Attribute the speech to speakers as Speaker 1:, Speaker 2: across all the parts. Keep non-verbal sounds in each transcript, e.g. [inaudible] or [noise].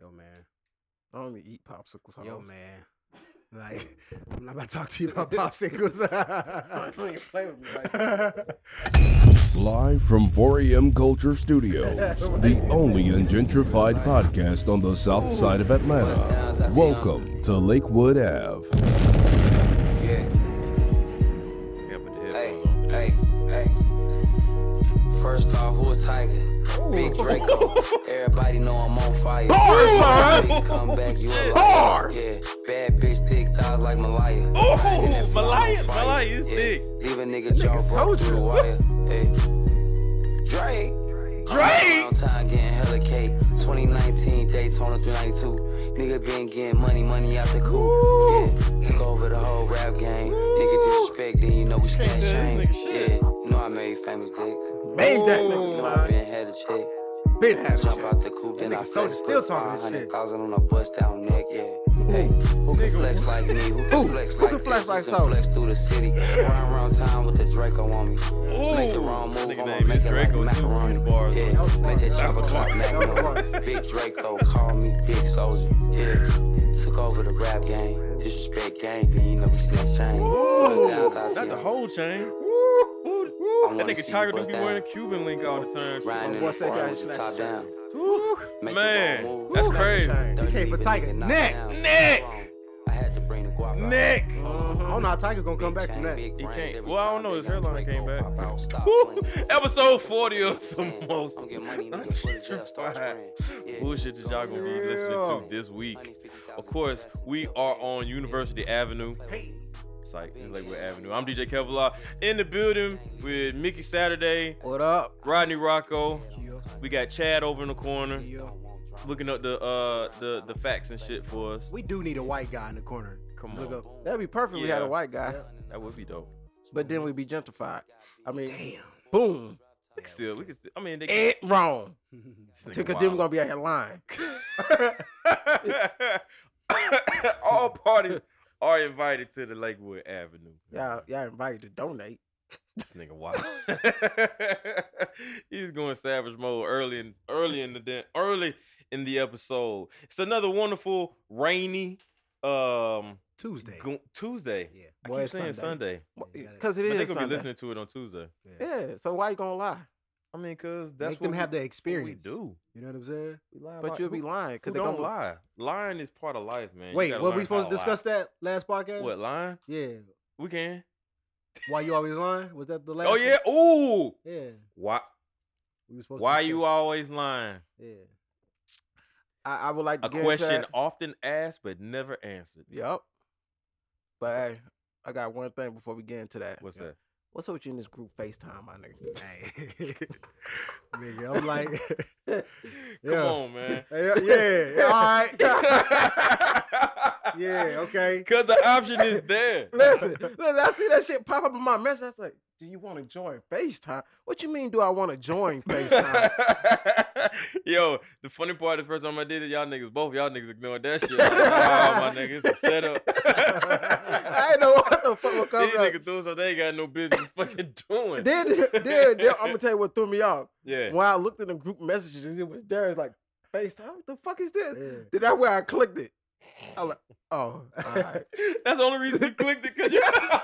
Speaker 1: yo man,
Speaker 2: I only eat popsicles.
Speaker 1: yo
Speaker 2: hoes. [laughs]
Speaker 1: man. Like, I'm not about to talk to you about [laughs] popsicles.
Speaker 2: Don't even play with me like
Speaker 3: Live from 4AM Culture
Speaker 1: [laughs]
Speaker 3: Studios, the only ungentrified podcast on the south side of Atlanta. Welcome to Lakewood Ave.
Speaker 4: Yeah,
Speaker 5: Yeah, but the
Speaker 4: hey,
Speaker 5: headphones on.
Speaker 4: hey, hey. First off, who is Tiger? Big Draco. Everybody know I'm on fire.
Speaker 2: Bars,
Speaker 4: Big comeback, you a liar.
Speaker 2: Bars.
Speaker 4: Yeah, bad bitch, thick thighs like Malaya. Hiding that fly on
Speaker 5: Malaya-
Speaker 4: fire.
Speaker 5: Malaya's thick.
Speaker 4: Leave a nigga jaw broke
Speaker 2: soldier.
Speaker 4: through the wire. Hey, Drake. Drake. time getting hella cake. 2019 Daytona 392. Nigga been getting money, money out the cool. Yeah, took over the whole rap game. Nigga disrespect, then you know we slash change. Yeah, you know I made famous dick.
Speaker 2: Made that nigga,
Speaker 4: You know I
Speaker 2: son.
Speaker 4: been had a check.
Speaker 2: Been having
Speaker 4: Jump
Speaker 2: shit.
Speaker 4: out the coop, then
Speaker 2: That
Speaker 4: I
Speaker 2: nigga Soulja
Speaker 4: flex.
Speaker 2: still
Speaker 4: Put
Speaker 2: talking this shit.
Speaker 4: 500,000 on a bust down neck, yeah. Hey, who can flex like me? Who can
Speaker 2: Who?
Speaker 4: flex
Speaker 2: Who
Speaker 4: like
Speaker 2: can flex
Speaker 4: this?
Speaker 2: like
Speaker 4: who can
Speaker 2: Soulja?
Speaker 4: flex through the city? Run around town with the Draco on me. Make the
Speaker 5: Ooh,
Speaker 4: wrong move,
Speaker 5: nigga
Speaker 4: I'ma
Speaker 5: name
Speaker 4: make
Speaker 5: is
Speaker 4: it like
Speaker 5: Draco, too.
Speaker 4: macaroni.
Speaker 5: The bars
Speaker 4: Yeah,
Speaker 5: on.
Speaker 4: make that
Speaker 5: That
Speaker 4: chopper
Speaker 5: was
Speaker 4: drop
Speaker 5: one.
Speaker 4: Magno. Big Draco, call me Big Soldier. Yeah, took over the rap game. Disrespect gang, then you know we snatch chain. Bust
Speaker 5: Not
Speaker 4: down,
Speaker 5: the
Speaker 4: Thacian.
Speaker 5: whole chain. That
Speaker 4: I wanna see
Speaker 5: nigga
Speaker 4: you
Speaker 5: Tiger do
Speaker 4: bust
Speaker 5: be
Speaker 4: down.
Speaker 5: wearing a Cuban link all the time.
Speaker 4: Riding in
Speaker 2: Boy,
Speaker 4: the
Speaker 2: say
Speaker 4: foreign
Speaker 2: that
Speaker 4: with the
Speaker 2: snatch
Speaker 4: top
Speaker 2: chain.
Speaker 4: down.
Speaker 5: Woo.
Speaker 4: Make the wrong
Speaker 5: Man,
Speaker 4: move.
Speaker 5: that's
Speaker 2: Woo.
Speaker 5: crazy.
Speaker 2: Snatch
Speaker 4: Dirty
Speaker 2: Okay, for
Speaker 4: nigga,
Speaker 2: Tiger.
Speaker 4: nigga, knock
Speaker 2: Neck,
Speaker 4: down.
Speaker 5: neck.
Speaker 4: I had to bring the guap out.
Speaker 5: Neck.
Speaker 2: I don't know how Tiger gonna come
Speaker 4: Big
Speaker 2: back from
Speaker 4: chain,
Speaker 2: that.
Speaker 4: big
Speaker 5: He
Speaker 4: brains
Speaker 5: can't-
Speaker 4: every
Speaker 5: well, I
Speaker 4: time
Speaker 5: don't know,
Speaker 4: they
Speaker 5: his
Speaker 4: got
Speaker 5: hairline
Speaker 4: Draco
Speaker 5: came back.
Speaker 4: pop out, stop
Speaker 5: Woo. [laughs]
Speaker 4: playing.
Speaker 5: Episode 40 or some
Speaker 4: Saying,
Speaker 5: most.
Speaker 4: I'm getting money, nigga, for this ass, start spraying.
Speaker 5: [laughs]
Speaker 4: Yeah,
Speaker 5: Bullshit that y'all gonna be listening to
Speaker 2: Yeah.
Speaker 5: this week.
Speaker 4: $150,000
Speaker 5: Of course, we are on University Avenue.
Speaker 4: Hey.
Speaker 5: Psych, it's Lakewood Avenue. I'm DJ Kevlar in the building with Mickey Saturday,
Speaker 1: what up?
Speaker 5: Rodney Rocco.
Speaker 1: Yo.
Speaker 5: We got Chad over in the corner
Speaker 1: Yo.
Speaker 5: looking up the uh the the facts and shit for us.
Speaker 1: We do need a white guy in the corner.
Speaker 5: Come
Speaker 1: Look
Speaker 5: on,
Speaker 1: up.
Speaker 2: That'd be perfect. if We had a
Speaker 5: Yeah.
Speaker 2: white guy,
Speaker 5: that would be dope.
Speaker 2: but then we'd be gentrified. I mean,
Speaker 1: Damn.
Speaker 2: boom,
Speaker 5: We can still, we can. Still, I mean, they
Speaker 2: eh, wrong.
Speaker 5: this nigga
Speaker 2: Because then we're gonna
Speaker 5: wild.
Speaker 2: be out here lying. [laughs]
Speaker 5: [laughs] all parties are invited to the Lakewood Avenue.
Speaker 2: Y'all, y'all invited to donate.
Speaker 5: This nigga wild. [laughs] He's going savage mode early in early in the den- early in the episode. It's another wonderful rainy um
Speaker 1: Tuesday.
Speaker 5: go- Tuesday.
Speaker 1: Yeah.
Speaker 5: I
Speaker 2: Boy,
Speaker 5: keep
Speaker 2: it's
Speaker 5: saying Sunday,
Speaker 1: you gotta-
Speaker 2: Because it
Speaker 5: but they're
Speaker 2: is
Speaker 5: gonna be
Speaker 2: Sunday.
Speaker 5: listening to it on Tuesday.
Speaker 2: Yeah. So why you gonna lie?
Speaker 5: I mean, cause that's
Speaker 1: Make them
Speaker 5: what
Speaker 1: have
Speaker 5: we,
Speaker 1: the
Speaker 5: what
Speaker 1: experience.
Speaker 5: We do.
Speaker 1: You know what I'm saying?
Speaker 5: We lie
Speaker 2: But
Speaker 5: about-
Speaker 2: you'll
Speaker 5: who-
Speaker 2: be lying.
Speaker 5: Who
Speaker 2: Because
Speaker 5: don't lie. Lying is part of life, man. You
Speaker 1: Wait,
Speaker 5: gotta
Speaker 1: were we
Speaker 5: learn
Speaker 1: supposed
Speaker 5: how
Speaker 1: to
Speaker 5: lie.
Speaker 1: discuss that last podcast?
Speaker 5: What lying?
Speaker 1: Yeah.
Speaker 5: We can.
Speaker 1: Why you always lying? Was that the last?
Speaker 5: Oh
Speaker 1: one?
Speaker 5: yeah. Ooh.
Speaker 1: Yeah.
Speaker 5: Why?
Speaker 1: We were supposed to
Speaker 5: Why
Speaker 1: discuss-
Speaker 5: you always lying?
Speaker 1: Yeah.
Speaker 2: I, I would like to
Speaker 5: A
Speaker 2: get
Speaker 5: question
Speaker 2: Into that.
Speaker 5: often asked but never answered.
Speaker 2: Yep. But hey, I got one thing before we get into that.
Speaker 5: What's that?
Speaker 2: What's up with you in this group FaceTime, my
Speaker 5: [laughs]
Speaker 2: nigga? [laughs]
Speaker 1: Hey. Nigga, I'm like,
Speaker 2: Come
Speaker 5: Come
Speaker 1: Yeah.
Speaker 5: on,
Speaker 2: [laughs]
Speaker 5: man.
Speaker 1: yeah, [laughs] yeah, all right. yeah,
Speaker 5: yeah.
Speaker 1: [laughs] okay.
Speaker 5: Because the option is there.
Speaker 1: [laughs]
Speaker 2: Listen, listen, I see that shit pop up in my message. I was like, do you want to join FaceTime? What you mean do I want to join [laughs] FaceTime?
Speaker 1: [laughs]
Speaker 2: [laughs]
Speaker 5: [laughs] Yo, the funny part, the first time I did it, y'all niggas, both y'all niggas ignored that shit. Like, nah, my nigga, it's a setup.
Speaker 2: [laughs] I didn't know what the fuck was
Speaker 5: These
Speaker 2: coming up.
Speaker 5: niggas doing so they ain't got no business fucking doing.
Speaker 2: Then,
Speaker 5: [laughs]
Speaker 2: then, then I'm gonna tell you what threw me off.
Speaker 5: yeah.
Speaker 2: When I looked in the group messages, it was there. It's like FaceTime. What the fuck is this?
Speaker 1: Yeah.
Speaker 2: Then that's where I clicked it. I like, [laughs] oh, all right.
Speaker 5: That's the only reason you clicked it, cause you. [laughs]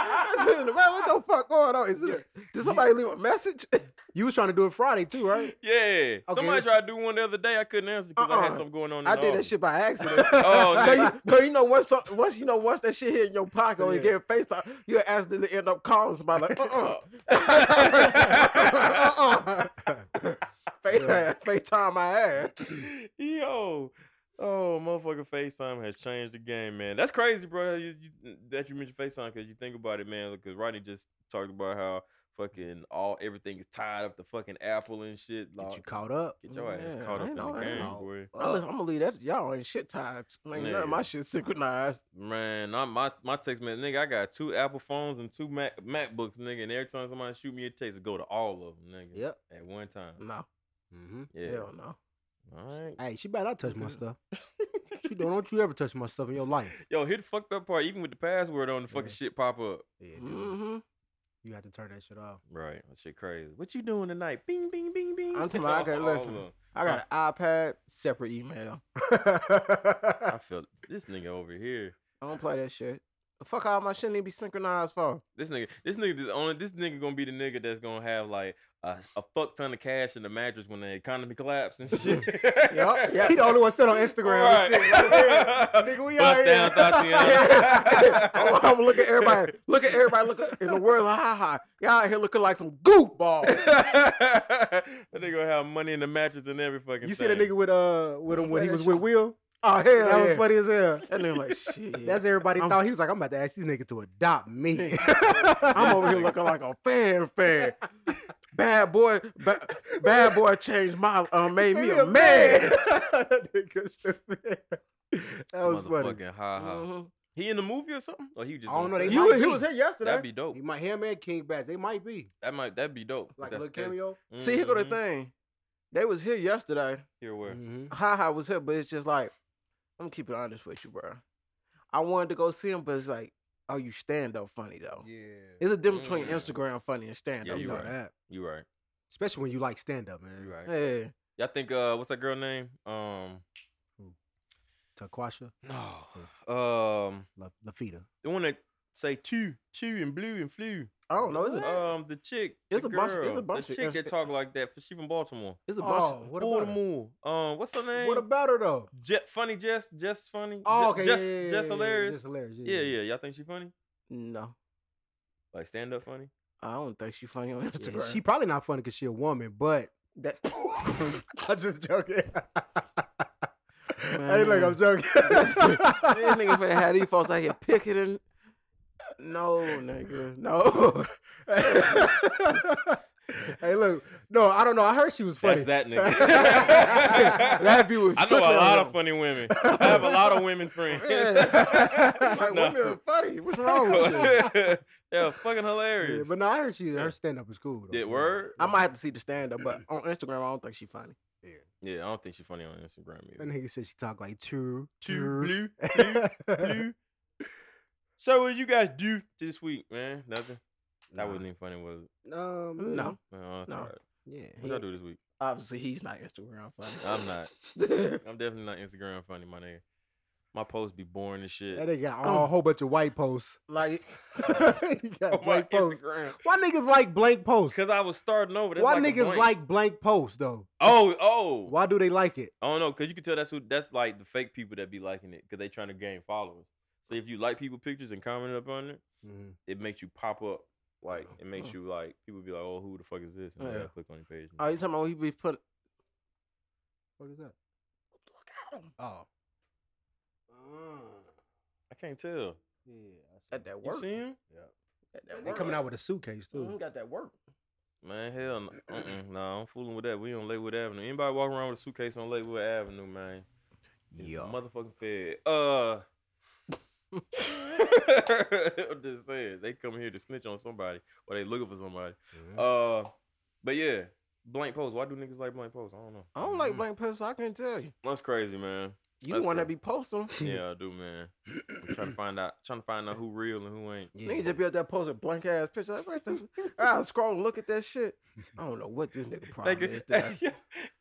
Speaker 2: [laughs] That's what, the- what the fuck going on? Is it, did somebody leave a message?
Speaker 1: You was trying to do it Friday too, right?
Speaker 5: yeah. Somebody tried to do one the other day. I couldn't answer because I had
Speaker 2: Uh-uh.
Speaker 5: something going on. In
Speaker 2: I
Speaker 5: the
Speaker 2: did that
Speaker 5: office.
Speaker 2: shit by accident.
Speaker 5: [laughs]
Speaker 2: [laughs]
Speaker 5: Oh,
Speaker 2: Cause
Speaker 5: nigga.
Speaker 2: you, cause you know once some- once you know once that shit hit in your pocket or you
Speaker 1: Yeah.
Speaker 2: get FaceTime, you accidentally end up calling somebody like, uh-uh.
Speaker 5: Oh, Uh-uh.
Speaker 2: uh-uh. Face,
Speaker 1: Yeah.
Speaker 2: [laughs] FaceTime my ass. Uh-uh.
Speaker 5: [laughs] Yo. Oh, motherfucker, FaceTime has changed the game, man. That's crazy, bro. You, you, that you mentioned FaceTime because you think about it, man. Because Rodney just talked about how fucking all everything is tied up to fucking Apple and shit.
Speaker 1: Get you
Speaker 5: Like,
Speaker 1: caught up.
Speaker 5: get your ass
Speaker 2: Yeah,
Speaker 5: caught
Speaker 2: I
Speaker 5: up in
Speaker 2: know,
Speaker 5: the
Speaker 2: I
Speaker 5: game,
Speaker 2: know.
Speaker 5: boy.
Speaker 2: I'm gonna- I'm gonna leave that y'all ain't shit tied. Like, none of my
Speaker 5: Nigga.
Speaker 2: shit synchronized.
Speaker 5: Man, not my my text man, nigga. I got two Apple phones and two Mac MacBooks, nigga. And every time somebody shoot me a text, it go to all of them, nigga.
Speaker 1: Yep.
Speaker 5: At one time.
Speaker 2: No,
Speaker 1: Mm-hmm.
Speaker 5: Yeah.
Speaker 2: hell no. Mm-hmm.
Speaker 5: All right.
Speaker 1: Hey, she better not touch my
Speaker 5: Mhm.
Speaker 1: stuff. She don't, don't Mm. you ever touch my stuff in your life.
Speaker 5: [laughs] Yo, hit the fucked up part. Even with the password on the fucking
Speaker 1: Yeah.
Speaker 5: shit pop up.
Speaker 1: Yeah, dude.
Speaker 2: hmm
Speaker 1: You have to turn that shit off.
Speaker 5: Right. That shit crazy. What you doing tonight? Bing, bing, bing, bing. [laughs]
Speaker 2: I'm talking about, I got-
Speaker 5: All
Speaker 2: listen.
Speaker 5: of 'em.
Speaker 2: I got an iPad, separate
Speaker 1: [laughs]
Speaker 2: email.
Speaker 5: I
Speaker 2: I
Speaker 5: feel this nigga over here.
Speaker 2: don't play that shit. The fuck all my shit need to be synchronized for.
Speaker 5: This nigga, this nigga, this only this nigga gonna be the nigga that's gonna have like a, a fuck ton of cash in the mattress when the economy collapses and [laughs] shit.
Speaker 2: [laughs] Yup,
Speaker 5: [laughs]
Speaker 2: yup.
Speaker 1: He the only one still on Instagram. and shit.
Speaker 5: Right.
Speaker 1: Nigga, we out
Speaker 5: Bust down,
Speaker 1: here. [laughs]
Speaker 5: Tatiana.
Speaker 2: Oh, I'm, I'm looking at everybody. Look at everybody. Look at- in the world. Ha ha. ha. Y'all out here looking like some
Speaker 1: [laughs]
Speaker 2: goofball.
Speaker 5: that nigga gonna have money in the mattress and every fucking.
Speaker 1: You see that nigga
Speaker 5: thing.
Speaker 1: with uh with him when he
Speaker 2: that
Speaker 1: was
Speaker 2: shit.
Speaker 1: with Will?
Speaker 2: Oh hell yeah.
Speaker 1: That was funny as hell.
Speaker 2: That nigga like shit.
Speaker 1: That's everybody
Speaker 2: I'm-
Speaker 1: thought. He was like, I'm about to ask these niggas to adopt [laughs] me.
Speaker 2: I'm over here looking like a fan fan. Bad boy, ba- bad boy changed my uh, made me a man.
Speaker 1: [laughs] That nigga stupid. That was funny.
Speaker 5: Motherfucking ha ha.
Speaker 2: Mhm.
Speaker 5: Mm-hmm. He in the movie or something? Or he just?
Speaker 1: I don't
Speaker 5: on
Speaker 1: know, they
Speaker 5: set?
Speaker 1: might
Speaker 2: You he
Speaker 1: be.
Speaker 2: was here yesterday.
Speaker 5: That'd be dope.
Speaker 1: He might him and King Bats. They might be
Speaker 5: That might that'd be dope. if
Speaker 1: like a
Speaker 5: that's
Speaker 1: little
Speaker 5: the case.
Speaker 1: cameo.
Speaker 2: See, here go the
Speaker 5: Mhm.
Speaker 2: thing. They was here yesterday.
Speaker 5: Here where?
Speaker 1: Mhm.
Speaker 2: Ha ha was here, but it's just like, I'm gonna keep it honest with you, bro. I wanted to go see him, but it's like, oh, you stand up funny though.
Speaker 1: Yeah.
Speaker 2: There's a difference between
Speaker 5: Mm.
Speaker 2: Instagram funny and stand
Speaker 5: Yeah,
Speaker 2: up.
Speaker 5: you
Speaker 2: know
Speaker 5: right.
Speaker 2: that.
Speaker 5: You right.
Speaker 1: Especially when you like stand up, man.
Speaker 5: You right.
Speaker 2: Yeah.
Speaker 5: Y'all think uh what's that girl name? Um
Speaker 1: Taquasha,
Speaker 5: no. Um
Speaker 1: La- Lafita.
Speaker 5: the one that say two, two and blue and flu.
Speaker 2: I
Speaker 1: Oh,
Speaker 2: don't know. Is it?
Speaker 5: Um the chick.
Speaker 2: It's
Speaker 5: the
Speaker 2: a bunch- it's a
Speaker 5: girl,
Speaker 2: bunch
Speaker 5: the
Speaker 2: of
Speaker 5: chick
Speaker 2: ins-
Speaker 5: that talk like that. She from Baltimore.
Speaker 2: It's a bunch.
Speaker 1: Oh,
Speaker 2: of,
Speaker 1: what about her?
Speaker 5: Baltimore. Um what's her name?
Speaker 1: What about her though?
Speaker 5: Je- funny Jess, Jess funny.
Speaker 1: Oh,
Speaker 5: Je-
Speaker 1: okay.
Speaker 5: Jess,
Speaker 1: yeah, yeah, yeah,
Speaker 5: Jess
Speaker 1: yeah,
Speaker 5: hilarious.
Speaker 1: Just hilarious.
Speaker 5: yeah, yeah, Y'all think she funny?
Speaker 2: no,
Speaker 5: Like stand up funny?
Speaker 2: I don't think she funny on
Speaker 1: Yeah,
Speaker 2: Instagram.
Speaker 1: [laughs] she probably not funny because she a woman, but
Speaker 2: that [laughs]
Speaker 1: [laughs] I'm just joking. hey, look, I'm joking.
Speaker 2: [laughs] This nigga finna have these folks out here picking and no nigga
Speaker 5: [laughs]
Speaker 2: no.
Speaker 1: [laughs] hey, look, no, I don't know. I heard she was funny.
Speaker 5: That's that
Speaker 2: [laughs] that
Speaker 5: [laughs] nigga.
Speaker 2: view was
Speaker 5: I know
Speaker 2: strictly
Speaker 5: a
Speaker 2: on
Speaker 5: lot
Speaker 2: him.
Speaker 5: of
Speaker 2: [laughs]
Speaker 5: funny women. I have a lot of women friends.
Speaker 2: Yeah. [laughs]
Speaker 1: [laughs]
Speaker 2: like
Speaker 5: No.
Speaker 2: women are funny. What's wrong with you?
Speaker 5: [laughs] yeah, fucking hilarious.
Speaker 1: Yeah, but no, I heard she
Speaker 5: Yeah.
Speaker 1: her stand up is cool. Though.
Speaker 5: Did word?
Speaker 2: I might have to see the stand up, but on Instagram, I don't think she funny.
Speaker 5: Yeah, I don't think she's funny on Instagram
Speaker 1: That
Speaker 5: either.
Speaker 1: nigga said she talked like true,
Speaker 5: Two
Speaker 1: true.
Speaker 5: blue,
Speaker 2: [laughs]
Speaker 5: blue,
Speaker 1: [laughs]
Speaker 5: blue. So what did you guys do this week, man? Nothing. That wasn't even funny, was it? Mm.
Speaker 1: Um,
Speaker 2: No,
Speaker 5: No,
Speaker 2: No.
Speaker 5: no.
Speaker 1: Yeah.
Speaker 5: What y'all do this week?
Speaker 2: obviously he's not Instagram
Speaker 5: I'm not.
Speaker 2: funny.
Speaker 5: I'm definitely not Instagram funny, my nigga. My posts be boring as shit.
Speaker 1: That nigga got
Speaker 2: Oh.
Speaker 1: a whole bunch of white posts.
Speaker 2: like
Speaker 1: [laughs]
Speaker 5: [laughs]
Speaker 1: he
Speaker 5: On
Speaker 1: got
Speaker 5: my
Speaker 1: blank posts.
Speaker 5: Instagram.
Speaker 1: Why niggas like blank posts?
Speaker 5: Cause I was starting over. That's
Speaker 1: Why
Speaker 5: like a
Speaker 1: niggas
Speaker 5: blank.
Speaker 1: like blank posts though?
Speaker 5: Oh, oh.
Speaker 1: Why do they like it?
Speaker 5: I don't know, cause you can tell that's who that's like the fake people that be liking it, cause they trying to gain followers. So if you like people pictures and comment up on it,
Speaker 1: Mm-hmm.
Speaker 5: it makes you pop up. Like it makes
Speaker 2: Mm.
Speaker 5: you like people be like, oh, who the fuck is this? And
Speaker 2: Yeah.
Speaker 5: they gotta click on your page.
Speaker 2: [laughs] oh, you talking about he be putting
Speaker 1: What is that?
Speaker 2: at him.
Speaker 1: Oh.
Speaker 2: mm,
Speaker 5: I can't tell.
Speaker 1: Yeah.
Speaker 2: at that
Speaker 5: You
Speaker 2: work.
Speaker 5: see him?
Speaker 2: At that
Speaker 1: They
Speaker 2: work.
Speaker 1: coming out with a suitcase
Speaker 2: Mhm,
Speaker 1: too.
Speaker 2: Got that work.
Speaker 5: Man, hell, no, uh-uh, nah, I'm fooling with that. We on Lakewood Avenue. Anybody walking around with a suitcase on Lakewood Avenue, man? is Motherfucking fed. Uh. [laughs] I'm just saying, they come here to snitch on somebody, or they looking for somebody.
Speaker 2: Mm-hmm.
Speaker 5: Uh, but yeah, blank post. Why do niggas like blank posts? I don't know.
Speaker 2: I don't like
Speaker 1: Mhm.
Speaker 2: blank posts. I can't tell you.
Speaker 5: That's
Speaker 2: [laughs]
Speaker 5: crazy, man.
Speaker 2: You the
Speaker 5: That's
Speaker 2: one that
Speaker 5: cool.
Speaker 2: be posting.
Speaker 5: [laughs] Yeah, I do, man. I'm trying to find out, trying to find out who real and who ain't.
Speaker 2: Nigga just be out there posting blank ass pictures. Like, where's the
Speaker 5: [laughs]
Speaker 2: I scroll and look at that shit. I don't know what this nigga problem
Speaker 5: [laughs]
Speaker 2: is. today.
Speaker 5: Yo,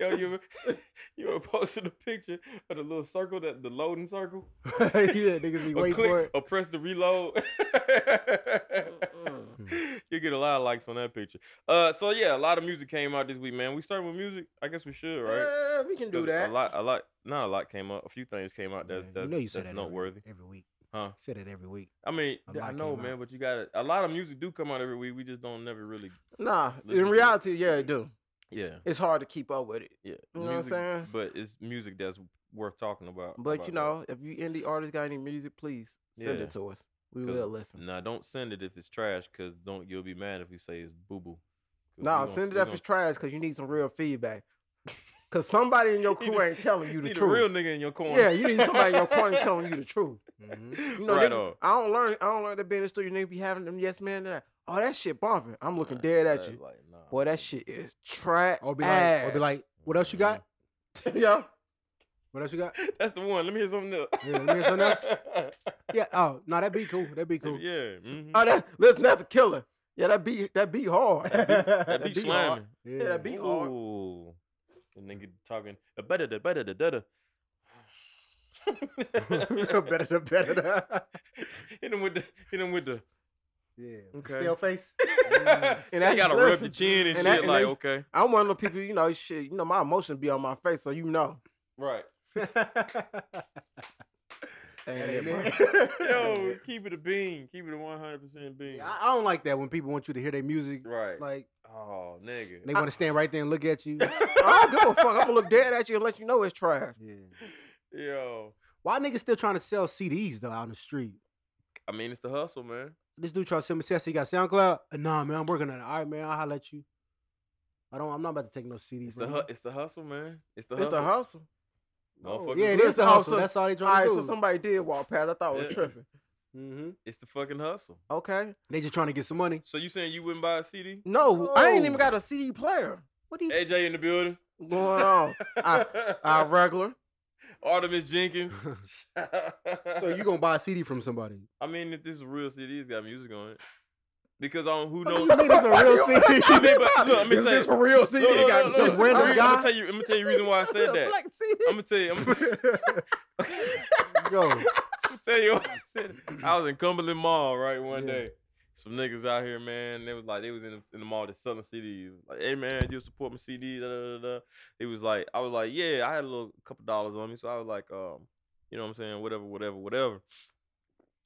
Speaker 5: yo, you were- [laughs] you were posting a picture of the little circle that the loading circle.
Speaker 1: yeah,
Speaker 2: [laughs]
Speaker 1: niggas be
Speaker 5: Or
Speaker 1: waiting
Speaker 5: click,
Speaker 1: for it.
Speaker 5: or press the reload. [laughs] you get a lot of likes on that picture. Uh, so yeah, a lot of music came out this week, man. We starting with music. I guess we should, right?
Speaker 2: Yeah, we can do
Speaker 5: 'Cause
Speaker 2: that.
Speaker 5: A lot, a lot, not a lot came up. A few things came out that's
Speaker 1: Yeah,
Speaker 5: that's,
Speaker 1: you know you said
Speaker 5: that's
Speaker 1: that
Speaker 5: noteworthy,
Speaker 1: every, every week.
Speaker 5: huh?
Speaker 1: Said it every week.
Speaker 5: I mean,
Speaker 1: A
Speaker 5: yeah, I
Speaker 1: lot
Speaker 5: know,
Speaker 1: came
Speaker 5: man,
Speaker 1: out.
Speaker 5: but you got to a lot of music do come out every week. We just don't never really,
Speaker 2: Nah,
Speaker 5: Listen
Speaker 2: in
Speaker 5: to it.
Speaker 2: reality, yeah, it do.
Speaker 5: yeah,
Speaker 2: It's hard to keep up with it.
Speaker 5: yeah.
Speaker 2: You know what I'm
Speaker 5: music-
Speaker 2: saying?
Speaker 5: But it's music that's worth talking about.
Speaker 2: But
Speaker 5: about
Speaker 2: you
Speaker 5: that.
Speaker 2: know, if you indie artists got any music, please send
Speaker 5: Yeah.
Speaker 2: it to us. We
Speaker 5: 'Cause
Speaker 2: will listen.
Speaker 5: Nah, don't send it if it's trash, cause don't you'll be mad if we say it's boo boo.
Speaker 2: Nah, send it if it's trash because you need some real feedback. Cause somebody in your
Speaker 5: Need
Speaker 2: crew
Speaker 5: a-
Speaker 2: ain't telling
Speaker 5: [laughs]
Speaker 2: you the
Speaker 5: need
Speaker 2: truth.
Speaker 5: A real nigga in your corner.
Speaker 2: yeah, you need somebody in your corner
Speaker 5: [laughs]
Speaker 2: telling you the truth.
Speaker 1: Mm-hmm.
Speaker 2: You know,
Speaker 5: right
Speaker 2: niggas-
Speaker 5: on.
Speaker 2: I don't learn. I don't learn that being in the studio. Niggas be having them yes man. That, oh, that shit bumping. I'm looking dead at you.
Speaker 5: Like, nah,
Speaker 2: Boy, that shit is trash.
Speaker 1: Or be like, or be like, what else you got?
Speaker 2: yeah.
Speaker 1: What else you got?
Speaker 5: That's the one. Let me hear something else.
Speaker 1: Yeah, let me hear something
Speaker 5: [laughs]
Speaker 1: Yeah. Oh, no, that'd be cool. That'd be cool.
Speaker 5: Yeah. mhm.
Speaker 2: [laughs] Oh, that listen, that's a killer.
Speaker 1: Oh,
Speaker 2: Yeah, [laughs] that beat that beat hard.
Speaker 5: That beat- that
Speaker 2: that
Speaker 5: beat
Speaker 2: beat hard.
Speaker 5: slamming.
Speaker 2: Yeah, that beat hard.
Speaker 5: Ooh. and nigga talking "Uh, better da better
Speaker 2: [laughs]
Speaker 5: da da da.
Speaker 1: [laughs] better the better. The...
Speaker 5: [laughs] Hit him with the hit him with the.
Speaker 1: [laughs] Yeah. the
Speaker 2: Okay.
Speaker 1: Stale face. [laughs]
Speaker 5: [laughs] and I
Speaker 2: Mm. that-
Speaker 5: gotta rub your
Speaker 2: listen,
Speaker 5: chin and,
Speaker 2: and that-
Speaker 5: shit.
Speaker 2: and
Speaker 5: like
Speaker 2: they-
Speaker 5: okay,
Speaker 2: I'm one of the people, you know, shit, you know, my emotions be on my face, so you know.
Speaker 5: right.
Speaker 2: And
Speaker 1: Hey,
Speaker 2: my- [laughs]
Speaker 1: man.
Speaker 5: Yo, keep it a bean. Keep it a one hundred percent bean.
Speaker 1: [laughs] I, I don't like that when people want you to hear their music.
Speaker 5: Right.
Speaker 1: Like
Speaker 5: oh, nigga.
Speaker 1: they want to stand right there and look at you. yeah.
Speaker 2: I don't give a fuck. I'm gonna look dead at you and let you know it's trash.
Speaker 5: Yo,
Speaker 1: Why niggas still trying to sell CDs though out on the street?
Speaker 5: I mean it's the hustle, man.
Speaker 1: This dude trying to sell me CDs. He got SoundCloud. Uh, Nah, man, I'm working on it. All right, man, I'll holler at you. I don't. I'm not about to take no CDs.
Speaker 5: It's the hu- it's the hustle, man. It's the
Speaker 2: It's
Speaker 5: hustle.
Speaker 2: the hustle.
Speaker 5: Motherfucker.
Speaker 1: yeah, it
Speaker 2: Listen,
Speaker 1: is the hustle.
Speaker 2: so-
Speaker 1: That's all they
Speaker 2: All
Speaker 1: trying
Speaker 2: right,
Speaker 1: to do.
Speaker 2: so somebody did walk past. I thought it was
Speaker 5: Yeah.
Speaker 2: tripping.
Speaker 1: hmm
Speaker 5: It's the fucking hustle.
Speaker 2: Okay.
Speaker 1: They just trying to get some money.
Speaker 5: So you saying you wouldn't buy a CD?
Speaker 2: No, I ain't even
Speaker 1: No.
Speaker 2: got a CD player.
Speaker 1: What
Speaker 5: [laughs]
Speaker 1: do you?
Speaker 5: AJ in the building.
Speaker 2: Going
Speaker 5: [laughs]
Speaker 2: on. I, I regular. [laughs]
Speaker 5: Artemis Jenkins. [laughs]
Speaker 1: so you gonna buy a CD from somebody?
Speaker 5: I mean, if this is a real CD, it's got music on it. Because on who
Speaker 1: What do
Speaker 5: knows?
Speaker 1: you mean it's a real CD?
Speaker 5: [laughs] I mean, but look, let me
Speaker 2: Is
Speaker 5: tell you.
Speaker 2: this a real CD?
Speaker 5: Look, look,
Speaker 2: Got
Speaker 5: look,
Speaker 2: some
Speaker 5: look.
Speaker 1: random
Speaker 5: I'm,
Speaker 1: guy?
Speaker 5: gonna tell you. I'm gonna tell you the reason why I
Speaker 2: [laughs]
Speaker 5: said that.
Speaker 2: Black CD.
Speaker 5: I'm gonna tell you.
Speaker 2: [laughs]
Speaker 5: I'm gonna, [laughs]
Speaker 1: Yo,
Speaker 5: tell you what I said. I was in Cumberland Mall right one
Speaker 1: Yeah.
Speaker 5: day. Some niggas out here, man. They was like, they was in the, in the mall just selling CDs. Like, hey man, you support my CD? Da, da, da, da. It was like, I was like, yeah, I had a little couple dollars on me, so I was like, um, you know what I'm saying, whatever, whatever, whatever.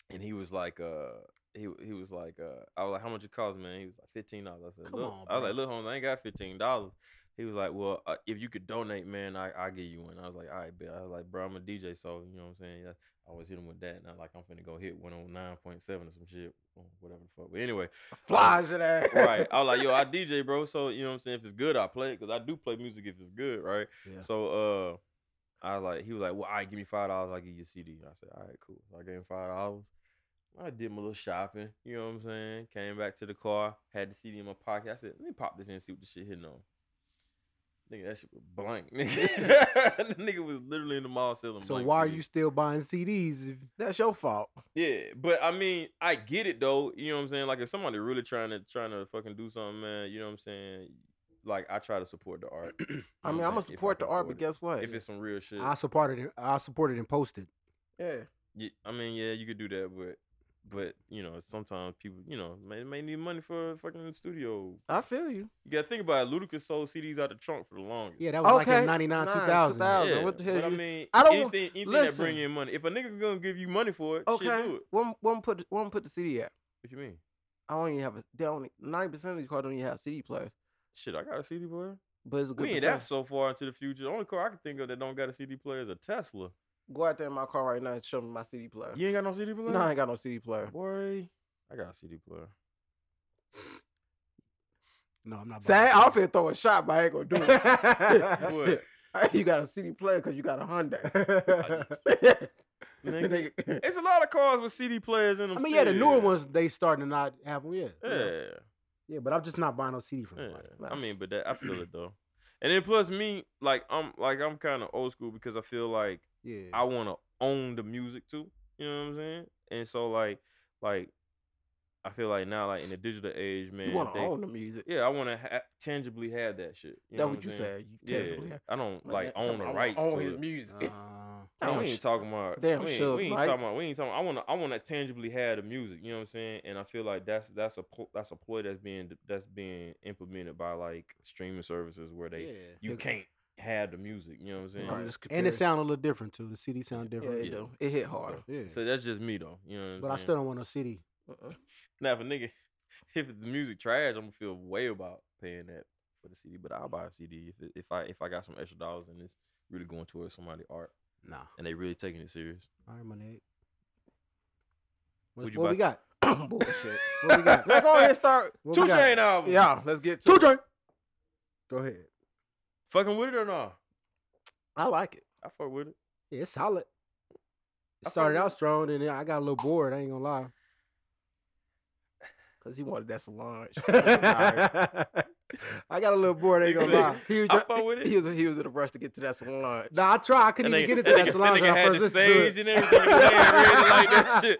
Speaker 5: And he was like, uh, he he was like, uh, I was like, how much it cost, man? He was like, fifteen dollars. I said,
Speaker 1: Come
Speaker 5: look,
Speaker 1: on,
Speaker 5: I was like,
Speaker 1: bro.
Speaker 5: look, homie, I ain't got fifteen dollars. He was like, well, uh, if you could donate, man, I I give you one. I was like, all right, bet. I was like, bro, I'm a DJ, so you know what I'm saying. Yeah, I always hit him with that. Not like I'm finna go hit 109.7 or some shit, or whatever the fuck. But anyway,
Speaker 1: [laughs]
Speaker 2: Flies it ass.
Speaker 5: right. I was like, yo, I DJ, bro. So, you know what I'm saying? If it's good, I play it because I do play music if it's good, right?
Speaker 1: Yeah.
Speaker 5: So, uh, I was like, he was like, well, all right, give me $5. I'll give you a CD. I said, all right, cool. So I gave him $5. I did my little shopping, you know what I'm saying? Came back to the car, had the CD in my pocket. I said, let me pop this in and see what the shit hitting on. Nigga, that shit was blank. [laughs] Nigga, the nigga was literally in the mall selling.
Speaker 1: so
Speaker 5: blank
Speaker 1: why are
Speaker 5: CDs.
Speaker 1: you still buying CDs? If,
Speaker 2: That's your fault.
Speaker 5: Yeah, but I mean, I get it though. You know what I'm saying? Like if somebody really trying to trying to fucking do something, man, you know what I'm saying? Like I try to support the art. [clears throat] you know
Speaker 2: I mean, I'm
Speaker 5: what saying,
Speaker 2: gonna
Speaker 5: if I
Speaker 2: support the
Speaker 5: can
Speaker 2: art, but
Speaker 5: afford
Speaker 2: guess
Speaker 5: it.
Speaker 2: what?
Speaker 5: if it's some real shit,
Speaker 1: I supported it. I supported and posted.
Speaker 2: yeah.
Speaker 5: yeah, I mean, yeah, you could do that, but but you know, sometimes people, you know, may may need money for a fucking studio.
Speaker 2: I feel you.
Speaker 5: You gotta think about it. Ludacris sold CDs out the trunk for the longest.
Speaker 1: Yeah, that was like
Speaker 2: Okay,
Speaker 1: in '99,
Speaker 2: nine,
Speaker 1: 2000.
Speaker 2: 2000. what the hell
Speaker 5: but I
Speaker 2: you-
Speaker 5: mean,
Speaker 2: I don't-
Speaker 5: anything, anything that bring
Speaker 2: listen.
Speaker 5: in money. If a nigga gonna give you money for it,
Speaker 2: Okay.
Speaker 5: shit, do it.
Speaker 2: One, one put, one put the CD at.
Speaker 5: What you mean?
Speaker 2: I don't even have a. They only ninety percent of these cars don't even have CD players,
Speaker 5: Shit, I got a CD player.
Speaker 2: but it's a good.
Speaker 5: We ain't
Speaker 2: percentage.
Speaker 5: that so far into the future. The only car I can think of that don't got a CD player is a Tesla.
Speaker 2: Go out there in my car right now and show me my CD player.
Speaker 5: You ain't got no CD player?
Speaker 2: No, Uh, I ain't got no CD player.
Speaker 5: Boy, I got a CD player.
Speaker 1: No, I'm not.
Speaker 2: Say,
Speaker 1: buying
Speaker 2: I'll
Speaker 1: CDs.
Speaker 2: fit throw a shot, but I ain't gonna do [laughs]
Speaker 5: What?
Speaker 2: it. you got a CD player because you got a Hyundai.
Speaker 5: [laughs] Nigga.
Speaker 2: [laughs] Nigga.
Speaker 5: It's a lot of cars with CD players in them.
Speaker 1: I mean, yeah, the newer
Speaker 5: still.
Speaker 1: ones they starting to not have them. Yeah,
Speaker 5: Yeah,
Speaker 1: yeah, but I'm just not buying no CD from
Speaker 5: yeah.
Speaker 1: nobody.
Speaker 5: I mean, but that I feel it though. And then plus me, like I'm like I'm kind of old school because I feel like
Speaker 1: Yeah,
Speaker 5: I want to own the music too. You know what I'm saying? And so like like I feel like now like in the digital age, man,
Speaker 2: you want to
Speaker 5: they-
Speaker 2: own the music.
Speaker 5: Yeah, I want to ha- tangibly have that shit. You know
Speaker 2: That's what you
Speaker 5: I'm
Speaker 2: said.
Speaker 5: saying?
Speaker 2: You
Speaker 5: Yeah,
Speaker 2: technically have-
Speaker 5: I don't
Speaker 2: Like
Speaker 5: like
Speaker 2: that-
Speaker 5: own
Speaker 2: I
Speaker 5: the
Speaker 2: wanna
Speaker 5: rights
Speaker 2: Own
Speaker 5: to
Speaker 2: his
Speaker 5: it.
Speaker 2: music.
Speaker 1: Uh,
Speaker 5: I
Speaker 2: Damn
Speaker 5: we
Speaker 2: sh-
Speaker 5: ain't talking about.
Speaker 2: damn
Speaker 5: we ain't,
Speaker 2: Suge
Speaker 5: we ain't
Speaker 2: Knight.
Speaker 5: talking about. We ain't talking. I want to. I want to tangibly have the music. You know what I'm saying? And I feel like that's that's a pl- that's a ploy that's being that's being implemented by like streaming services where they you
Speaker 1: They-
Speaker 5: can't have the music. You know what I'm saying?
Speaker 2: Right.
Speaker 1: I'm just
Speaker 2: It's
Speaker 1: and it
Speaker 2: comparison.
Speaker 1: sound a little different too. The CD sound
Speaker 2: Yeah,
Speaker 1: different.
Speaker 2: it
Speaker 5: Yeah.
Speaker 2: do. It hit hard.
Speaker 5: So,
Speaker 1: Yeah,
Speaker 5: so that's just me though. You know what I'm
Speaker 1: but I
Speaker 5: saying?
Speaker 1: still don't want no CD.
Speaker 5: now if a nigga [laughs] if the music trash, I'm gonna feel way about paying that for the CD. But I'll buy a CD if it, if I if I got some extra dollars and it's really going towards somebody art
Speaker 1: Nah,
Speaker 5: and they really taking it serious.
Speaker 1: all right, my nigga.
Speaker 5: Would
Speaker 1: What,
Speaker 5: you
Speaker 1: what
Speaker 5: buy-
Speaker 1: we got?
Speaker 2: Uh-uh. [coughs] Bullshit.
Speaker 5: [laughs]
Speaker 1: What we got?
Speaker 2: now go ahead and [laughs] start.
Speaker 1: What
Speaker 5: Two
Speaker 1: we got?
Speaker 5: Chain album.
Speaker 2: Yeah, let's get to
Speaker 1: Two
Speaker 2: it.
Speaker 1: Chain. Go ahead.
Speaker 5: Fucking with it or not?
Speaker 2: I like it.
Speaker 5: I fuck with it.
Speaker 1: Yeah, it's solid.
Speaker 5: I
Speaker 1: It started
Speaker 5: fuck
Speaker 1: out strong, and then I got a little bored. I ain't gonna
Speaker 5: [laughs]
Speaker 1: lie. [laughs]
Speaker 2: Cause he wanted that salon.
Speaker 5: [laughs]
Speaker 1: I got a little bored. I ain't gonna lie.
Speaker 2: He was,
Speaker 5: I
Speaker 2: try-
Speaker 5: fuck
Speaker 1: [laughs]
Speaker 5: with
Speaker 2: he
Speaker 5: it.
Speaker 2: was he was in a rush to get to that salon.
Speaker 1: Nah, I tried. I couldn't
Speaker 5: And
Speaker 1: even
Speaker 5: they,
Speaker 1: get
Speaker 5: that
Speaker 1: into that,
Speaker 5: nigga, that nigga
Speaker 1: salon. till I
Speaker 5: had the
Speaker 1: first listened
Speaker 5: sage
Speaker 1: to
Speaker 5: and everything. He had red like that
Speaker 1: [laughs]
Speaker 5: shit.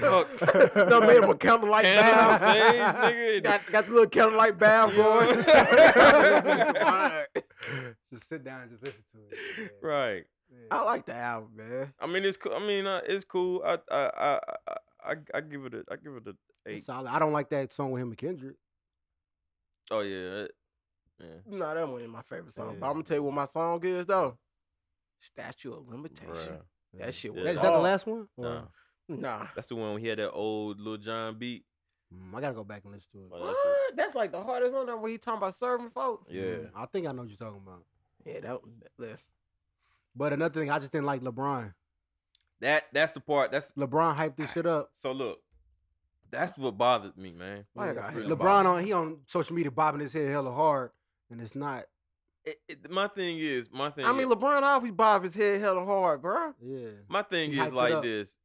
Speaker 5: Fuck.
Speaker 1: it.
Speaker 2: Done made him
Speaker 5: [laughs]
Speaker 2: a candlelight
Speaker 5: Candle,
Speaker 2: bath. [laughs]
Speaker 5: sage, nigga. [laughs]
Speaker 2: Got, got the little candlelight bath
Speaker 5: Yeah.
Speaker 2: going.
Speaker 1: Just just sit down and just listen to it. Yeah,
Speaker 5: Right.
Speaker 1: yeah.
Speaker 2: I like the album, man.
Speaker 5: I mean, it's cool. I mean, uh, it's cool. I I I I, I, I give it a I give it a
Speaker 1: It's
Speaker 5: eight.
Speaker 1: solid. I don't like that song with him and Kendrick.
Speaker 5: Oh yeah, it- yeah.
Speaker 2: No, that one ain't my favorite song. But
Speaker 1: Yeah.
Speaker 2: I'm gonna tell you what my song is though. Statue of Limitation.
Speaker 5: Bruh.
Speaker 2: That shit
Speaker 5: Yeah.
Speaker 2: was
Speaker 1: Is that the
Speaker 2: hard.
Speaker 1: last one? Or-
Speaker 5: Nah,
Speaker 2: Nah.
Speaker 5: that's the one when he had that old Lil John beat.
Speaker 1: Mm, I gotta go back and listen to it.
Speaker 5: Well, that's
Speaker 2: What? That's like the hardest one. there when he talking about serving folks.
Speaker 5: Yeah.
Speaker 1: Mm, I think I know what you're talking about.
Speaker 2: Yeah, that listen.
Speaker 1: But another thing, I just didn't like LeBron.
Speaker 5: That that's the part. That's
Speaker 1: LeBron hyped this shit up.
Speaker 5: so look. That's what bothered me, man.
Speaker 2: Why I
Speaker 1: Yeah.
Speaker 2: got
Speaker 5: hit
Speaker 1: LeBron on he on social media bobbing his head hella hard, and it's not.
Speaker 5: It, it, my thing is, my thing.
Speaker 2: I mean,
Speaker 5: is,
Speaker 2: LeBron always bob his head hella hard, bro.
Speaker 1: Yeah,
Speaker 5: my thing
Speaker 1: he hyped
Speaker 5: is
Speaker 1: it
Speaker 5: like
Speaker 1: up.
Speaker 5: this.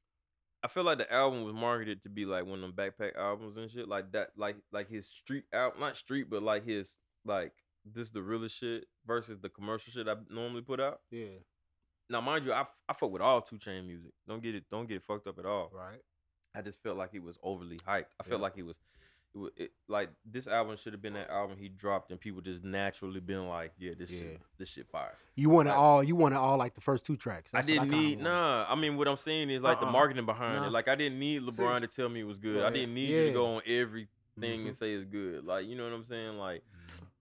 Speaker 5: I feel like the album was marketed to be like one of them backpack albums and shit, like that, like like his street out, not street, but like his like this the realest shit versus the commercial shit I normally put out.
Speaker 1: yeah,
Speaker 5: Now, mind you, I, f- I fuck with all two chain music. Don't get it, don't get it fucked up at all.
Speaker 1: right.
Speaker 5: I just felt like it was overly hyped. I felt
Speaker 1: Yeah.
Speaker 5: like it was, it, wa- it like this album should have been that album he dropped, and people just naturally been like, yeah, this
Speaker 1: Yeah.
Speaker 5: shit, this shit fire.
Speaker 1: You want it
Speaker 5: I-
Speaker 1: all. You want it all like the first two tracks.
Speaker 5: I
Speaker 1: That's what
Speaker 5: didn't
Speaker 1: kinda
Speaker 5: need
Speaker 1: wanted.
Speaker 5: nah. I mean, what I'm saying is like the
Speaker 2: Uh-uh.
Speaker 5: marketing behind
Speaker 1: Nah.
Speaker 5: it. Like I didn't need
Speaker 2: See-
Speaker 5: LeBron to tell me it was good. I
Speaker 2: Right.
Speaker 5: didn't need you to
Speaker 1: Yeah.
Speaker 5: go on everything and
Speaker 1: Mhm.
Speaker 5: say it's good. Like you know what I'm saying? Like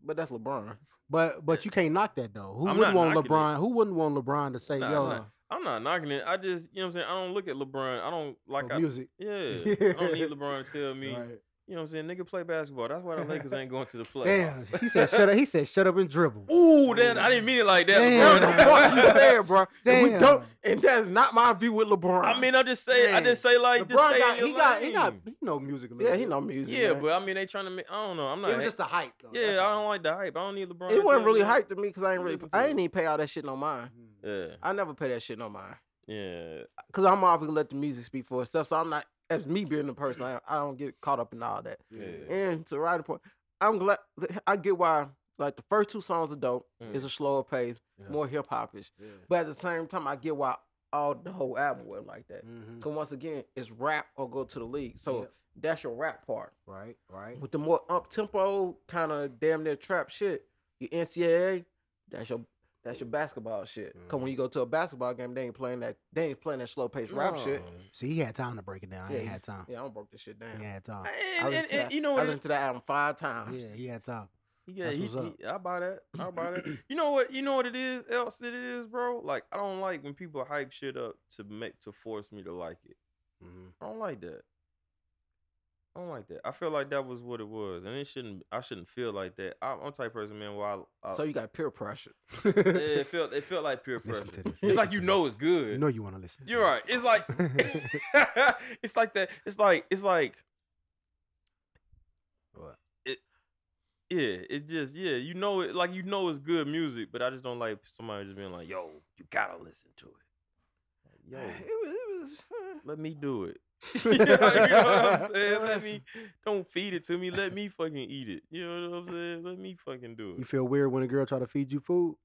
Speaker 2: But that's LeBron.
Speaker 1: But but you can't knock that though. Who
Speaker 5: I'm not
Speaker 1: wouldn't want
Speaker 5: knocking it.
Speaker 1: LeBron? Who wouldn't want LeBron to say,
Speaker 5: Nah,
Speaker 1: "Yo,
Speaker 5: nah. I'm not knocking it. I just you know what I'm saying. I don't look at LeBron. I don't like
Speaker 1: for
Speaker 5: I,
Speaker 1: music"?
Speaker 5: yeah. I don't
Speaker 1: [laughs]
Speaker 5: need LeBron to tell me.
Speaker 1: Oh, Right.
Speaker 5: You know what I'm saying? Nigga play basketball. That's why the Lakers
Speaker 1: [laughs]
Speaker 5: ain't going to the
Speaker 1: Damn,
Speaker 5: playoffs. [laughs]
Speaker 1: he said shut up. He said shut up and dribble.
Speaker 5: Ooh, that I didn't mean it like that,
Speaker 1: Damn.
Speaker 5: LeBron.
Speaker 2: What the [laughs] fuck you said, bro? And we
Speaker 1: Damn.
Speaker 2: don't, and that is not my view with LeBron.
Speaker 5: I mean, I just say I just say like just
Speaker 2: LeBron
Speaker 5: stay
Speaker 2: got-
Speaker 5: in your
Speaker 1: he got he got
Speaker 5: lane.
Speaker 1: he know music. A little
Speaker 2: yeah, he
Speaker 1: bit.
Speaker 2: know music.
Speaker 5: Yeah,
Speaker 2: man.
Speaker 5: but I mean they trying to make. I don't know. I'm not.
Speaker 1: It was just the hype. Though.
Speaker 5: yeah, I don't like the hype. I don't need LeBron. to
Speaker 2: it wasn't
Speaker 5: tell
Speaker 2: really
Speaker 5: me.
Speaker 2: hype to me because I ain't really,
Speaker 5: Listen to
Speaker 2: I
Speaker 5: it.
Speaker 2: ain't even pay all that shit on mine.
Speaker 1: don't.
Speaker 5: Yeah,
Speaker 2: I never pay that shit on mine
Speaker 5: yeah.
Speaker 2: because I'm always gonna let the music speak for itself. So I'm not, as me being the person, I, I don't get caught up in all that.
Speaker 5: Yeah.
Speaker 2: And to Roddy's point, I'm glad I get why like the first two songs are dope.
Speaker 5: Mm.
Speaker 2: It's a slower pace,
Speaker 1: Yeah.
Speaker 2: more hip hop ish.
Speaker 1: Yeah.
Speaker 2: But at the same time, I get why all the whole album went like that.
Speaker 5: Mm-hmm. Mm.
Speaker 1: Mhm.
Speaker 2: Cause once again, it's rap or go to the league. So
Speaker 1: Yep.
Speaker 2: that's your rap part.
Speaker 1: Right, right.
Speaker 2: With the more up tempo kind of damn near trap shit, your NCAA, that's your that's your basketball shit. Cause when you go to a basketball game, they ain't playing that they ain't playing that slow paced rap shit.
Speaker 1: See, he had time to break it down. I
Speaker 2: Yeah,
Speaker 1: ain't had time.
Speaker 2: Yeah, I don't broke this shit down.
Speaker 1: He had time.
Speaker 2: I
Speaker 5: And,
Speaker 2: listened
Speaker 5: and,
Speaker 2: to
Speaker 5: and,
Speaker 2: that,
Speaker 5: you know
Speaker 2: I
Speaker 5: what?
Speaker 2: listened to that album five times.
Speaker 1: Yeah, he had time.
Speaker 5: Yeah,
Speaker 1: That's
Speaker 5: he,
Speaker 1: what's up.
Speaker 5: he, I buy that. I buy that. You know what? You know what it is. Else it is, bro. Like I don't like when people hype shit up to make to force me to like it.
Speaker 1: Mm-hmm.
Speaker 5: I don't like that. I don't like that. I feel like that was what it was, and it shouldn't. I shouldn't feel like that. I, I'm the type of person, man. Where I, I
Speaker 2: So you [laughs] got peer pressure.
Speaker 5: yeah, [laughs] it felt it felt like
Speaker 1: [laughs]
Speaker 5: peer pressure.
Speaker 1: Listen to this.
Speaker 5: It's like
Speaker 1: listen
Speaker 5: you
Speaker 1: to
Speaker 5: know
Speaker 1: this.
Speaker 5: it's good.
Speaker 1: You know you want to listen.
Speaker 5: [laughs]
Speaker 1: to
Speaker 5: You're
Speaker 1: this.
Speaker 5: right. It's
Speaker 1: [laughs]
Speaker 5: like [laughs] it's like that. It's like it's like
Speaker 1: What?
Speaker 5: It yeah. It just yeah. You know it like you know it's good music, but I just don't like somebody just being like, "Yo, you gotta listen to [laughs] it."
Speaker 1: [laughs]
Speaker 5: Like,
Speaker 2: It
Speaker 5: Yo,
Speaker 2: was, it was, uh,
Speaker 5: let me do it. [laughs] you know
Speaker 1: [laughs]
Speaker 5: what
Speaker 2: [laughs]
Speaker 5: I'm saying? Let me don't feed it to me. Let me fucking eat it. You know what I'm saying? Let me fucking do
Speaker 1: You
Speaker 5: it.
Speaker 1: feel weird when a girl try to feed
Speaker 5: [laughs]
Speaker 1: you food?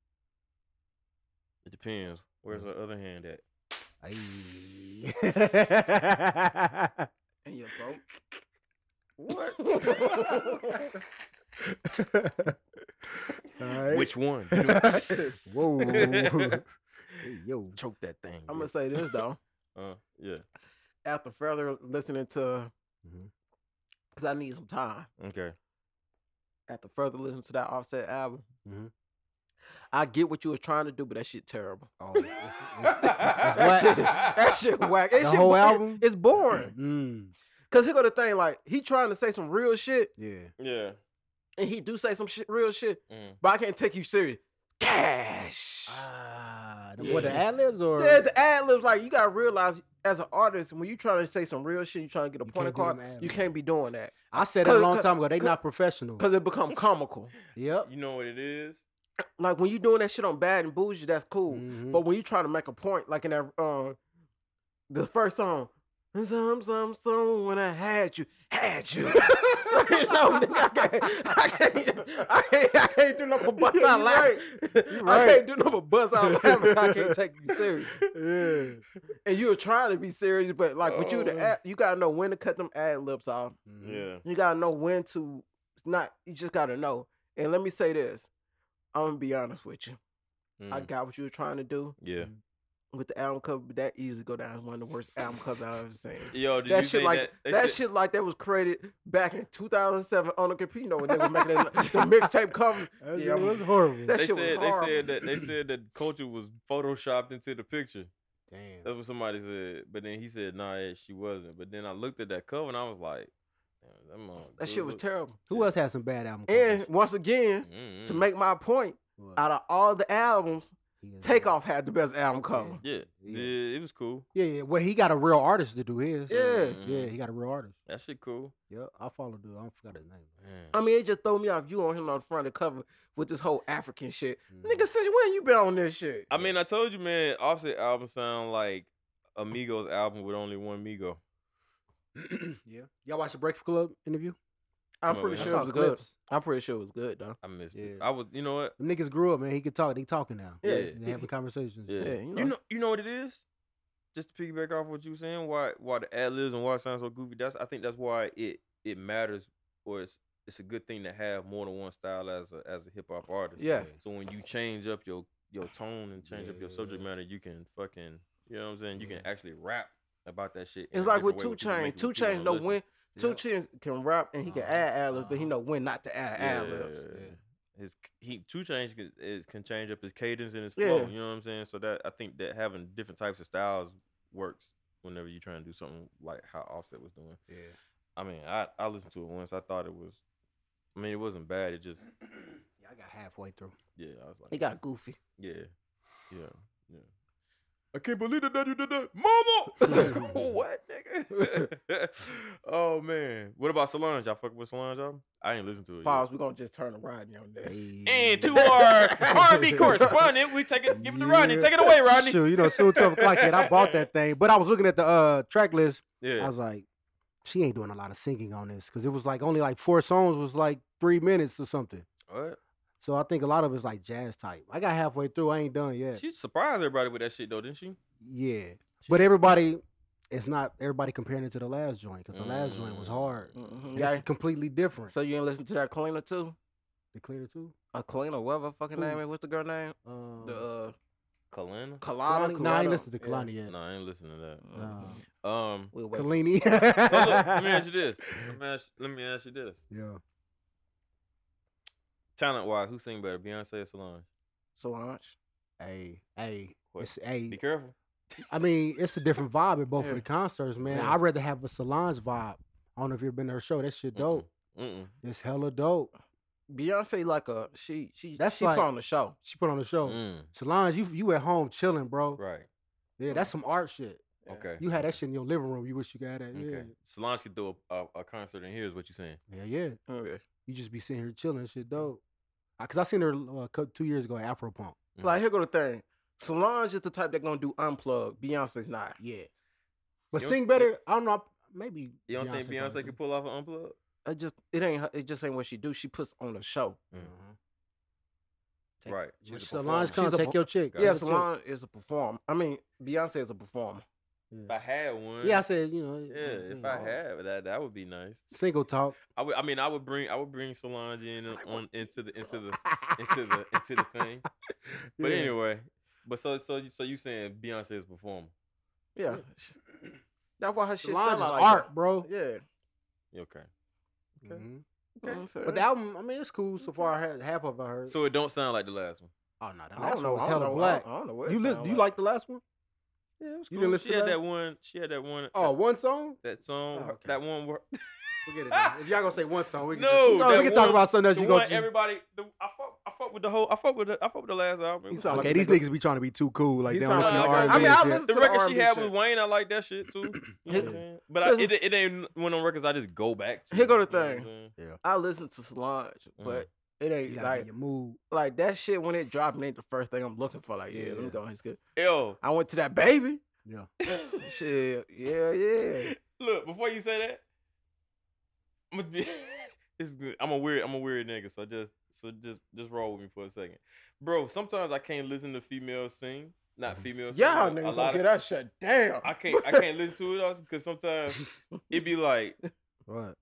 Speaker 5: It depends. Where's the other hand at?
Speaker 1: Ay. [laughs]
Speaker 2: in your throat.
Speaker 5: What?
Speaker 2: [laughs]
Speaker 1: Alright.
Speaker 5: Which one? [laughs]
Speaker 2: [laughs]
Speaker 1: Whoa. [laughs] Hey, [laughs] yo.
Speaker 5: Choke that thing.
Speaker 2: I'm
Speaker 5: bro.
Speaker 2: gonna say this though.
Speaker 5: Uh, yeah.
Speaker 2: After further listening to,
Speaker 1: Mhm.
Speaker 2: because I need some time.
Speaker 5: [laughs] Okay.
Speaker 2: After further listening to that Offset album,
Speaker 1: Mhm.
Speaker 2: I get what you was trying to do, but that shit terrible. [laughs]
Speaker 1: Oh, it's- it's-
Speaker 2: That
Speaker 1: That's
Speaker 2: shit, that shit whack.
Speaker 1: whack.
Speaker 2: It
Speaker 1: The
Speaker 2: shit
Speaker 1: whole
Speaker 2: bo- it-
Speaker 1: album?
Speaker 2: It's boring.
Speaker 1: Mm,
Speaker 2: Cause here go the thing, like he trying to say some real shit,
Speaker 1: yeah.
Speaker 5: yeah.
Speaker 2: and he do say some shit, real shit,
Speaker 5: Mm.
Speaker 2: but I can't take you serious. Cash.
Speaker 1: Ah, the- what the
Speaker 2: Yeah.
Speaker 1: ad libs or
Speaker 2: Yeah, the ad libs like you gotta realize as an artist when you trying to say some real shit, you trying to get a
Speaker 1: You
Speaker 2: point
Speaker 1: can't do
Speaker 2: across,
Speaker 1: them ad
Speaker 2: you
Speaker 1: libs.
Speaker 2: can't be doing that
Speaker 1: I said that a
Speaker 2: Cause-
Speaker 1: long
Speaker 2: cause-
Speaker 1: time ago. They
Speaker 2: cause-
Speaker 1: not professional.
Speaker 2: because it become
Speaker 1: [laughs]
Speaker 2: comical.
Speaker 1: Yep.
Speaker 5: You know what it is?
Speaker 2: like when you doing that shit on bad and bougie, that's cool.
Speaker 1: Mhm.
Speaker 2: But when you trying to make a point, like in that uh, the first song, some some some when I had you, had you. [laughs] no, nigga, I can't, I can't, I can't, I can't do nothing but bust
Speaker 1: [laughs] You
Speaker 2: out laughing. I
Speaker 1: right.
Speaker 2: can't do nothing but bust out laughing. I can't take you
Speaker 1: [laughs]
Speaker 2: serious. And you were trying to be serious, but like with you,
Speaker 5: Oh.
Speaker 2: the ad, you gotta know when to cut them ad libs off.
Speaker 1: Mhm.
Speaker 5: Yeah.
Speaker 2: You gotta know when to not. You just gotta know. And let me say this, I'm gonna be honest with you. Mm. I got what you were trying to do
Speaker 5: Mm. yeah.
Speaker 2: with the album cover, but that easily go down as one of the worst album covers I've ever seen.
Speaker 5: Yo, did
Speaker 2: that
Speaker 5: you
Speaker 2: shit
Speaker 5: think
Speaker 2: like
Speaker 5: that, [laughs] they
Speaker 2: that,
Speaker 5: said-
Speaker 2: shit like that was created back in 2007 on the computer when they were making
Speaker 5: [laughs]
Speaker 1: [laughs]
Speaker 2: that, the mixtape cover.
Speaker 1: That
Speaker 2: Yeah,
Speaker 1: shit
Speaker 2: I'm-
Speaker 1: was horrible.
Speaker 2: that
Speaker 5: They
Speaker 2: shit was
Speaker 5: said they
Speaker 2: horrible.
Speaker 5: said that they said that culture was photoshopped into the picture.
Speaker 1: Damn.
Speaker 5: That's what somebody said. But then he said, "Nah, yeah, she wasn't." But then I looked at that cover and I was like, Damn, that, mother-
Speaker 2: That shit
Speaker 5: good
Speaker 2: was
Speaker 5: look-
Speaker 2: terrible.
Speaker 1: Who else had some bad album
Speaker 2: And
Speaker 1: covers?
Speaker 2: once again,
Speaker 5: Mm,
Speaker 2: to
Speaker 5: mm.
Speaker 2: make my point,
Speaker 1: What?
Speaker 2: out of all the albums,
Speaker 1: He is-
Speaker 2: Takeoff had the best album cover.
Speaker 5: yeah,
Speaker 1: Yeah.
Speaker 5: yeah. it was cool. Mm,
Speaker 1: Yeah, yeah. Well, he got a real artist to do his.
Speaker 2: Yeah.
Speaker 1: Yeah, he got a real artist.
Speaker 5: that shit cool.
Speaker 1: Yep. I follow dude. I don't forgot his [clears throat] name.
Speaker 5: Man.
Speaker 2: I mean, it just throw me off. You on him on the front of the cover with this whole African shit,
Speaker 1: Mm.
Speaker 2: nigga. Since when you been on this shit?
Speaker 5: I mean, I told you, man. Offset album sound like Amigos album with only one Migo.
Speaker 1: yeah. Y'all watch the Breakfast Club interview?
Speaker 2: I'm
Speaker 5: Come on,
Speaker 2: pretty
Speaker 5: man.
Speaker 2: sure it
Speaker 1: I
Speaker 2: was
Speaker 1: saw
Speaker 2: good.
Speaker 1: clips.
Speaker 2: I'm pretty sure it was good though.
Speaker 5: I missed it.
Speaker 1: Yeah.
Speaker 5: I was, you know what?
Speaker 1: Them niggas grew up, man. He could talk. They talking now.
Speaker 5: Yeah.
Speaker 1: They having conversations.
Speaker 5: Yeah.
Speaker 2: Yeah, you
Speaker 5: you, know,
Speaker 2: know.
Speaker 5: you know, what it is. Just to piggyback off what you were saying, why why the ad libs and why it sounds so goofy. That's I think that's why it it matters, or it's it's a good thing to have more than one style as a as a hip hop artist.
Speaker 2: Yeah.
Speaker 5: So when you change up your your tone and change up your subject
Speaker 1: Yeah.
Speaker 5: matter, you can fucking you know what I'm saying. You
Speaker 1: Yeah.
Speaker 5: can actually rap about that shit. in
Speaker 2: It's
Speaker 5: a
Speaker 2: like with Two
Speaker 5: different way,
Speaker 2: Chain.
Speaker 5: which is
Speaker 2: Two
Speaker 5: what people
Speaker 2: Chain
Speaker 5: gonna
Speaker 2: know
Speaker 5: listen.
Speaker 2: when. Two
Speaker 1: Yeah.
Speaker 2: Chains can rap and he can
Speaker 1: Uh-huh,
Speaker 2: add ad libs, but he
Speaker 1: uh-huh.
Speaker 2: know when not to add ad libs.
Speaker 5: Yeah.
Speaker 1: Yeah.
Speaker 5: His c- he two chains can, is, can change up his cadence and his
Speaker 2: Yeah.
Speaker 5: flow. You know what I'm saying? So that I think that having different types of styles works whenever you're trying to do something like how Offset was doing.
Speaker 1: Yeah.
Speaker 5: I mean, I I listened to it once. I thought it was. I mean, it wasn't bad. It just
Speaker 1: [clears throat] yeah. I got halfway through.
Speaker 5: yeah. I was like
Speaker 2: He got goofy.
Speaker 5: yeah, yeah, yeah. I can't believe that you did that,
Speaker 2: [laughs]
Speaker 5: mama. [laughs] what, nigga? [laughs] oh man. What about Solange? Y'all fuck with Solange album? I ain't listened to it. yet.
Speaker 2: Pause. We're gonna just turn around on this.
Speaker 5: And
Speaker 1: two
Speaker 5: to our
Speaker 1: [laughs]
Speaker 5: R&B correspondent, we take it, give it to Rodney. Take it away, Rodney.
Speaker 1: Shoot, you know, soon twelve o'clock hit. I bought that thing, but I was looking at the uh, track list.
Speaker 5: [laughs]
Speaker 1: I
Speaker 5: Yeah,
Speaker 1: was like, she ain't doing a lot of singing on this because it was like only like four songs was like three minutes or something.
Speaker 5: what?
Speaker 1: So I think a lot of it's like jazz type. I got halfway through. I ain't done yet.
Speaker 5: She surprised everybody with that shit though, didn't she?
Speaker 1: yeah, but everybody, it's not everybody comparing it to the last joint because the last joint was
Speaker 5: Mm.
Speaker 1: hard.
Speaker 2: Mhm,
Speaker 1: It's
Speaker 2: Yeah.
Speaker 1: completely different.
Speaker 2: So you ain't listen to that cleaner too?
Speaker 1: the cleaner too.
Speaker 2: A cleaner, whatever her fucking
Speaker 1: Who?
Speaker 2: name is. What's the girl name?
Speaker 1: Um,
Speaker 2: The uh, Kalani.
Speaker 5: Kalina?
Speaker 1: Kalani, nah, I ain't
Speaker 2: Kalani,
Speaker 1: listened to
Speaker 2: yeah.
Speaker 1: Kalani yet.
Speaker 5: No, I ain't listening to
Speaker 1: Nah.
Speaker 2: Mhm.
Speaker 5: that. Um,
Speaker 2: We'll wait. for-
Speaker 1: Kalini. [laughs]
Speaker 5: so look, let me ask you this. Let me ask, let me ask you this.
Speaker 1: Yeah.
Speaker 5: Talent wise, who sing better, Beyonce or Solange?
Speaker 2: Solange.
Speaker 1: Hey, hey,
Speaker 5: What?
Speaker 1: it's hey.
Speaker 5: Be careful.
Speaker 1: I mean, it's a different vibe at both
Speaker 2: Yeah.
Speaker 1: of the concerts, man.
Speaker 2: Yeah.
Speaker 1: I'd rather have a Solange vibe. I don't know if you've been to her show. That shit
Speaker 5: Mm-mm.
Speaker 1: dope.
Speaker 5: Mm-mm.
Speaker 1: It's hella dope.
Speaker 2: Beyonce like a she she
Speaker 1: That's
Speaker 2: she
Speaker 1: like-
Speaker 2: put on the show.
Speaker 1: She put on the show.
Speaker 5: Mm.
Speaker 1: Solange, you you at home chilling, bro.
Speaker 5: Right.
Speaker 1: Yeah, that's some art shit.
Speaker 5: Okay.
Speaker 1: Oh, You had that shit in your living room. You wish you got that.
Speaker 5: Okay. Solange could do a, a, a concert in here, is what you're saying.
Speaker 1: Yeah, yeah, yeah.
Speaker 2: Okay.
Speaker 1: You just be sitting here chilling. Shit dope. I, Cause I seen her uh, cou- two years ago at Afro Punk.
Speaker 5: Mhm.
Speaker 2: Like here go the thing. Solange is the type that gonna do unplugged. Beyonce's not.
Speaker 1: Yeah. But
Speaker 5: You don't-
Speaker 1: sing better. I don't know. Maybe
Speaker 5: You don't think
Speaker 1: probably
Speaker 5: Beyonce
Speaker 1: do.
Speaker 5: could pull off an unplug?
Speaker 2: I just it ain't her- it just ain't what she do. She puts on a show.
Speaker 1: Mm-hmm.
Speaker 2: Take-
Speaker 5: Right.
Speaker 1: When
Speaker 5: She's a
Speaker 1: Solange
Speaker 5: performer.
Speaker 1: comes,
Speaker 2: She's a
Speaker 1: take
Speaker 2: bo-
Speaker 1: your chick.
Speaker 5: Yeah,
Speaker 1: Take
Speaker 2: Yeah,
Speaker 1: your chick.
Speaker 2: Solange is a performer. I mean, Beyonce is a performer.
Speaker 5: If I had one.
Speaker 1: Yeah, I said you know.
Speaker 5: Yeah, if I had that, that would be nice.
Speaker 1: single talk.
Speaker 5: I would. I mean, I would bring. I would bring Solange in on- on into the into
Speaker 1: [laughs]
Speaker 5: the into the into the [laughs] thing. But
Speaker 1: Yeah.
Speaker 5: anyway, but so so you so you saying Beyonce is performing?
Speaker 2: Yeah. That's why her shit
Speaker 1: Solange
Speaker 2: sound
Speaker 1: is
Speaker 2: like
Speaker 1: art,
Speaker 2: that.
Speaker 1: bro.
Speaker 2: Yeah.
Speaker 5: Okay.
Speaker 1: Mhm. But
Speaker 2: But
Speaker 1: the album, I mean, it's cool so far. I had Half of it I heard.
Speaker 5: So it don't sound like the last one.
Speaker 1: oh no, the
Speaker 2: I
Speaker 1: last
Speaker 2: don't know.
Speaker 1: one was
Speaker 2: I don't
Speaker 1: hella
Speaker 2: know,
Speaker 1: black.
Speaker 2: I don't know what
Speaker 1: You
Speaker 2: it
Speaker 1: listen?
Speaker 2: sound
Speaker 1: Do you like the last one?
Speaker 5: Yeah, it was
Speaker 1: You didn't listen
Speaker 5: she
Speaker 1: to
Speaker 5: had
Speaker 1: that?
Speaker 5: that one. She had that one.
Speaker 1: Oh, one song?
Speaker 5: that song.
Speaker 1: oh,
Speaker 5: her-
Speaker 1: okay.
Speaker 5: That one. where-
Speaker 1: Forget it. man. if y'all gonna say one song, we can
Speaker 5: No,
Speaker 1: just, we
Speaker 5: that
Speaker 1: can talk
Speaker 5: one-
Speaker 1: about something else.
Speaker 5: The
Speaker 1: You
Speaker 5: one
Speaker 1: gonna just,
Speaker 5: everybody. The, I fuck. I fuck with the whole. I fuck with. The, I fuck with the last album. It
Speaker 2: You
Speaker 5: was-
Speaker 2: sound like
Speaker 1: okay,
Speaker 2: a
Speaker 1: these
Speaker 2: nigga-
Speaker 1: niggas be trying to be too cool, like
Speaker 2: You
Speaker 1: they
Speaker 2: sound
Speaker 1: don't listen to
Speaker 5: like a-
Speaker 1: R&B.
Speaker 5: I mean, I
Speaker 1: and shit.
Speaker 2: listen- to
Speaker 5: the
Speaker 2: the
Speaker 5: record she
Speaker 2: R&B
Speaker 5: had
Speaker 2: shit.
Speaker 5: with Wayne, I like that shit [clears throat] too. You know what I'm
Speaker 2: Here-
Speaker 5: saying? But I,
Speaker 2: listen-
Speaker 5: it, it ain't one of them records I just go back to.
Speaker 2: Here go the
Speaker 5: you know what I'm
Speaker 2: thing.
Speaker 5: saying?
Speaker 2: I listen to Solange,
Speaker 5: Mhm.
Speaker 2: but it ain't
Speaker 1: Mm-hmm. You gotta be
Speaker 2: like
Speaker 1: in your mood.
Speaker 2: like that shit when it dropped. It ain't the first thing I'm looking for. Like, yeah, let
Speaker 1: Yeah.
Speaker 2: me go. It's good.
Speaker 5: Yo,
Speaker 2: I went to that baby.
Speaker 1: Yeah.
Speaker 2: [laughs] Shit, yeah, yeah.
Speaker 5: [laughs] Look, before you say that, I'm gonna be. [laughs] it's good. I'm a weird. I'm a weird nigga. So just, so just, just roll with me for a second, bro. Sometimes I can't listen to females sing. Not
Speaker 1: Mhm.
Speaker 5: females. sing,
Speaker 2: Y'all
Speaker 5: but
Speaker 2: niggas
Speaker 5: a
Speaker 2: gonna
Speaker 5: lot
Speaker 2: get
Speaker 5: of,
Speaker 2: that shit down.
Speaker 5: I
Speaker 2: [laughs]
Speaker 5: can't. I can't listen to it also because sometimes [laughs] it be like.
Speaker 1: Right.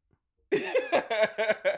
Speaker 5: I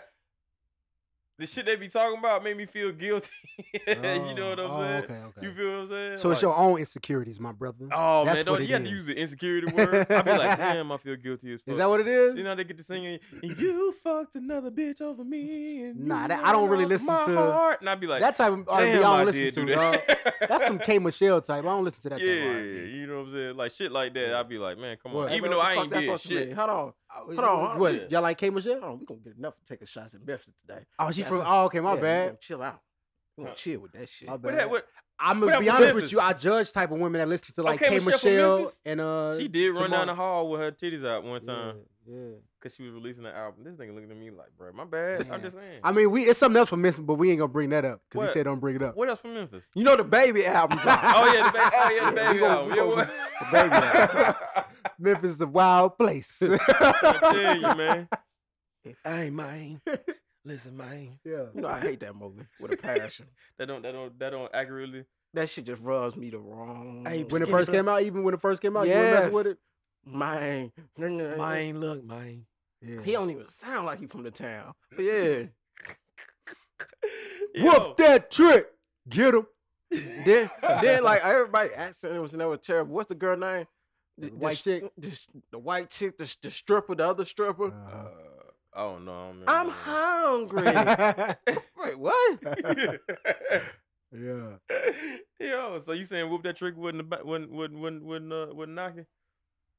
Speaker 5: the shit they be talking about made me feel guilty. [laughs] [laughs] you know what I'm
Speaker 1: Oh,
Speaker 5: saying?
Speaker 1: Okay, okay.
Speaker 5: You feel what I'm saying?
Speaker 1: so it's
Speaker 5: Like,
Speaker 1: your own insecurities, my brother.
Speaker 5: Oh
Speaker 1: That's
Speaker 5: man, don't,
Speaker 1: what
Speaker 5: you
Speaker 1: it
Speaker 5: have to
Speaker 1: is.
Speaker 5: use the insecurity word. I be
Speaker 1: [laughs]
Speaker 5: like, damn, I feel guilty as fuck.
Speaker 1: Is that what it is?
Speaker 5: you know they get to singing, you fucked another bitch over me. And
Speaker 1: Nah,
Speaker 5: you
Speaker 1: that- I don't
Speaker 5: ran
Speaker 1: really
Speaker 5: off
Speaker 1: listen
Speaker 5: my
Speaker 1: to-
Speaker 5: Heart. And I be like,
Speaker 1: that type of R&B I
Speaker 5: damn,
Speaker 1: don't
Speaker 5: I
Speaker 1: listen
Speaker 5: did
Speaker 1: to.
Speaker 5: do that.
Speaker 1: dawg. That's some K Michelle type. I don't listen
Speaker 5: [laughs]
Speaker 1: to that type of
Speaker 5: yeah,
Speaker 1: R&B.
Speaker 5: you know what I'm saying? Like shit like that, I'd be like, man, come on.
Speaker 1: What? Hey,
Speaker 2: man,
Speaker 5: Even though
Speaker 2: what
Speaker 5: I
Speaker 2: the
Speaker 5: ain't
Speaker 2: fuck that
Speaker 5: did
Speaker 2: supposed to
Speaker 5: shit.
Speaker 2: mean? Hold on.
Speaker 1: Oh,
Speaker 2: Hold on,
Speaker 1: you-
Speaker 2: hold
Speaker 1: What,
Speaker 2: on.
Speaker 1: y'all like K Michelle?
Speaker 2: Hold on. We gonna get enough to take a shots in Memphis today.
Speaker 1: Oh, she
Speaker 2: That's
Speaker 1: from.
Speaker 2: a-
Speaker 1: Oh, okay, my
Speaker 2: Yeah, we
Speaker 1: bad.
Speaker 2: gonna chill out. We gonna
Speaker 5: Huh.
Speaker 2: chill with that shit.
Speaker 1: My
Speaker 5: What
Speaker 1: bad.
Speaker 5: that? What?
Speaker 1: I'm
Speaker 5: what
Speaker 1: gonna
Speaker 5: happened
Speaker 1: be
Speaker 5: to
Speaker 1: honest with
Speaker 5: Memphis?
Speaker 1: you. I judge type of women that listen to like
Speaker 5: Okay,
Speaker 1: K
Speaker 5: Michelle from
Speaker 1: Michelle
Speaker 5: Memphis?
Speaker 1: and uh.
Speaker 5: She did run down the
Speaker 1: Tamar-
Speaker 5: hall with her titties out one
Speaker 1: Yeah,
Speaker 5: time
Speaker 1: yeah.
Speaker 5: because she was releasing the album. This nigga looking at me like, bro, my bad. I'm
Speaker 2: Man.
Speaker 5: just saying.
Speaker 1: I mean, we it's something else for Memphis, but we ain't gonna bring that up because
Speaker 5: What?
Speaker 1: he said don't bring it up.
Speaker 5: what else from
Speaker 1: [laughs]
Speaker 5: Memphis?
Speaker 2: You know the baby album dropped.
Speaker 5: [laughs] Oh yeah, the ba- oh yeah, the
Speaker 2: Yeah, we
Speaker 5: baby
Speaker 2: gon-
Speaker 5: album.
Speaker 2: we
Speaker 5: Yeah,
Speaker 2: gon-
Speaker 5: what?
Speaker 2: the baby album.
Speaker 5: [laughs]
Speaker 1: Memphis is a wild place.
Speaker 5: I
Speaker 1: [laughs]
Speaker 5: tell you, man.
Speaker 2: Hey, man. Listen, man. You know I hate that movie with a passion.
Speaker 5: That don't that don't that don't accurately.
Speaker 2: that shit just rubs me the wrong.
Speaker 6: Hey,
Speaker 1: When it
Speaker 6: Skinny
Speaker 1: first
Speaker 6: Dip.
Speaker 1: came out, even when it first came out, you were messing with
Speaker 2: Yes.
Speaker 1: it.
Speaker 2: man,
Speaker 6: Mine, look, mine.
Speaker 2: He don't even sound like he from the town. But yeah,
Speaker 5: Yo,
Speaker 1: Whoop that trick. Get him.
Speaker 2: then then like everybody accent was never terrible. What's the girl name?
Speaker 1: The
Speaker 2: sh-
Speaker 1: white chick?
Speaker 2: The, sh- the white chick. The, sh- the stripper. The other stripper.
Speaker 5: uh,
Speaker 1: Uh-huh. [laughs]
Speaker 5: I don't know. I don't remember
Speaker 2: I'm hungry.
Speaker 5: the name.
Speaker 2: [laughs]
Speaker 1: yeah.
Speaker 2: Wait,
Speaker 1: [laughs]
Speaker 2: what?
Speaker 1: Yeah.
Speaker 5: [laughs] Yo, so you saying whoop that trick wouldn't ab- wouldn't wouldn't wouldn't wouldn't, uh, wouldn't knock it?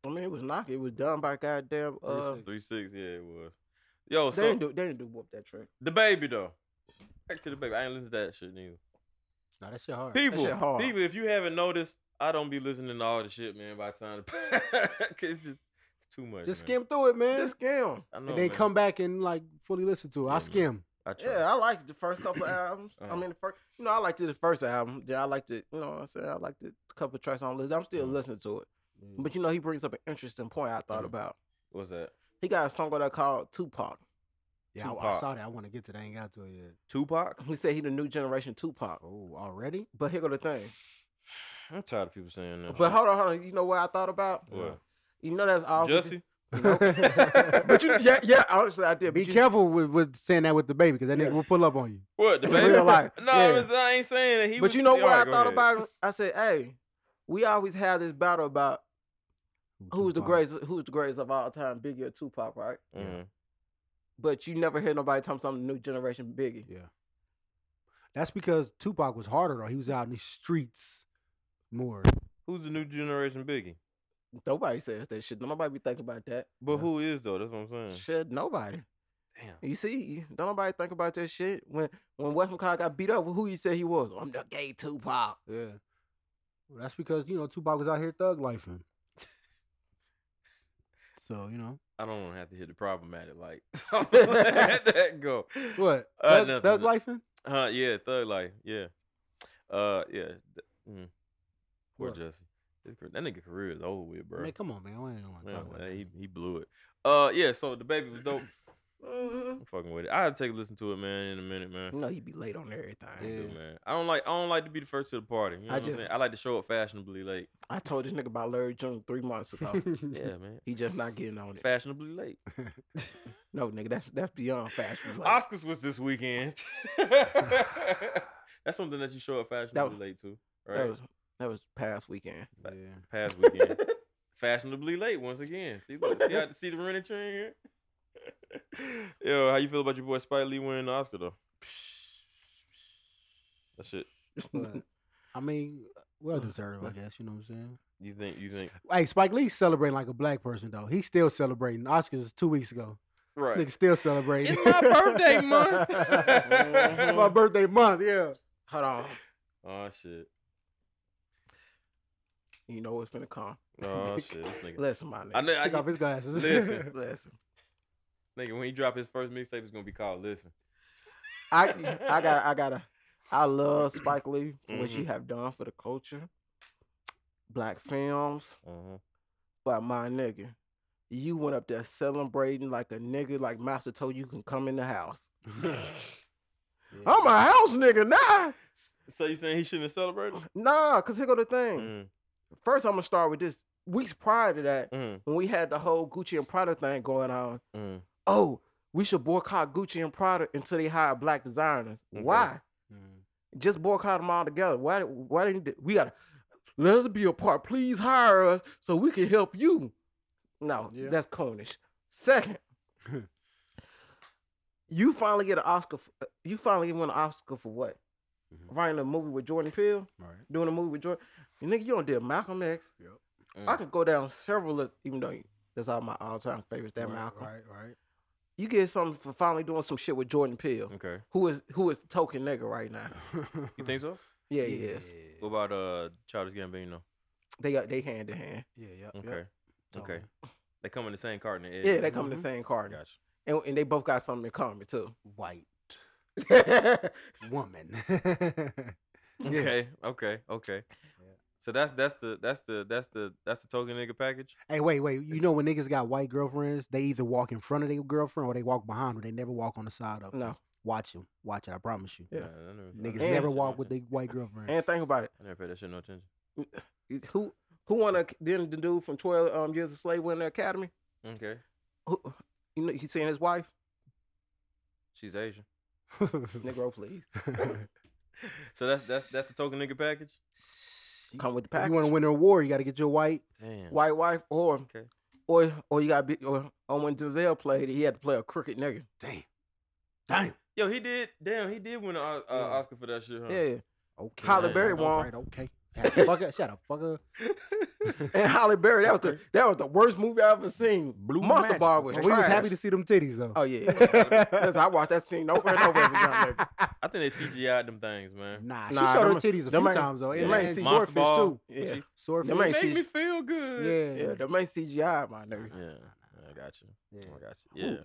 Speaker 2: I mean, it was knocked. It was done by goddamn. Uh,
Speaker 5: Three six, yeah, it was. Yo,
Speaker 2: they didn't
Speaker 5: Oh, so
Speaker 2: do. They didn't do whoop that trick.
Speaker 5: the baby though. Back to the baby. I ain't listen to that shit neither.
Speaker 1: Nah, that shit hard.
Speaker 5: People,
Speaker 2: shit hard.
Speaker 5: people, if you haven't noticed, I don't be listening to all the shit, man. By the [laughs] time, 'Cause it's just it's too much.
Speaker 1: Just
Speaker 5: man.
Speaker 1: skim through it, man.
Speaker 2: This scam.
Speaker 5: I know,
Speaker 1: and then
Speaker 5: man.
Speaker 1: come back and like fully listen to it.
Speaker 5: Yeah,
Speaker 1: I
Speaker 5: man.
Speaker 1: skim.
Speaker 5: I try.
Speaker 2: Yeah, I liked the first
Speaker 1: [clears throat]
Speaker 2: couple albums. I
Speaker 5: Uh-huh.
Speaker 2: mean, the first, you know, I liked the first album. Yeah, I liked it. You know, what I said I liked it. A couple tracks on the list. I'm still
Speaker 5: Uh-huh.
Speaker 2: listening to it.
Speaker 5: Mm.
Speaker 1: Mm-hmm.
Speaker 2: But you know, he brings up an interesting point I thought
Speaker 5: Mhm.
Speaker 2: about.
Speaker 5: What's that?
Speaker 2: He got a song that called Tupac.
Speaker 1: Yeah, I, I
Speaker 5: Tupac.
Speaker 1: saw that. I want to get to that. I ain't got to it yet.
Speaker 5: Tupac?
Speaker 2: He said he the new generation Tupac.
Speaker 1: Oh, already?
Speaker 2: But here go the thing.
Speaker 5: I'm tired of people saying that.
Speaker 2: But hold on, hold on. You know what I thought about?
Speaker 5: Uh-huh. What?
Speaker 2: You know that's all.
Speaker 5: Jussie? [laughs]
Speaker 2: But you, yeah, yeah. Honestly, I did.
Speaker 1: Be
Speaker 2: but you-
Speaker 1: careful with, with saying that with the baby because that nigga will pull up on you.
Speaker 5: What? The
Speaker 2: In [laughs]
Speaker 5: baby?
Speaker 2: real life,
Speaker 5: No,
Speaker 2: yeah.
Speaker 5: I, was- I ain't saying that he
Speaker 2: But
Speaker 5: was-
Speaker 2: you know
Speaker 5: yeah,
Speaker 2: what I
Speaker 5: alright, go
Speaker 2: thought
Speaker 5: ahead.
Speaker 2: about? it? I said, hey, we always have this battle about who's the
Speaker 1: Tupac.
Speaker 2: greatest, who's the greatest of all time, Biggie or Tupac, right?
Speaker 5: Mhm.
Speaker 2: But you never hear nobody talking something new generation Biggie.
Speaker 1: Yeah. That's because Tupac was harder though. He was out in these streets more.
Speaker 5: Who's the new generation Biggie?
Speaker 2: Nobody says that shit. Nobody be thinking about that.
Speaker 5: But
Speaker 1: Yeah.
Speaker 5: who is though? That's what I'm saying.
Speaker 2: Shit, nobody.
Speaker 5: Hmm. Damn.
Speaker 2: You see, don't nobody think about that shit. When when Western Carr got beat up, who you said he was? I'm the gay Tupac.
Speaker 1: Yeah. Well, that's because you know Tupac was out here thug lifing. [laughs] so you know
Speaker 5: I don't want to have to hit the problematic like. [laughs] I'm gonna let that go.
Speaker 1: what
Speaker 5: Uh,
Speaker 1: thug,
Speaker 5: nothing.
Speaker 1: thug lifing?
Speaker 5: Huh? Yeah. Thug life. Yeah. Uh. Yeah. th- Mm. Poor
Speaker 1: What?
Speaker 5: Jussie. His car- That nigga career is over with, bro.
Speaker 1: Man, come on, man. I ain't want to
Speaker 5: Yeah,
Speaker 1: talk about
Speaker 5: man,
Speaker 1: that.
Speaker 5: he he blew it. Uh. Yeah. So the baby was [clears throat] dope.
Speaker 2: Mm-hmm.
Speaker 5: I'm fucking with it. I'll take a listen to it, man, in a minute, man.
Speaker 2: You know he be late on everything.
Speaker 5: I do,
Speaker 1: Yeah.
Speaker 5: man. I don't like I don't like to be the first to the party. You know
Speaker 2: I
Speaker 5: what I'm
Speaker 2: just-
Speaker 5: saying? I like to show up fashionably late.
Speaker 2: I told this nigga about Larry June three months
Speaker 5: [laughs]
Speaker 2: ago.
Speaker 5: Yeah, man.
Speaker 2: he just not getting on it.
Speaker 5: Fashionably late.
Speaker 2: No, nigga, that's that's beyond fashion. Like,
Speaker 5: Oscars was this weekend. [laughs] That's something that you show up fashionably
Speaker 2: was-
Speaker 5: late to,
Speaker 2: That
Speaker 5: right?
Speaker 2: was that was past weekend.
Speaker 5: Yeah.
Speaker 1: yeah.
Speaker 5: Past weekend. fashionably late once again. See, look, see, how, see the running train here. [laughs] Yo, how you feel about your boy Spike Lee winning the Oscar though? That shit.
Speaker 2: [laughs]
Speaker 1: But, [laughs] I mean, well deserved, I guess. You know what I'm saying?
Speaker 5: You think? You think?
Speaker 1: Hey, Spike Lee's celebrating like a black person though. He's still celebrating. Oscars was two weeks ago. This
Speaker 5: Right.
Speaker 1: Nigga still celebrating.
Speaker 5: It's my
Speaker 1: [laughs]
Speaker 5: birthday month.
Speaker 1: It's my birthday month. Yeah.
Speaker 2: Hold on.
Speaker 5: oh shit.
Speaker 2: You know what's finna come.
Speaker 5: Oh shit. This nigga.
Speaker 2: Listen, my nigga.
Speaker 5: I know. I,
Speaker 1: Took off his glasses. [laughs]
Speaker 5: Listen.
Speaker 2: [laughs] Listen.
Speaker 5: nigga, when he drop his first mixtape, it's gonna be called "Listen."
Speaker 2: I I got I gotta I love Spike Lee for what you
Speaker 5: Mhm.
Speaker 2: have done for the culture. Black films.
Speaker 5: Uh-huh.
Speaker 2: But my nigga, you went up there celebrating like a nigga like Master told you can come in the house. I'm a house nigga now.
Speaker 5: So you saying he shouldn't have celebrated?
Speaker 2: Nah, cause here go the thing. First I'm gonna start with this. Weeks prior to that,
Speaker 5: Mm,
Speaker 2: when we had the whole Gucci and Prada thing going on,
Speaker 5: mm,
Speaker 2: oh, we should boycott Gucci and Prada until they hire black designers.
Speaker 1: Mm-hmm.
Speaker 5: Okay.
Speaker 2: Why? Just boycott them all together. Why? Why didn't they- we gotta let us be a part? Please hire us so we can help you. No,
Speaker 1: Yeah.
Speaker 2: that's Cornish.
Speaker 1: [laughs]
Speaker 2: Second, you finally get an Oscar. For, you finally win an Oscar for what?
Speaker 1: Mhm.
Speaker 2: Writing a movie with Jordan Peele,
Speaker 1: All right.
Speaker 2: doing a movie with Jordan. You nigga, you don't did Malcolm X.
Speaker 1: Yep.
Speaker 5: mm.
Speaker 1: Mm.
Speaker 2: I could go down several lists, even though that's all my all-time favorites. That
Speaker 1: right,
Speaker 2: Malcolm.
Speaker 1: Right, right.
Speaker 2: You get something for finally doing some shit with Jordan Peele
Speaker 5: Okay.
Speaker 2: who is who is the token nigga right now.
Speaker 5: [laughs]
Speaker 1: Mm-hmm.
Speaker 5: You think so?
Speaker 2: Yeah, he is.
Speaker 5: What about uh Childish Gambino?
Speaker 2: They got they hand in hand.
Speaker 1: Yeah, yeah.
Speaker 5: Okay.
Speaker 1: Yep. Oh,
Speaker 5: Okay.
Speaker 1: Totally.
Speaker 5: They come in the same card and
Speaker 2: Yeah, they come in the
Speaker 1: Mhm.
Speaker 2: same card,
Speaker 5: Gotcha.
Speaker 2: and, and they both got something in common too.
Speaker 1: White
Speaker 2: yeah,
Speaker 1: woman. [laughs]
Speaker 5: Okay. Okay. Okay.
Speaker 1: Yeah.
Speaker 5: So that's that's the that's the that's the that's the token nigga package.
Speaker 1: hey, wait, wait. You know when niggas got white girlfriends, they either walk in front of their girlfriend or they walk behind her. They never walk on the side of. her.
Speaker 2: no.
Speaker 1: Watch them. Watch it. I promise you.
Speaker 2: Yeah.
Speaker 5: Nah, I never, I
Speaker 1: Niggas
Speaker 5: paid
Speaker 1: never
Speaker 5: that shit
Speaker 1: walk
Speaker 5: no
Speaker 1: with
Speaker 5: attention.
Speaker 1: their white girlfriend.
Speaker 2: And think about it.
Speaker 5: I never paid that shit no attention.
Speaker 2: You- Who who won a, didn't the dude from Twelve um, Years a Slave win the Academy?
Speaker 5: Okay.
Speaker 2: Who, you know, you seen his wife?
Speaker 5: She's Asian.
Speaker 2: Negro, please
Speaker 5: so that's that's that's the token nigga package.
Speaker 2: come with the
Speaker 1: If
Speaker 2: package.
Speaker 1: you want to win a war, you got to get your white.
Speaker 5: Damn.
Speaker 2: White wife or
Speaker 5: Okay.
Speaker 2: or or you got to be or, or when Denzel played, he had to play a crooked nigga.
Speaker 1: Damn. Damn.
Speaker 5: Yo, he did. Damn, he did win an O- uh,
Speaker 1: Yeah.
Speaker 5: Oscar for that shit. Huh?
Speaker 2: Yeah.
Speaker 1: Okay.
Speaker 2: Halle
Speaker 1: all
Speaker 2: Berry won.
Speaker 1: right, okay. Fucker, shut up, fucker.
Speaker 2: And Holly Berry, that was the
Speaker 5: Okay.
Speaker 2: that was the worst movie I ever seen.
Speaker 1: Blue
Speaker 2: Monster
Speaker 1: Magic.
Speaker 2: Bar was
Speaker 1: But We was happy
Speaker 2: trash.
Speaker 1: to see them titties though.
Speaker 2: Oh yeah. Yes, I watched that scene over and over as a young nigga.
Speaker 5: I think they CGI'd them things, man.
Speaker 1: Nah, she
Speaker 2: Nah,
Speaker 1: showed her
Speaker 2: them-
Speaker 1: titties a
Speaker 2: them
Speaker 1: few
Speaker 2: ain't-
Speaker 1: times though.
Speaker 5: yeah,
Speaker 1: And,
Speaker 5: they
Speaker 1: and
Speaker 5: ain't
Speaker 1: swordfish
Speaker 5: Monster Ball.
Speaker 1: too.
Speaker 2: Yeah,
Speaker 5: She-
Speaker 1: Swordfish.
Speaker 2: Them
Speaker 5: You
Speaker 2: ain't
Speaker 5: make me
Speaker 2: CG
Speaker 5: feel good.
Speaker 2: yeah,
Speaker 1: [laughs] Yeah.
Speaker 2: the main CGI, my
Speaker 1: [laughs]
Speaker 2: nigga.
Speaker 5: Yeah, I got you. I got you.
Speaker 1: Ooh.
Speaker 5: Yeah,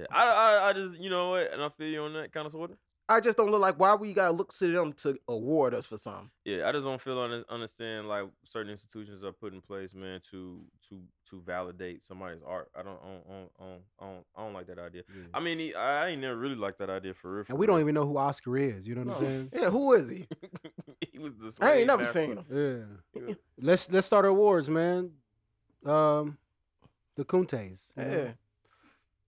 Speaker 5: yeah. I, I, I just, you know what, and I feel you on that kind of sort of.
Speaker 2: I just don't look like why we gotta look to them to award us for something.
Speaker 5: Yeah, I just don't feel un- understand like certain institutions are put in place, man, to to to validate somebody's art. I don't, I don't, I don't, I don't, I don't, I don't like that idea. I mean, he- I ain't never really liked that idea for real. for
Speaker 1: And we don't
Speaker 5: real.
Speaker 1: even know who Oscar is. You know
Speaker 2: [laughs]
Speaker 1: what I'm
Speaker 2: Oh, Yeah, who is he?
Speaker 5: [laughs] he was the.
Speaker 2: I
Speaker 5: slave
Speaker 2: ain't never
Speaker 5: master.
Speaker 2: seen him.
Speaker 1: saying? Yeah.
Speaker 5: Yeah.
Speaker 1: Let's let's start our awards, man. Um, the Kuntes. you
Speaker 2: Yeah.
Speaker 1: know?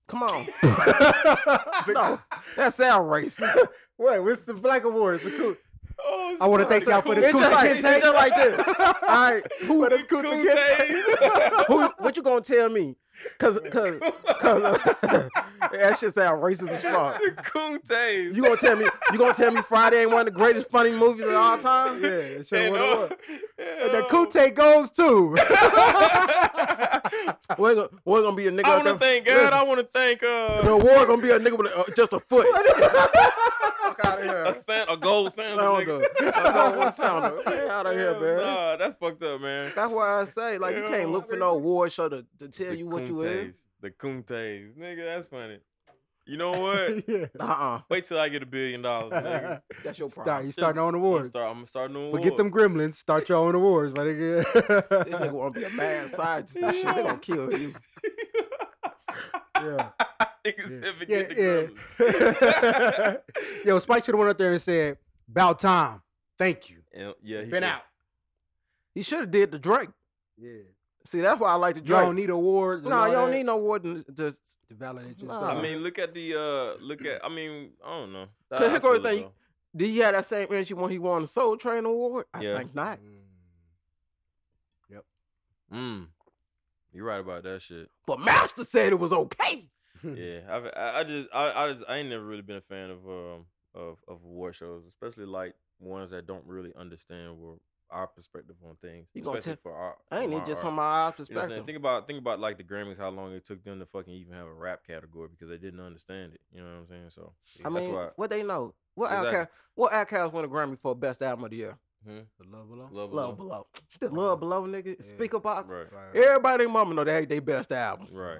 Speaker 2: Come on.
Speaker 1: [laughs]
Speaker 2: no, that sound racist.
Speaker 1: [laughs] Wait, what's the Black Awards? The Kun-
Speaker 5: Oh,
Speaker 1: I wanna
Speaker 5: sorry,
Speaker 1: thank y'all for this
Speaker 2: It's
Speaker 1: Kunta
Speaker 2: just like, it's
Speaker 1: Kinte.
Speaker 2: just like this.
Speaker 1: [laughs] All
Speaker 2: All right, who,
Speaker 1: But it's Kunta
Speaker 5: Kunta.
Speaker 1: [laughs]
Speaker 2: who, what you gonna tell me? Cause, cause, cause [laughs] uh, that shit sound racist as
Speaker 5: [laughs]
Speaker 2: fuck.
Speaker 5: [laughs] The Kuntes.
Speaker 1: [laughs]
Speaker 2: You gonna tell me? You gonna tell me Friday ain't one of the greatest funny movies of all time?
Speaker 1: Yeah, it sure
Speaker 5: And,
Speaker 1: what it was.
Speaker 5: uh,
Speaker 1: And the
Speaker 5: hell. [laughs]
Speaker 1: Kunte goes too. [laughs]
Speaker 2: We're gonna, we're gonna be a nigga.
Speaker 5: I
Speaker 2: out
Speaker 5: want to
Speaker 2: there-
Speaker 5: thank God. I want to thank
Speaker 2: The
Speaker 5: uh,
Speaker 2: award gonna be a nigga with a, uh, just a foot. Fuck out of
Speaker 5: a,
Speaker 2: here.
Speaker 5: san- a gold sandal.
Speaker 2: Sounder.
Speaker 5: nigga.
Speaker 2: What sounder? [laughs] Get out of here,
Speaker 5: Hell
Speaker 2: man.
Speaker 5: Nah, that's fucked up, man.
Speaker 2: That's why I say, like, you can't look for no award show to, to tell you what you is.
Speaker 5: The Kuntes. Nigga, that's funny. You
Speaker 2: [laughs]
Speaker 5: know what?
Speaker 1: [laughs] yeah.
Speaker 2: Uh-uh.
Speaker 5: Wait till I get a billion
Speaker 2: [laughs]
Speaker 5: dollars, nigga.
Speaker 2: That's your
Speaker 1: Start,
Speaker 2: problem.
Speaker 1: you starting on
Speaker 5: I'm gonna
Speaker 1: awards.
Speaker 5: start, I'm gonna start doing
Speaker 1: Forget them gremlins. Start your own awards, my
Speaker 2: This
Speaker 1: nigga. [laughs]
Speaker 2: nigga wanna be a mad scientist and shit. They gonna kill you.
Speaker 1: yeah.
Speaker 5: [laughs] Niggas said
Speaker 1: Yeah,
Speaker 5: forget the
Speaker 1: yeah.
Speaker 5: gremlins.
Speaker 2: [laughs]
Speaker 1: [laughs] Yo, Spike should have went up there and said, "About time. Thank you.
Speaker 5: And- Yeah, he
Speaker 1: Been
Speaker 5: said-
Speaker 1: out.
Speaker 2: He should have did the Drake.
Speaker 1: Yeah.
Speaker 2: See, that's why I like the
Speaker 1: You
Speaker 2: Drake.
Speaker 1: don't need awards. and
Speaker 2: no,
Speaker 1: all
Speaker 2: you don't
Speaker 1: that
Speaker 2: need no award to, to,
Speaker 1: to validate your
Speaker 2: Nah.
Speaker 1: stuff.
Speaker 5: I mean, look at the uh, look at. I mean, I don't know. I-
Speaker 2: To
Speaker 5: I
Speaker 2: Hickory
Speaker 5: feel it,
Speaker 2: thing-
Speaker 5: though.
Speaker 2: Did he have that same energy when he won the Soul Train Award? I
Speaker 5: Yeah.
Speaker 2: think not.
Speaker 5: Mm. You're right about that shit.
Speaker 2: But Master said it was okay.
Speaker 1: Mm.
Speaker 2: Hmm.
Speaker 5: Yeah, I've, I, I just, I, I just, I ain't never really been a fan of um of of award shows, especially like ones that don't really understand where our perspective on things,
Speaker 2: You gonna
Speaker 5: especially for our.
Speaker 2: I ain't
Speaker 5: from
Speaker 2: it just
Speaker 5: our
Speaker 2: from my
Speaker 5: You know what I'm saying?
Speaker 2: perspective.
Speaker 5: Think about think about like the Grammys, how long it took them to fucking even have a rap category because they didn't understand it. You know what I'm saying? So
Speaker 2: I mean,
Speaker 5: why-
Speaker 2: what they know? What
Speaker 5: Exactly.
Speaker 2: Outkast? What Outkast won a Grammy for best album of the year?
Speaker 5: hmm?
Speaker 1: [laughs] The love below.
Speaker 5: love,
Speaker 2: Love
Speaker 5: Below.
Speaker 2: Below. The Love Below, nigga.
Speaker 1: Yeah.
Speaker 2: Speaker box.
Speaker 5: Mm-hmm. right,
Speaker 2: Everybody, and mama know they they best albums.
Speaker 5: right.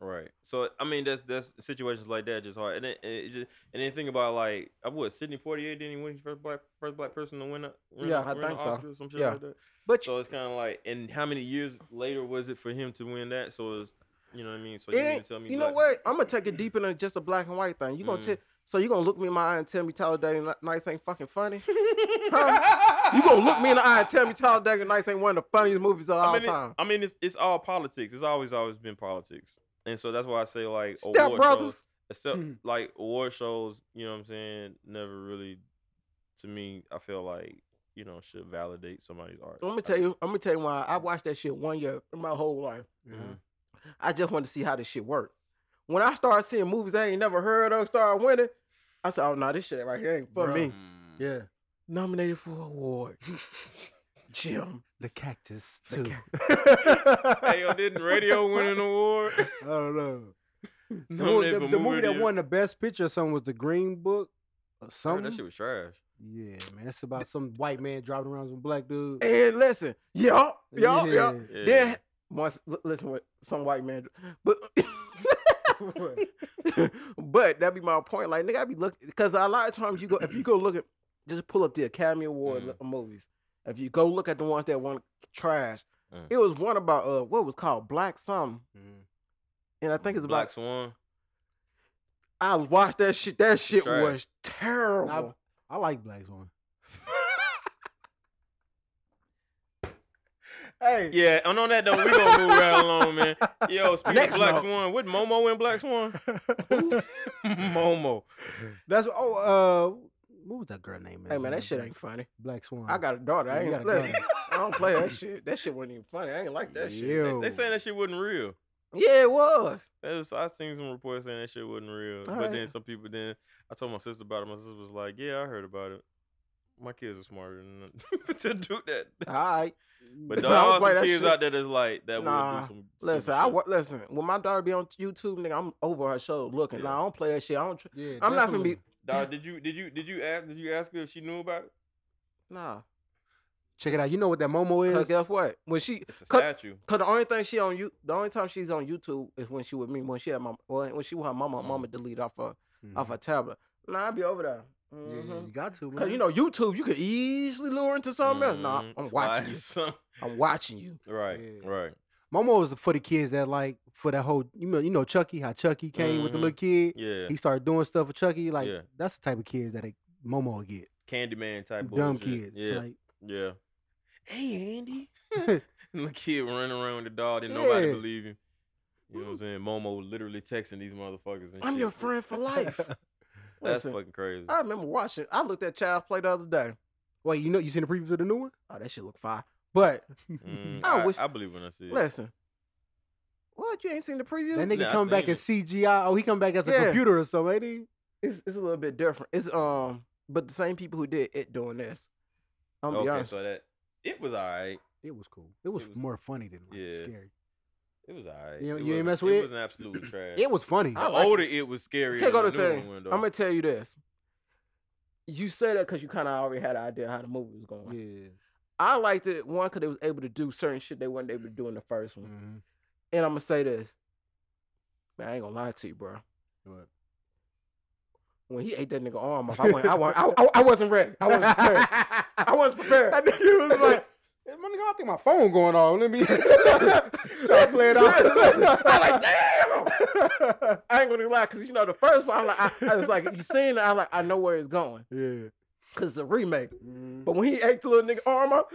Speaker 5: Right. So I mean, that's that's situations like that just hard. And then and it just and then think about like I what Sydney Poitier didn't he win his first black first black person to win a win
Speaker 2: Yeah,
Speaker 5: a,
Speaker 2: I
Speaker 5: win
Speaker 2: think
Speaker 5: an
Speaker 2: so.
Speaker 5: Oscar or some shit
Speaker 2: Yeah.
Speaker 5: like that.
Speaker 2: But
Speaker 5: So it's kind of like and how many years later was it for him to win that? So it's you know what I mean. So
Speaker 2: you,
Speaker 5: you mean
Speaker 2: ain't-
Speaker 5: to tell me
Speaker 2: you know
Speaker 5: black-
Speaker 2: what? I'm gonna take it deeper than just a black and white thing. You gonna
Speaker 5: Mm.
Speaker 2: tell? So you gonna look me in my eye and tell me Talladega Ni- Nights ain't fucking
Speaker 5: [laughs]
Speaker 2: funny? Huh? You gonna look me in the eye and tell me Talladega Nights ain't one of the funniest movies of all
Speaker 5: I mean, it-
Speaker 2: time?
Speaker 5: I mean, it's it's all politics. It's always always been politics. And so that's why I say like
Speaker 2: Step
Speaker 5: award
Speaker 2: Brothers. Hmm.
Speaker 5: shows, except
Speaker 1: Mm.
Speaker 5: like award shows, you know what I'm saying, never really to me, I feel like, you know, should validate somebody's art.
Speaker 2: Let me
Speaker 5: I
Speaker 2: tell
Speaker 5: just-
Speaker 2: you. Let me tell you why I watched that shit one year in my whole life.
Speaker 5: Mhm.
Speaker 2: I just wanted to see how this shit worked. When I started seeing movies I ain't never heard of, started winning, I said, "Oh no, this shit right here ain't for
Speaker 1: Bruh.
Speaker 2: me."
Speaker 5: Mm.
Speaker 1: Yeah.
Speaker 2: Nominated for an award, [laughs] Jim.
Speaker 1: The cactus
Speaker 2: the
Speaker 1: too.
Speaker 2: Cat-
Speaker 5: [laughs] hey, yo, didn't radio win an award?
Speaker 1: [laughs]
Speaker 2: [laughs]
Speaker 1: I don't know.
Speaker 5: [laughs]
Speaker 1: The,
Speaker 5: No,
Speaker 1: movie, the, the movie that won the best picture or something was the Green Book or something.
Speaker 5: that shit was trash.
Speaker 1: yeah, man. It's about some white man driving around some black dude.
Speaker 2: and listen, y'all, y'all, y'all.
Speaker 1: Yeah.
Speaker 5: Yeah.
Speaker 2: Then once li- listen with some white man, but [laughs] but that be my point. Like nigga, I be looking because a lot of times you go if you go look at just pull up the Academy Award
Speaker 5: Mhm.
Speaker 2: li- movies. If you go look at the ones that won trash,
Speaker 5: Mm.
Speaker 2: it was one about uh what was called Black Something,
Speaker 1: Mhm.
Speaker 2: and I think it's
Speaker 5: Black
Speaker 2: about
Speaker 5: Swan.
Speaker 2: I watched that shit. That shit
Speaker 5: Trash.
Speaker 2: was terrible.
Speaker 1: I, I like Black
Speaker 2: [laughs]
Speaker 1: Swan. hey.
Speaker 5: Yeah, and on that though, we gonna move right along, man.
Speaker 2: [laughs]
Speaker 5: Yo, speaking
Speaker 2: Next
Speaker 5: of Black
Speaker 2: note.
Speaker 5: Swan, with Momo in
Speaker 2: [laughs]
Speaker 5: Black Swan? Momo.
Speaker 1: That's oh uh what was that girl name?
Speaker 2: hey man, that
Speaker 1: Black-
Speaker 2: shit ain't funny.
Speaker 1: Black Swan.
Speaker 2: I got a daughter. I
Speaker 1: mm-hmm. Yeah, you
Speaker 2: ain't
Speaker 1: got a
Speaker 2: listen, I don't play that shit. That shit wasn't even funny. I ain't like that shit.
Speaker 1: Ew.
Speaker 5: They saying that shit wasn't real.
Speaker 2: Yeah, it was.
Speaker 5: That was, I seen some reports saying that shit wasn't real. but
Speaker 2: Alright.
Speaker 5: then some people then I told my sister about it. My sister was like, "Yeah, I heard about it. My kids are smarter than that [laughs] to do that."
Speaker 2: All right. [laughs]
Speaker 5: But
Speaker 2: I
Speaker 5: there
Speaker 2: was like,
Speaker 5: are some
Speaker 2: that
Speaker 5: kids
Speaker 2: shit-
Speaker 5: out there that's like that will
Speaker 2: Nah,
Speaker 5: do some. stupid
Speaker 2: Listen, I
Speaker 5: shit.
Speaker 2: wa- listen. When my daughter be on YouTube, nigga, I'm over her show looking.
Speaker 5: Yeah.
Speaker 2: Nah, I don't play that shit. I don't. Tr-
Speaker 1: Yeah,
Speaker 2: I'm not gonna be-
Speaker 1: definitely.
Speaker 5: Dog, did you did you did you ask did you ask her if she knew about it?
Speaker 2: nah,
Speaker 1: Check it out. You know what that Momo
Speaker 2: cause
Speaker 1: is?
Speaker 2: guess what? When she,
Speaker 5: It's a
Speaker 2: Cut-
Speaker 5: statue.
Speaker 2: cause the only thing she on you, the only time she's on YouTube is when she with me. When she had my, well, when she with her mama,
Speaker 5: Mhm.
Speaker 2: mama delete off her
Speaker 1: Mhm.
Speaker 5: Mm-hmm.
Speaker 2: off her tablet. Nah, I be over there.
Speaker 1: Yeah, yeah,
Speaker 2: Mhm.
Speaker 1: you got to, man.
Speaker 2: Cause you know YouTube, you could easily lure into something else. Nah,
Speaker 5: Mhm,
Speaker 2: I'm
Speaker 5: it's
Speaker 2: watching
Speaker 5: like
Speaker 2: you.
Speaker 5: [laughs] some-
Speaker 2: I'm watching you.
Speaker 5: [laughs] Right,
Speaker 1: Yeah.
Speaker 5: right.
Speaker 1: Momo was for the kids that like for that whole you know you know Chucky how Chucky came with the
Speaker 5: Mhm.
Speaker 1: little
Speaker 2: Mm-hmm.
Speaker 1: kid
Speaker 5: Yeah,
Speaker 1: he started doing stuff with Chucky like
Speaker 5: Yeah.
Speaker 1: that's the type of kids that it, Momo will get
Speaker 5: Candyman type
Speaker 1: dumb
Speaker 5: bullshit.
Speaker 1: kids
Speaker 5: Yeah,
Speaker 1: like
Speaker 5: yeah.
Speaker 2: [laughs]
Speaker 5: Hey, Andy. [laughs] and the kid running around with the dog, didn't nobody
Speaker 1: Yeah.
Speaker 5: believe him. You know what I'm saying? Momo was literally texting these motherfuckers. And
Speaker 2: I'm
Speaker 5: shit.
Speaker 2: your friend for life.
Speaker 5: [laughs] That's
Speaker 2: Listen,
Speaker 5: fucking crazy.
Speaker 2: I remember watching. I looked at Child's Play the other day.
Speaker 1: wait you know you seen the preview of the new one
Speaker 2: Oh, that shit
Speaker 1: [laughs]
Speaker 2: look fire. But
Speaker 5: Mm,
Speaker 2: I
Speaker 5: I,
Speaker 2: wish-
Speaker 5: I believe when I see it.
Speaker 2: Listen. What? You ain't seen the preview?
Speaker 1: that nigga
Speaker 5: Nah, I
Speaker 1: come back
Speaker 5: seen
Speaker 1: in
Speaker 5: it.
Speaker 1: CGI oh he come back as a
Speaker 2: Yeah.
Speaker 1: computer or something ain't he?
Speaker 2: It's, it's a little bit different. It's um, but the same people who did it doing this. I'm gonna
Speaker 5: okay,
Speaker 2: be honest.
Speaker 5: so that it was all right.
Speaker 1: It was cool. It was,
Speaker 5: was-
Speaker 1: more funny than like,
Speaker 5: yeah.
Speaker 1: scary.
Speaker 5: It was all right.
Speaker 1: You-
Speaker 5: it
Speaker 1: you
Speaker 5: wasn't-
Speaker 1: ain't mess with
Speaker 5: it.
Speaker 1: it?
Speaker 5: wasn't
Speaker 2: [clears throat]
Speaker 5: absolutely trash.
Speaker 1: It was funny. [laughs]
Speaker 5: the
Speaker 2: like
Speaker 5: older it was scary.
Speaker 2: Here
Speaker 5: than
Speaker 2: go
Speaker 5: the
Speaker 2: the
Speaker 5: newer
Speaker 2: thing.
Speaker 5: one,
Speaker 2: I'm
Speaker 5: though.
Speaker 2: gonna tell you this. You say that because you kind of already had an idea how the movie was going.
Speaker 1: yeah.
Speaker 2: I liked it one because they was able to do certain shit they weren't able to do in the first one.
Speaker 1: Mhm.
Speaker 2: And I'm gonna say this. Man, I ain't gonna lie to you, bro.
Speaker 1: What?
Speaker 2: When he ate that nigga arm off, I went, I, went, I, I,
Speaker 1: [laughs]
Speaker 2: I wasn't ready. I wasn't prepared. I wasn't prepared.
Speaker 1: I
Speaker 2: [laughs]
Speaker 1: nigga was like, "Hey, my nigga, I think my phone going off. Let me [laughs] try to play it off.
Speaker 2: Listen, listen. I'm
Speaker 1: [laughs]
Speaker 2: like, damn. I ain't gonna lie, cause you know the first one, I'm like, I, I was like, you seen it? I like, I know where it's going,
Speaker 1: Yeah. Mm-hmm.
Speaker 2: cause it's a remake. But when he ate the little nigga arm up,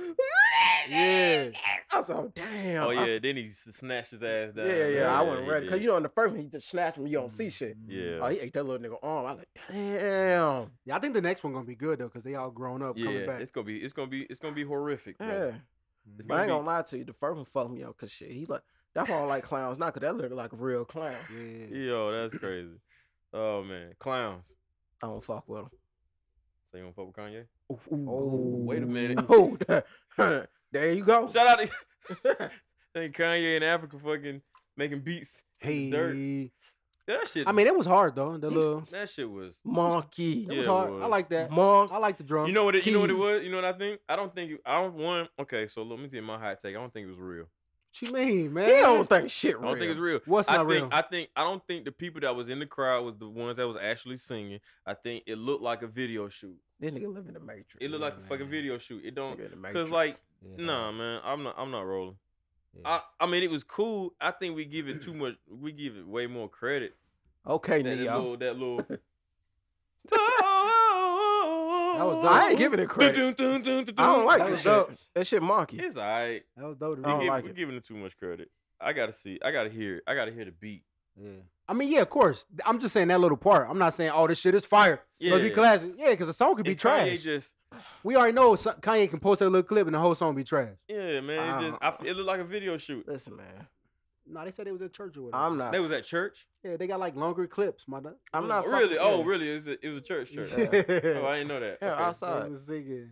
Speaker 1: Yeah.
Speaker 2: I was like, damn.
Speaker 5: Oh
Speaker 2: I-
Speaker 5: yeah, then he s- snatched his ass down.
Speaker 2: yeah, yeah, I wasn't
Speaker 5: he
Speaker 2: ready, cause
Speaker 5: did.
Speaker 2: you know in the first one he just snatched me, you don't see shit.
Speaker 5: Yeah.
Speaker 2: Oh, he ate that little nigga arm. I like, damn.
Speaker 1: Yeah, I think the next one gonna be good though, cause they all grown up coming
Speaker 5: yeah,
Speaker 1: back.
Speaker 5: it's gonna be, it's gonna be, it's gonna be horrific. bro.
Speaker 2: Yeah.
Speaker 1: It's
Speaker 2: But I ain't
Speaker 5: gonna
Speaker 2: gonna lie to you, the first one fucked me up, cause shit, he like, that's why I don't like clowns, not cause that look like a real clown.
Speaker 1: Yeah.
Speaker 5: Yo, that's crazy. Oh man, clowns.
Speaker 2: I don't fuck with him.
Speaker 5: So you gonna fuck with Kanye?
Speaker 2: Oh,
Speaker 5: wait a minute.
Speaker 2: [laughs] Oh, [laughs] there you
Speaker 1: Oh.
Speaker 2: go.
Speaker 5: Shout out to
Speaker 1: [laughs]
Speaker 5: think Kanye in Africa fucking making beats. in the dirt.
Speaker 1: Hey.
Speaker 5: that shit.
Speaker 1: I mean, it was hard though. The
Speaker 2: He's-
Speaker 1: little.
Speaker 5: that shit was.
Speaker 2: Monkey.
Speaker 1: It
Speaker 5: Yeah,
Speaker 1: was
Speaker 5: it
Speaker 1: hard. I
Speaker 5: was.
Speaker 1: like that.
Speaker 2: Monkey.
Speaker 1: I like the drum.
Speaker 5: You know what? It, you know what it
Speaker 2: Key.
Speaker 5: was. You know what I think. I don't think. It, I don't want. Okay, so let me tell you my hot take. I don't think it was real.
Speaker 1: what you mean, man?
Speaker 2: He don't think shit
Speaker 5: I
Speaker 2: real.
Speaker 5: don't think it's real.
Speaker 1: What's
Speaker 5: I
Speaker 1: not
Speaker 5: think,
Speaker 1: real?
Speaker 5: I think. I don't think the people that was in the crowd was the ones that was actually singing. I think it looked like a video shoot.
Speaker 2: This nigga live in the Matrix.
Speaker 5: It looked
Speaker 1: Yeah,
Speaker 5: like a fucking
Speaker 1: man.
Speaker 5: video shoot. It don't.
Speaker 2: Nigga in the Matrix.
Speaker 5: Cause like, nah, man. I'm not. I'm not rolling. I, I mean, it was cool. I think we give it too much. We give it way more credit.
Speaker 2: [laughs] Okay,
Speaker 5: That, that
Speaker 2: Neo.
Speaker 5: little. That
Speaker 2: [laughs]
Speaker 5: little.
Speaker 1: was dope.
Speaker 2: I ain't giving it credit. I don't like
Speaker 1: That
Speaker 2: this
Speaker 1: was
Speaker 2: shit.
Speaker 1: dope.
Speaker 2: That shit monkey.
Speaker 5: It's alright.
Speaker 1: That was dope.
Speaker 2: I
Speaker 1: to
Speaker 5: We
Speaker 2: don't
Speaker 1: me.
Speaker 5: give,
Speaker 2: like
Speaker 5: we're
Speaker 2: it.
Speaker 5: giving it too much credit. I gotta see. I gotta hear. it. I gotta hear the beat.
Speaker 1: Yeah. I mean, yeah, of course. I'm just saying that little part. I'm not saying, oh, this shit is fire. Let's be
Speaker 5: Yeah.
Speaker 1: classic. Yeah, because the song could be
Speaker 5: And Kanye
Speaker 1: trash.
Speaker 5: just
Speaker 1: we already know so- Kanye can post that little clip and the whole song be trash.
Speaker 5: yeah, man. It just I f
Speaker 2: Uh,
Speaker 5: it looked like a video shoot.
Speaker 2: Listen, man,
Speaker 1: No, they said it was at church or whatever.
Speaker 2: I'm not.
Speaker 5: They was at church.
Speaker 1: yeah, they got like longer clips, my dog.
Speaker 2: I'm not
Speaker 5: Oh, really?
Speaker 2: fucking-
Speaker 5: Oh,
Speaker 2: yeah.
Speaker 5: really? It was a, it was a church church.
Speaker 1: [laughs]
Speaker 5: [laughs] Oh, I didn't know that.
Speaker 2: Yeah,
Speaker 5: Okay.
Speaker 2: I saw
Speaker 1: They
Speaker 2: it.
Speaker 1: was singing.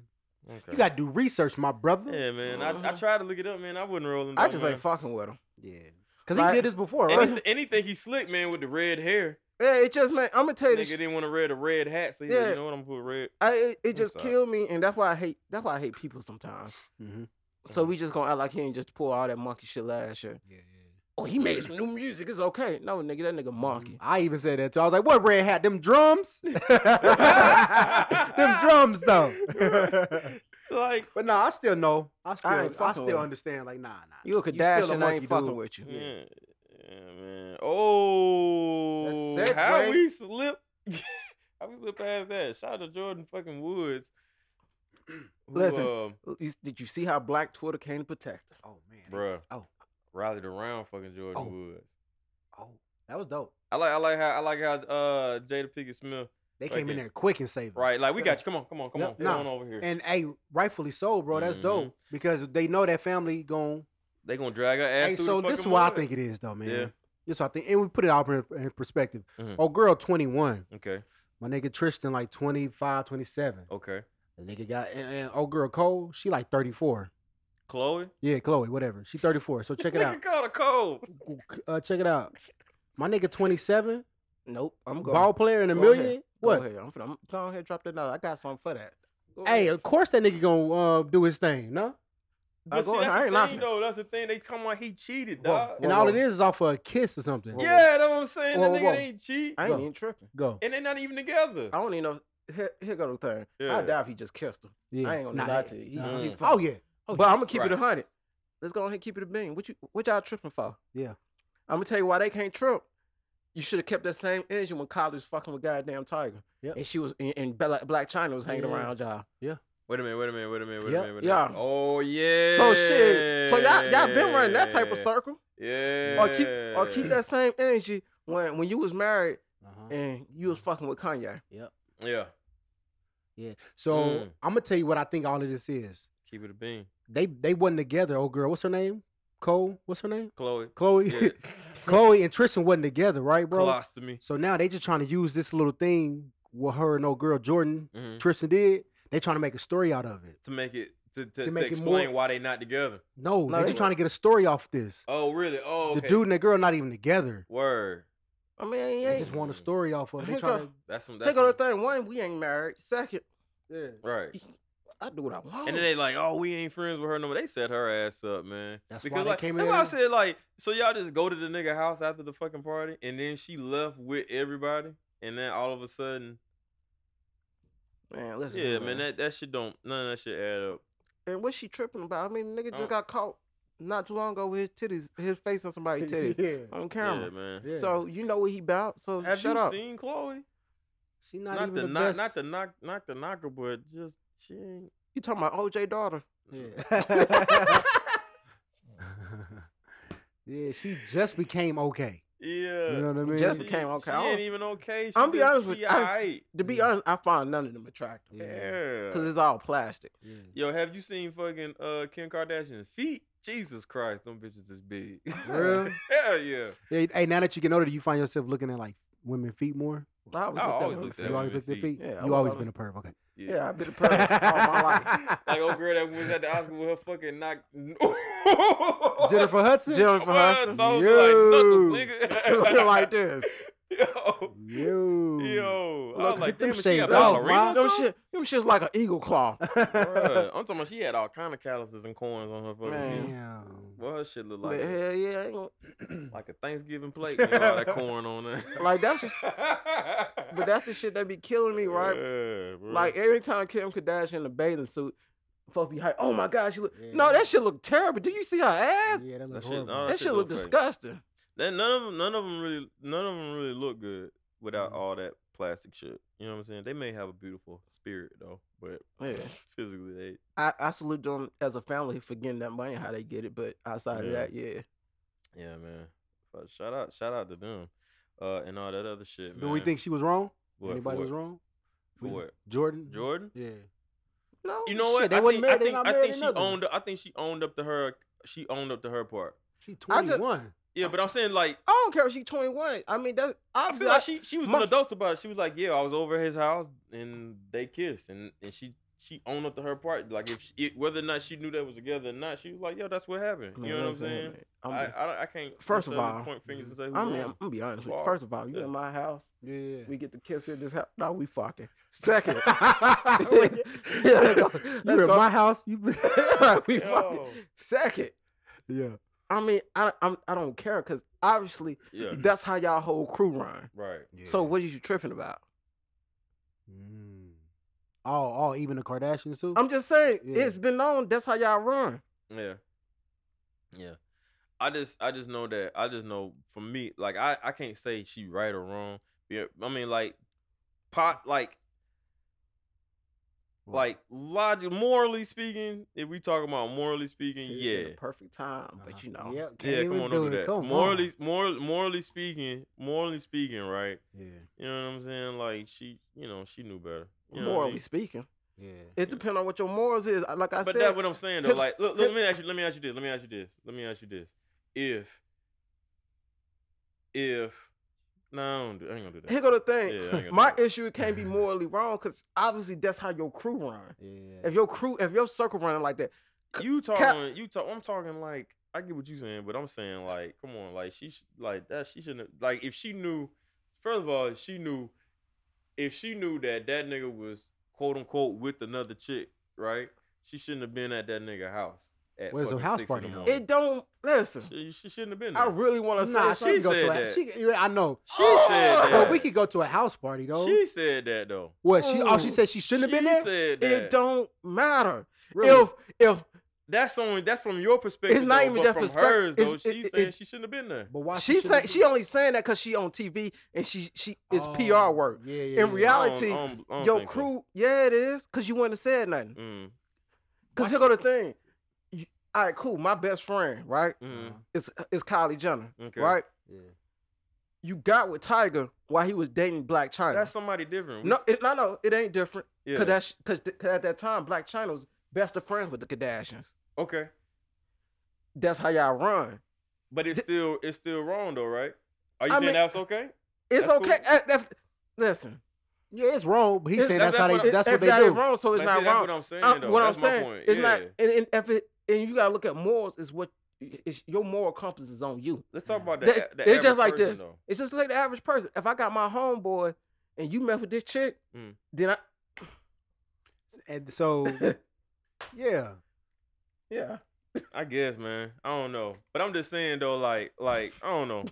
Speaker 5: Okay.
Speaker 1: You gotta do research, my brother.
Speaker 5: Yeah, man. I, I
Speaker 1: Uh-huh.
Speaker 2: Mhm.
Speaker 5: tried to look it up, man. I wouldn't roll him.
Speaker 2: I
Speaker 5: down,
Speaker 2: just
Speaker 5: man.
Speaker 2: ain't fucking with him.
Speaker 1: Yeah. Cause
Speaker 2: Like-
Speaker 1: he did this before, right?
Speaker 5: Anyth- anything he slick, man, with the red hair.
Speaker 2: Yeah, it just man. I'm gonna tell you
Speaker 5: Nigga
Speaker 2: this.
Speaker 5: didn't want to wear the red hat, so he said,
Speaker 2: Yeah.
Speaker 5: you know what? I'm gonna put red.
Speaker 2: I, it, it just
Speaker 5: sorry.
Speaker 2: killed me, and that's why I hate. That's why I hate people sometimes.
Speaker 1: Mhm.
Speaker 2: So we just gonna act like he ain't just pull all that monkey shit last year.
Speaker 1: Yeah, yeah.
Speaker 2: Oh, he made some new music. It's okay. No, nigga, that nigga monkey.
Speaker 1: I even said that too. I was like, what red hat?
Speaker 2: [laughs]
Speaker 1: Them drums? [laughs] Them drums though. [laughs]
Speaker 5: Like,
Speaker 1: but nah, I still know. I still I,
Speaker 2: ain't fucking with
Speaker 1: still
Speaker 2: him.
Speaker 1: understand. Like, nah, nah.
Speaker 2: You a
Speaker 1: Mm-hmm. still
Speaker 2: Kardashian, I ain't
Speaker 1: monkey
Speaker 2: fucking
Speaker 1: dude.
Speaker 2: with you.
Speaker 5: yeah, yeah, man. Oh,
Speaker 1: That's it,
Speaker 5: how
Speaker 1: Blake.
Speaker 5: we slip? [laughs] how we slip past that? Shout out to Jordan fucking Woods. [clears throat] who,
Speaker 2: Listen.
Speaker 5: um,
Speaker 2: You- Did you see how Black Twitter came to protect her?
Speaker 1: Oh man. that
Speaker 5: bruh,
Speaker 1: was- Oh,
Speaker 5: rallied around fucking Jordan
Speaker 1: Oh.
Speaker 5: Woods.
Speaker 1: oh. That was dope.
Speaker 5: I like, I like how, I like how uh Jada Pinkett Smith.
Speaker 1: They
Speaker 5: Right
Speaker 1: came in
Speaker 5: there.
Speaker 1: there quick and saved. it.
Speaker 5: Right, like we
Speaker 1: Yeah.
Speaker 5: got you. Come on, come on, come
Speaker 1: Yeah,
Speaker 5: on. Come
Speaker 1: nah.
Speaker 5: on over here.
Speaker 1: And hey, rightfully so, bro. That's
Speaker 5: Mhm.
Speaker 1: dope. Because they know that family going
Speaker 5: they gonna drag her ass.
Speaker 1: Hey,
Speaker 5: through
Speaker 1: so
Speaker 5: the
Speaker 1: this is
Speaker 5: fucking
Speaker 1: what I
Speaker 5: mud.
Speaker 1: think it is though, man.
Speaker 5: Yeah.
Speaker 1: This what I think. And we put it out in, in perspective.
Speaker 5: Mhm.
Speaker 1: Oh girl, 21.
Speaker 5: Okay,
Speaker 1: My nigga Tristan like 25, 27.
Speaker 5: okay.
Speaker 1: The nigga got and, and old girl Cole, she like 34.
Speaker 5: Chloe,
Speaker 1: Yeah, Chloe, whatever. She 34. So check it out.
Speaker 5: [laughs] Nigga called a cold.
Speaker 1: Uh, check it out. My nigga 27,
Speaker 2: Nope, I'm going.
Speaker 1: ball player and a
Speaker 2: Go
Speaker 1: million.
Speaker 2: ahead. Go
Speaker 1: What?
Speaker 2: ahead. I'm finna I'm, go ahead, drop that out. I got something for that. Go
Speaker 1: Hey,
Speaker 2: ahead.
Speaker 1: of course that nigga gonna uh, do his thing, no?
Speaker 2: I
Speaker 5: But see,
Speaker 2: Uh, go- I
Speaker 5: that's
Speaker 2: ain't
Speaker 5: the
Speaker 2: knocking
Speaker 5: thing,
Speaker 2: it.
Speaker 5: though. That's the thing. They talking about he cheated,
Speaker 2: Whoa,
Speaker 5: dog.
Speaker 2: whoa,
Speaker 1: and all it is is off of a kiss or something.
Speaker 2: whoa.
Speaker 5: Yeah, that's what I'm saying.
Speaker 1: Whoa,
Speaker 5: that nigga
Speaker 1: whoa, whoa.
Speaker 5: ain't cheat,
Speaker 2: I ain't
Speaker 1: go.
Speaker 2: even tripping.
Speaker 1: Go.
Speaker 5: and they're not even together.
Speaker 2: I don't even know. Here, here go the thing.
Speaker 5: Yeah.
Speaker 2: I doubt if he just kissed her.
Speaker 1: Yeah.
Speaker 2: I ain't gonna
Speaker 1: Nah,
Speaker 2: lie to you. He-
Speaker 1: nah.
Speaker 2: he
Speaker 5: Mm.
Speaker 1: Oh
Speaker 2: fucked.
Speaker 1: yeah. Oh,
Speaker 2: But I'm gonna keep
Speaker 5: Right.
Speaker 2: it a hundred. Let's go ahead and keep it a bean. What you what y'all tripping for?
Speaker 1: Yeah.
Speaker 2: I'm gonna tell you why they can't trip. You should have kept that same energy when Kylie was fucking with goddamn Tiger.
Speaker 1: Yep.
Speaker 2: And she was and, and Bella, Black China was hanging
Speaker 1: Yeah.
Speaker 2: around y'all.
Speaker 5: Wait a minute. Wait a minute. Wait a minute. Wait a
Speaker 1: Yep.
Speaker 5: minute. Wait a minute.
Speaker 2: Yeah.
Speaker 5: Oh yeah.
Speaker 2: So shit. So y'all y'all been running that type of circle.
Speaker 5: Yeah.
Speaker 2: Or keep or keep that same energy when when you was married
Speaker 1: Uh-huh.
Speaker 2: and you was fucking with Kanye.
Speaker 5: Yeah.
Speaker 1: Yeah. So
Speaker 5: Mm.
Speaker 1: I'm gonna tell you what I think all of this is.
Speaker 5: Keep it a bean.
Speaker 1: They they wasn't together. Oh girl, what's her name? Cole. What's her name?
Speaker 5: Chloe.
Speaker 1: Chloe.
Speaker 2: [laughs]
Speaker 5: Yeah.
Speaker 1: [laughs] Chloe and Tristan wasn't together, right, bro?
Speaker 5: Colostomy.
Speaker 1: So now they just trying to use this little thing with her and old girl Jordan
Speaker 5: Mhm.
Speaker 1: Tristan did. They trying to make a story out of it.
Speaker 5: To make it to to, to
Speaker 1: make it
Speaker 5: explain
Speaker 1: more-
Speaker 5: why they not together.
Speaker 1: No,
Speaker 2: No,
Speaker 1: they
Speaker 2: they
Speaker 1: just trying to get a story off this.
Speaker 5: Oh really? Oh.
Speaker 1: The
Speaker 5: Okay.
Speaker 1: dude and the girl not even together.
Speaker 5: Word.
Speaker 2: I mean,
Speaker 1: They
Speaker 2: yeah.
Speaker 1: just want a story off of. it. They
Speaker 2: Here
Speaker 1: trying [laughs] to,
Speaker 2: go.
Speaker 5: That's some. That's
Speaker 2: Think of
Speaker 5: some,
Speaker 2: the thing. One, we ain't married. Second,
Speaker 1: yeah.
Speaker 5: right.
Speaker 2: I do what I want.
Speaker 5: And then they like, oh, we ain't friends with her no more. They set her ass up, man.
Speaker 1: That's why
Speaker 5: because
Speaker 1: they
Speaker 5: like,
Speaker 1: came in
Speaker 5: that's why I
Speaker 1: there.
Speaker 5: said like, so y'all just go to the nigga house after the fucking party, and then she left with everybody, and then all of a sudden,
Speaker 2: man, listen.
Speaker 5: yeah, man, that, that shit don't none of that shit add up.
Speaker 2: And what's she tripping about? I mean, nigga
Speaker 5: Oh.
Speaker 2: just got caught not too long ago with his titties, his face on somebody's
Speaker 5: [laughs]
Speaker 2: titties
Speaker 1: yeah.
Speaker 2: on
Speaker 5: Yeah,
Speaker 2: camera.
Speaker 5: man.
Speaker 1: yeah.
Speaker 2: So you know what he about. So
Speaker 5: Have
Speaker 2: shut
Speaker 5: you
Speaker 2: up.
Speaker 5: seen Chloe?
Speaker 1: she not,
Speaker 5: Not,
Speaker 1: even
Speaker 5: the,
Speaker 1: the
Speaker 5: knock,
Speaker 1: best.
Speaker 5: not the knock, not the knocker, but just she ain't.
Speaker 2: You talking about OJ
Speaker 5: [laughs]
Speaker 2: daughter?
Speaker 1: [laughs] Yeah. yeah, she just became okay.
Speaker 5: Yeah,
Speaker 1: You know what I mean?
Speaker 2: Just
Speaker 5: She-
Speaker 2: became okay.
Speaker 5: She
Speaker 2: I don't-
Speaker 5: ain't even okay. She
Speaker 2: I'm be
Speaker 5: just-
Speaker 2: honest with
Speaker 5: she
Speaker 2: you, I-
Speaker 5: alright.
Speaker 2: To be
Speaker 1: Yeah.
Speaker 2: honest, I find none of them attractive
Speaker 1: Yeah.
Speaker 5: Yeah.
Speaker 2: because it's all plastic.
Speaker 1: yeah.
Speaker 5: Yo, have you seen fucking uh Kim Kardashian's feet? Jesus Christ, them bitches is big.
Speaker 1: real?
Speaker 5: [laughs] Hell yeah.
Speaker 1: Hey, hey, now that you get older, do you find yourself looking at like women feet more?
Speaker 2: I was
Speaker 5: I
Speaker 2: just
Speaker 5: always
Speaker 2: that
Speaker 5: looked
Speaker 2: way.
Speaker 5: at women
Speaker 1: you always look at
Speaker 5: feet.
Speaker 1: feet.
Speaker 2: Yeah, I
Speaker 1: you always
Speaker 2: love
Speaker 1: been a perv. Okay.
Speaker 2: Yeah, I've been a pervert all my
Speaker 5: [laughs]
Speaker 2: life.
Speaker 5: Like
Speaker 2: [laughs]
Speaker 5: old girl that was at the Oscar with her fucking [laughs] knock.
Speaker 1: [laughs] Jennifer Hudson.
Speaker 2: Jennifer [laughs]
Speaker 5: Well,
Speaker 2: Hudson,
Speaker 5: told you
Speaker 1: Yo.
Speaker 5: like knuckles,
Speaker 2: [laughs]
Speaker 5: nigga.
Speaker 2: looking like this.
Speaker 5: [laughs] yo, [laughs]
Speaker 1: Yo.
Speaker 5: yo. I
Speaker 1: Look
Speaker 5: was like,
Speaker 1: at them
Speaker 5: damn, is she a
Speaker 1: shades.
Speaker 5: ballerina.
Speaker 1: Wow.
Speaker 5: or
Speaker 2: Them
Speaker 5: something?
Speaker 2: shit, them shit's like an eagle claw.
Speaker 5: Bruh,
Speaker 2: [laughs]
Speaker 5: I'm talking about she had all kind of calluses and corns on her fucking. feet.
Speaker 2: Man.
Speaker 1: Damn.
Speaker 5: Well, her shit looked
Speaker 2: But
Speaker 5: like a,
Speaker 2: hell yeah, I ain't gonna-
Speaker 5: like a
Speaker 2: [laughs]
Speaker 5: Thanksgiving plate. You know, all that corn on it. [laughs]
Speaker 2: Like, that's just-
Speaker 5: But
Speaker 2: but that's the shit that be killing me, right? Like every time Kim Kardashian in a bathing suit, folks be hype. Oh my god, she look. No,
Speaker 1: Yeah.
Speaker 2: that shit look terrible. Do you see her ass?
Speaker 1: Yeah, that
Speaker 5: That
Speaker 1: looks
Speaker 5: shit-
Speaker 1: horrible.
Speaker 5: nah,
Speaker 2: that shit look
Speaker 5: look fake.
Speaker 2: disgusting.
Speaker 5: That none of them, none of them really, none of them really look good without
Speaker 1: Mhm.
Speaker 5: all that plastic shit. You know what I'm saying? They may have a beautiful spirit though, but
Speaker 2: Yeah.
Speaker 5: physically they.
Speaker 2: I, I salute them as a family for getting that money, how they get it. But outside
Speaker 5: Yeah.
Speaker 2: of that, yeah,
Speaker 5: Yeah, man. Fuck, Shout out, shout out to them, uh, and all that other shit.
Speaker 1: Do we
Speaker 5: man.
Speaker 1: think she was wrong?
Speaker 5: What, for
Speaker 1: Anybody
Speaker 5: what?
Speaker 1: was wrong?
Speaker 5: For
Speaker 1: We-
Speaker 5: what?
Speaker 1: Jordan.
Speaker 5: Jordan?
Speaker 1: Yeah.
Speaker 2: No,
Speaker 5: You know what?
Speaker 1: Shit, they
Speaker 5: I
Speaker 1: wasn't
Speaker 5: think,
Speaker 1: married,
Speaker 5: I
Speaker 1: they
Speaker 5: think,
Speaker 1: not
Speaker 5: I
Speaker 1: married
Speaker 5: think
Speaker 1: or
Speaker 5: she
Speaker 1: nothing.
Speaker 5: owned. I think she owned up to her. She owned up to her part.
Speaker 1: She
Speaker 2: I just-
Speaker 1: 21.
Speaker 5: Yeah, but I'm saying like
Speaker 2: I don't care if she's 21. I mean, that's
Speaker 5: I
Speaker 2: obviously
Speaker 5: feel like she she was
Speaker 2: my-
Speaker 5: an adult about it. She was like, yeah, I was over at his house and they kissed, and and she she owned up to her part. Like if she, it, whether or not she knew they was together or not, she was like, yo, that's what happened.
Speaker 2: Man,
Speaker 5: you know what I'm
Speaker 2: listen,
Speaker 5: saying?
Speaker 2: i
Speaker 5: I, I don't- I can't
Speaker 2: First of
Speaker 5: necessarily
Speaker 2: all,
Speaker 5: point fingers and say who's
Speaker 2: I [laughs] mean, I'm,
Speaker 5: wrong.
Speaker 2: gonna be honest with you.
Speaker 5: Fuck.
Speaker 2: First of all, you
Speaker 5: Yeah.
Speaker 2: in my house,
Speaker 1: Yeah.
Speaker 2: we get to kiss at this house. No, we
Speaker 5: [laughs]
Speaker 2: fucking. Second, [laughs]
Speaker 1: you were at my house. You been...
Speaker 2: we fucking.
Speaker 5: Yo.
Speaker 2: Second,
Speaker 1: yeah.
Speaker 2: I mean, I I'm, I don't care because obviously [laughs]
Speaker 5: Yeah,
Speaker 2: that's how y'all whole crew run.
Speaker 5: right.
Speaker 2: So what are you tripping about?
Speaker 1: Mm. Oh, oh, even the Kardashians too.
Speaker 2: I'm just saying,
Speaker 1: Yeah.
Speaker 2: it's been known that's how y'all run.
Speaker 5: Yeah. Yeah. I just I just know that I just know for me, like I, I can't say she right or wrong. Yeah, I mean like pot like
Speaker 1: Well,
Speaker 5: like logic morally speaking, if we talking about morally speaking,
Speaker 2: See, it's
Speaker 5: yeah.
Speaker 2: been the perfect time, but you
Speaker 1: uh-huh.
Speaker 2: know,
Speaker 1: Yeah, can't
Speaker 5: Yeah,
Speaker 1: even
Speaker 5: come on
Speaker 1: do
Speaker 5: over
Speaker 1: it.
Speaker 5: that.
Speaker 1: Come
Speaker 5: morally moral, morally speaking, morally speaking, right?
Speaker 1: on. Yeah,
Speaker 5: You know what I'm saying? Like she, you know, she knew better. You know what I
Speaker 2: morally
Speaker 5: mean?
Speaker 2: speaking,
Speaker 1: yeah.
Speaker 2: it depends on what your morals is. I- Like I
Speaker 5: But
Speaker 2: said,
Speaker 5: that's what I'm saying though.
Speaker 2: his-
Speaker 5: Like,
Speaker 2: [laughs]
Speaker 5: look,
Speaker 2: his-
Speaker 5: let me ask you. Let me ask you this. Let me ask you this. Let me ask you this. If, if, no, I, don't do, I ain't gonna do that.
Speaker 2: here go the
Speaker 5: Yeah, I
Speaker 2: thing.
Speaker 5: ain't gonna do
Speaker 2: My
Speaker 5: that.
Speaker 2: issue it can't be morally wrong because obviously that's how your crew run.
Speaker 1: Yeah.
Speaker 2: If your crew, if your circle running like that,
Speaker 5: you talking,
Speaker 2: Cap-
Speaker 5: you talk. I'm talking like I get what you saying, but I'm saying like, come on, like she, sh- like that. She shouldn't. Have, like if she knew, first of all, she knew, if she knew that that nigga was quote unquote with another chick, right? She shouldn't have been at that nigga house. At
Speaker 1: Where's the
Speaker 5: fucking
Speaker 1: house
Speaker 5: six
Speaker 1: party
Speaker 5: in the
Speaker 1: at?
Speaker 5: morning.
Speaker 2: it don't listen.
Speaker 5: She, she shouldn't have been. There.
Speaker 2: I really want to
Speaker 1: Nah,
Speaker 2: say
Speaker 1: she, can
Speaker 2: something.
Speaker 5: she's-
Speaker 1: go
Speaker 5: said
Speaker 1: to. A,
Speaker 5: that.
Speaker 1: she, can- yeah, I know.
Speaker 5: She said
Speaker 2: Oh!
Speaker 5: that.
Speaker 1: But we could go to a house party though.
Speaker 5: She said that though.
Speaker 1: what? She? Oh, she
Speaker 2: Ooh.
Speaker 1: said she shouldn't have been
Speaker 5: She
Speaker 1: there.
Speaker 5: Said that.
Speaker 2: It don't matter.
Speaker 1: Really?
Speaker 2: If if
Speaker 5: That's only that's from your perspective.
Speaker 2: not
Speaker 5: though,
Speaker 2: even
Speaker 5: but
Speaker 2: just
Speaker 5: from
Speaker 2: perspec-
Speaker 5: hers though.
Speaker 2: it's-
Speaker 5: She's
Speaker 2: it-
Speaker 5: saying
Speaker 2: it-
Speaker 5: she shouldn't have been there.
Speaker 1: but why?
Speaker 2: she say
Speaker 1: shouldn't
Speaker 2: she only saying that because she on TV and she she
Speaker 1: be-
Speaker 2: it's
Speaker 1: Oh,
Speaker 2: PR work.
Speaker 1: Yeah, yeah.
Speaker 2: In
Speaker 5: I
Speaker 1: yeah.
Speaker 5: don't-
Speaker 2: reality,
Speaker 5: I don't- I don't
Speaker 2: Your
Speaker 5: think so.
Speaker 2: crew, yeah, it is because you wouldn't have said nothing.
Speaker 5: Mm,
Speaker 2: Cause here go the thing. You- All right, cool. My best friend, right,
Speaker 5: mm,
Speaker 2: is is Kylie Jenner,
Speaker 5: okay.
Speaker 2: Uh, right?
Speaker 1: Yeah.
Speaker 2: You got with Tiger while he was dating Black China.
Speaker 5: That's somebody different. We-
Speaker 2: no, it, no, no, it ain't different.
Speaker 5: Mm-hmm. yeah.
Speaker 2: Cause that's cause, th- 'cause at that time Black China was best of friends with the Kardashians.
Speaker 5: okay.
Speaker 2: That's how y'all run.
Speaker 5: But it's still it's still wrong though, right? Are you
Speaker 2: I
Speaker 5: saying
Speaker 2: mean-
Speaker 5: that's okay?
Speaker 2: It's
Speaker 5: That's
Speaker 2: okay.
Speaker 5: cool.
Speaker 2: eh, that's- listen,
Speaker 1: Yeah, it's wrong. But he's
Speaker 5: It's-
Speaker 1: saying
Speaker 5: that's-
Speaker 1: that's how
Speaker 5: that's what
Speaker 1: they.
Speaker 5: I'm-
Speaker 1: That's
Speaker 2: if
Speaker 1: what they
Speaker 2: that ain't
Speaker 1: do.
Speaker 2: wrong, so it's
Speaker 5: Like,
Speaker 2: not
Speaker 5: see,
Speaker 2: wrong.
Speaker 5: That's what I'm saying
Speaker 2: I'm-
Speaker 5: though.
Speaker 2: what I'm
Speaker 5: that's my
Speaker 2: saying,
Speaker 5: point.
Speaker 2: it's
Speaker 5: yeah.
Speaker 2: not. And, and if it, and you gotta look at morals is what it's, your moral compass is on you.
Speaker 5: Let's talk about
Speaker 2: That-
Speaker 5: that.
Speaker 2: it's just like this. It's just like the average person. If I got my homeboy and you mess with this chick,
Speaker 5: Mm.
Speaker 2: then I
Speaker 1: And so, [laughs] yeah.
Speaker 2: yeah.
Speaker 5: I guess, man. I don't know, but I'm just saying though, like, like I
Speaker 2: [laughs]
Speaker 5: don't know,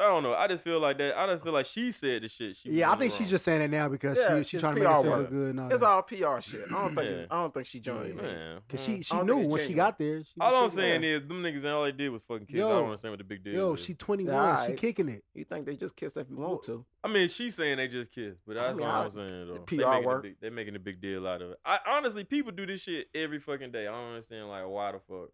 Speaker 5: I don't know. I just feel like that. I just feel like she said the shit. She was
Speaker 1: Yeah, I
Speaker 5: in the
Speaker 1: think she's
Speaker 5: wrong.
Speaker 1: just saying it now because
Speaker 2: Yeah,
Speaker 1: she she's
Speaker 2: it's
Speaker 1: trying to make
Speaker 2: PR
Speaker 1: herself
Speaker 5: work.
Speaker 1: look good. And all
Speaker 2: It's
Speaker 1: that.
Speaker 2: all PR shit. I don't think it's,
Speaker 5: Yeah.
Speaker 2: I don't think she joined
Speaker 1: Yeah.
Speaker 2: man.
Speaker 5: man.
Speaker 1: Cause
Speaker 5: mm.
Speaker 1: she she
Speaker 2: I don't
Speaker 1: knew
Speaker 2: think it's
Speaker 1: when she
Speaker 2: genuine.
Speaker 1: got there. She
Speaker 5: All I'm
Speaker 1: was kicking
Speaker 5: saying
Speaker 1: it.
Speaker 5: is them niggas and all they did was fucking kiss. I
Speaker 1: Yo.
Speaker 5: don't understand what the big deal
Speaker 1: yo,
Speaker 5: is.
Speaker 1: she 21. She
Speaker 2: Alright.
Speaker 1: kicking it.
Speaker 2: You think they just kiss if you want to?
Speaker 5: I mean, she's saying they just kissed, but
Speaker 2: I
Speaker 5: that's
Speaker 2: mean,
Speaker 5: what
Speaker 2: I-
Speaker 5: I'm saying though.
Speaker 2: PR
Speaker 5: they making
Speaker 2: work.
Speaker 5: A big, they're making a big deal out of it. I honestly, people do this shit every fucking day. I don't understand like why the fuck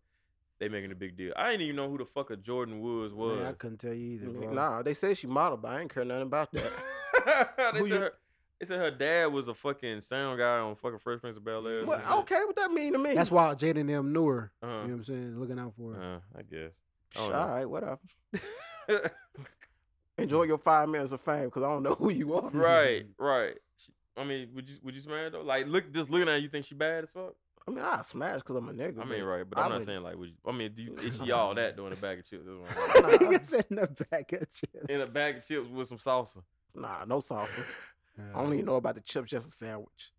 Speaker 5: they making a big deal. I didn't even know who the fuck a Jordan Woods was.
Speaker 1: Man, I couldn't tell you either, bro.
Speaker 2: Mm, Nah, they say she model, but I ain't care nothing about that.
Speaker 5: [laughs] they,
Speaker 1: Who
Speaker 5: said
Speaker 1: you-
Speaker 5: her, they said her dad was a fucking sound guy on fucking Fresh Prince of Bel Air.
Speaker 2: well, okay, what that mean to me?
Speaker 1: That's why Jaden and them knew her.
Speaker 5: Uh-huh.
Speaker 1: You know what I'm saying? Looking out for her.
Speaker 5: Uh, I guess. I
Speaker 2: All
Speaker 5: don't know.
Speaker 2: right, whatever. Enjoy your five minutes of fame because I don't know who you
Speaker 5: [laughs]
Speaker 2: are.
Speaker 5: [laughs] right, right. She- I mean, would you would you smash though? Like, look, just looking at her, you, think she bad as fuck?
Speaker 2: I mean, I smash because I'm a nigga.
Speaker 5: I mean,
Speaker 2: but
Speaker 5: right, but
Speaker 2: I
Speaker 5: I'm not
Speaker 2: would-
Speaker 5: saying like, would you, I mean, do you, is she all that doing a bag of chips? That's what
Speaker 2: [laughs]
Speaker 5: I'm saying.
Speaker 1: [laughs]
Speaker 2: Nah.
Speaker 1: Nigga said in the back of chips.
Speaker 5: in a bag of chips with some salsa.
Speaker 2: Nah, no salsa.
Speaker 1: Yeah.
Speaker 2: I don't even know about the chips, just a sandwich.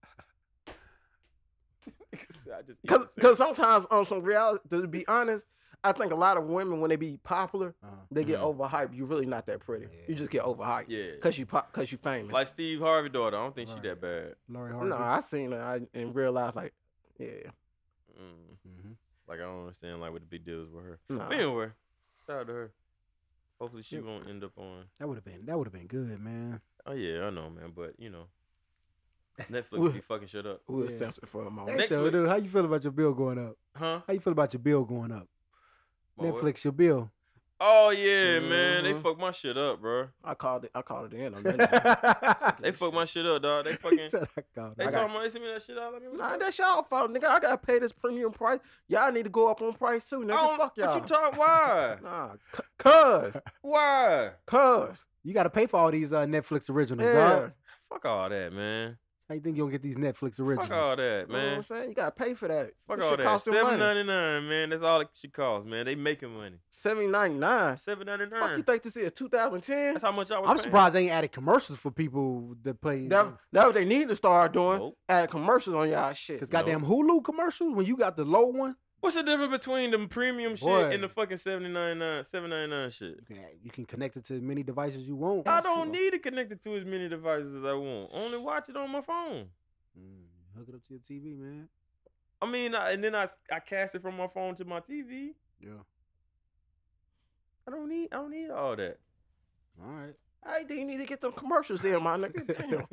Speaker 5: I just eat
Speaker 2: Cause,
Speaker 5: the
Speaker 2: cause sometimes on some reality, to be honest, I think a lot of women when they be popular,
Speaker 1: Uh,
Speaker 2: they get
Speaker 5: Mhm.
Speaker 2: overhyped. You're really not that pretty. You
Speaker 1: Yeah.
Speaker 2: just get overhyped.
Speaker 5: same- yeah,
Speaker 2: Cause you pop, cause you famous.
Speaker 5: like Steve Harvey daughter. I don't think
Speaker 1: Right.
Speaker 5: she that bad.
Speaker 1: Lori Harvey.
Speaker 2: no, I seen her I, and realized like, yeah,
Speaker 5: Mm.
Speaker 1: Mhm.
Speaker 5: Like I don't understand like what the big deal is with her.
Speaker 2: nah.
Speaker 5: But anyway, shout out to her. Hopefully she
Speaker 1: Yeah.
Speaker 5: won't end up on.
Speaker 1: That would have been that would have been good, man.
Speaker 5: Oh yeah, I know, man. But you know,
Speaker 1: Well-
Speaker 5: Netflix be fucking shit up,
Speaker 2: we were
Speaker 1: Yeah.
Speaker 2: censored for a moment.
Speaker 5: Next
Speaker 1: Hey, so,
Speaker 5: week-
Speaker 1: dude, how you feel about your bill going up?
Speaker 5: huh?
Speaker 1: How you feel about your bill going up?
Speaker 5: My what?
Speaker 1: [laughs] Netflix, your bill.
Speaker 5: Oh yeah, man, they
Speaker 2: Mhm.
Speaker 5: fucked my shit up, bro.
Speaker 2: I called it. I called it in
Speaker 5: [laughs]
Speaker 2: on that.
Speaker 1: they
Speaker 5: They fucked my shit up, dog. They fucking.
Speaker 1: said I got
Speaker 5: They
Speaker 1: it.
Speaker 5: talking about they sent me that shit out. Like, man, what the
Speaker 2: Nah,
Speaker 5: fuck?
Speaker 2: that's y'all fault, nigga. I gotta pay this premium price. Y'all need to go up on price too,
Speaker 5: I
Speaker 2: nigga.
Speaker 5: don't-
Speaker 2: Fuck y'all.
Speaker 5: What you
Speaker 2: [laughs]
Speaker 5: talk? Why?
Speaker 2: nah, c- cuz,
Speaker 5: Why? [laughs]
Speaker 2: cuz,
Speaker 1: You got to pay for all these uh, Netflix originals,
Speaker 2: yeah.
Speaker 1: dog.
Speaker 5: Fuck all that, man.
Speaker 1: How you think you don't get these Netflix originals?
Speaker 5: Fuck all that,
Speaker 2: You know what I'm
Speaker 5: man.
Speaker 2: saying? You gotta pay for that.
Speaker 5: Fuck
Speaker 2: This
Speaker 5: all
Speaker 2: shit
Speaker 5: that.
Speaker 2: cost them
Speaker 5: Seven
Speaker 2: money.
Speaker 5: ninety nine, man. That's all it should cost, man. They making money.
Speaker 2: Seven ninety nine.
Speaker 5: Seven ninety
Speaker 2: Fuck you
Speaker 5: nine.
Speaker 2: think this is 2010?
Speaker 5: That's how much I was.
Speaker 1: I'm
Speaker 5: paying.
Speaker 1: surprised they ain't added commercials for people that play.
Speaker 2: That, that what they need to start doing.
Speaker 5: Nope.
Speaker 2: Add commercials on y'all shit.
Speaker 1: Cause goddamn Hulu commercials when you got the low one,
Speaker 5: What's the difference between the premium
Speaker 1: Boy.
Speaker 5: shit and the fucking seventy nine nine, seven ninety nine shit?
Speaker 1: you can- you can connect it to as many devices you want.
Speaker 5: I don't need to connect it to as many devices as I want. Only watch it on my phone.
Speaker 1: Mm, hook it up to your TV, man.
Speaker 5: I mean, I, and then I I cast it from my phone to my TV.
Speaker 1: Yeah.
Speaker 5: I don't need I don't need all that.
Speaker 1: All right.
Speaker 2: Hey, then you need to get them commercials there, my
Speaker 5: [laughs]
Speaker 1: [laughs]
Speaker 2: nigga. Damn.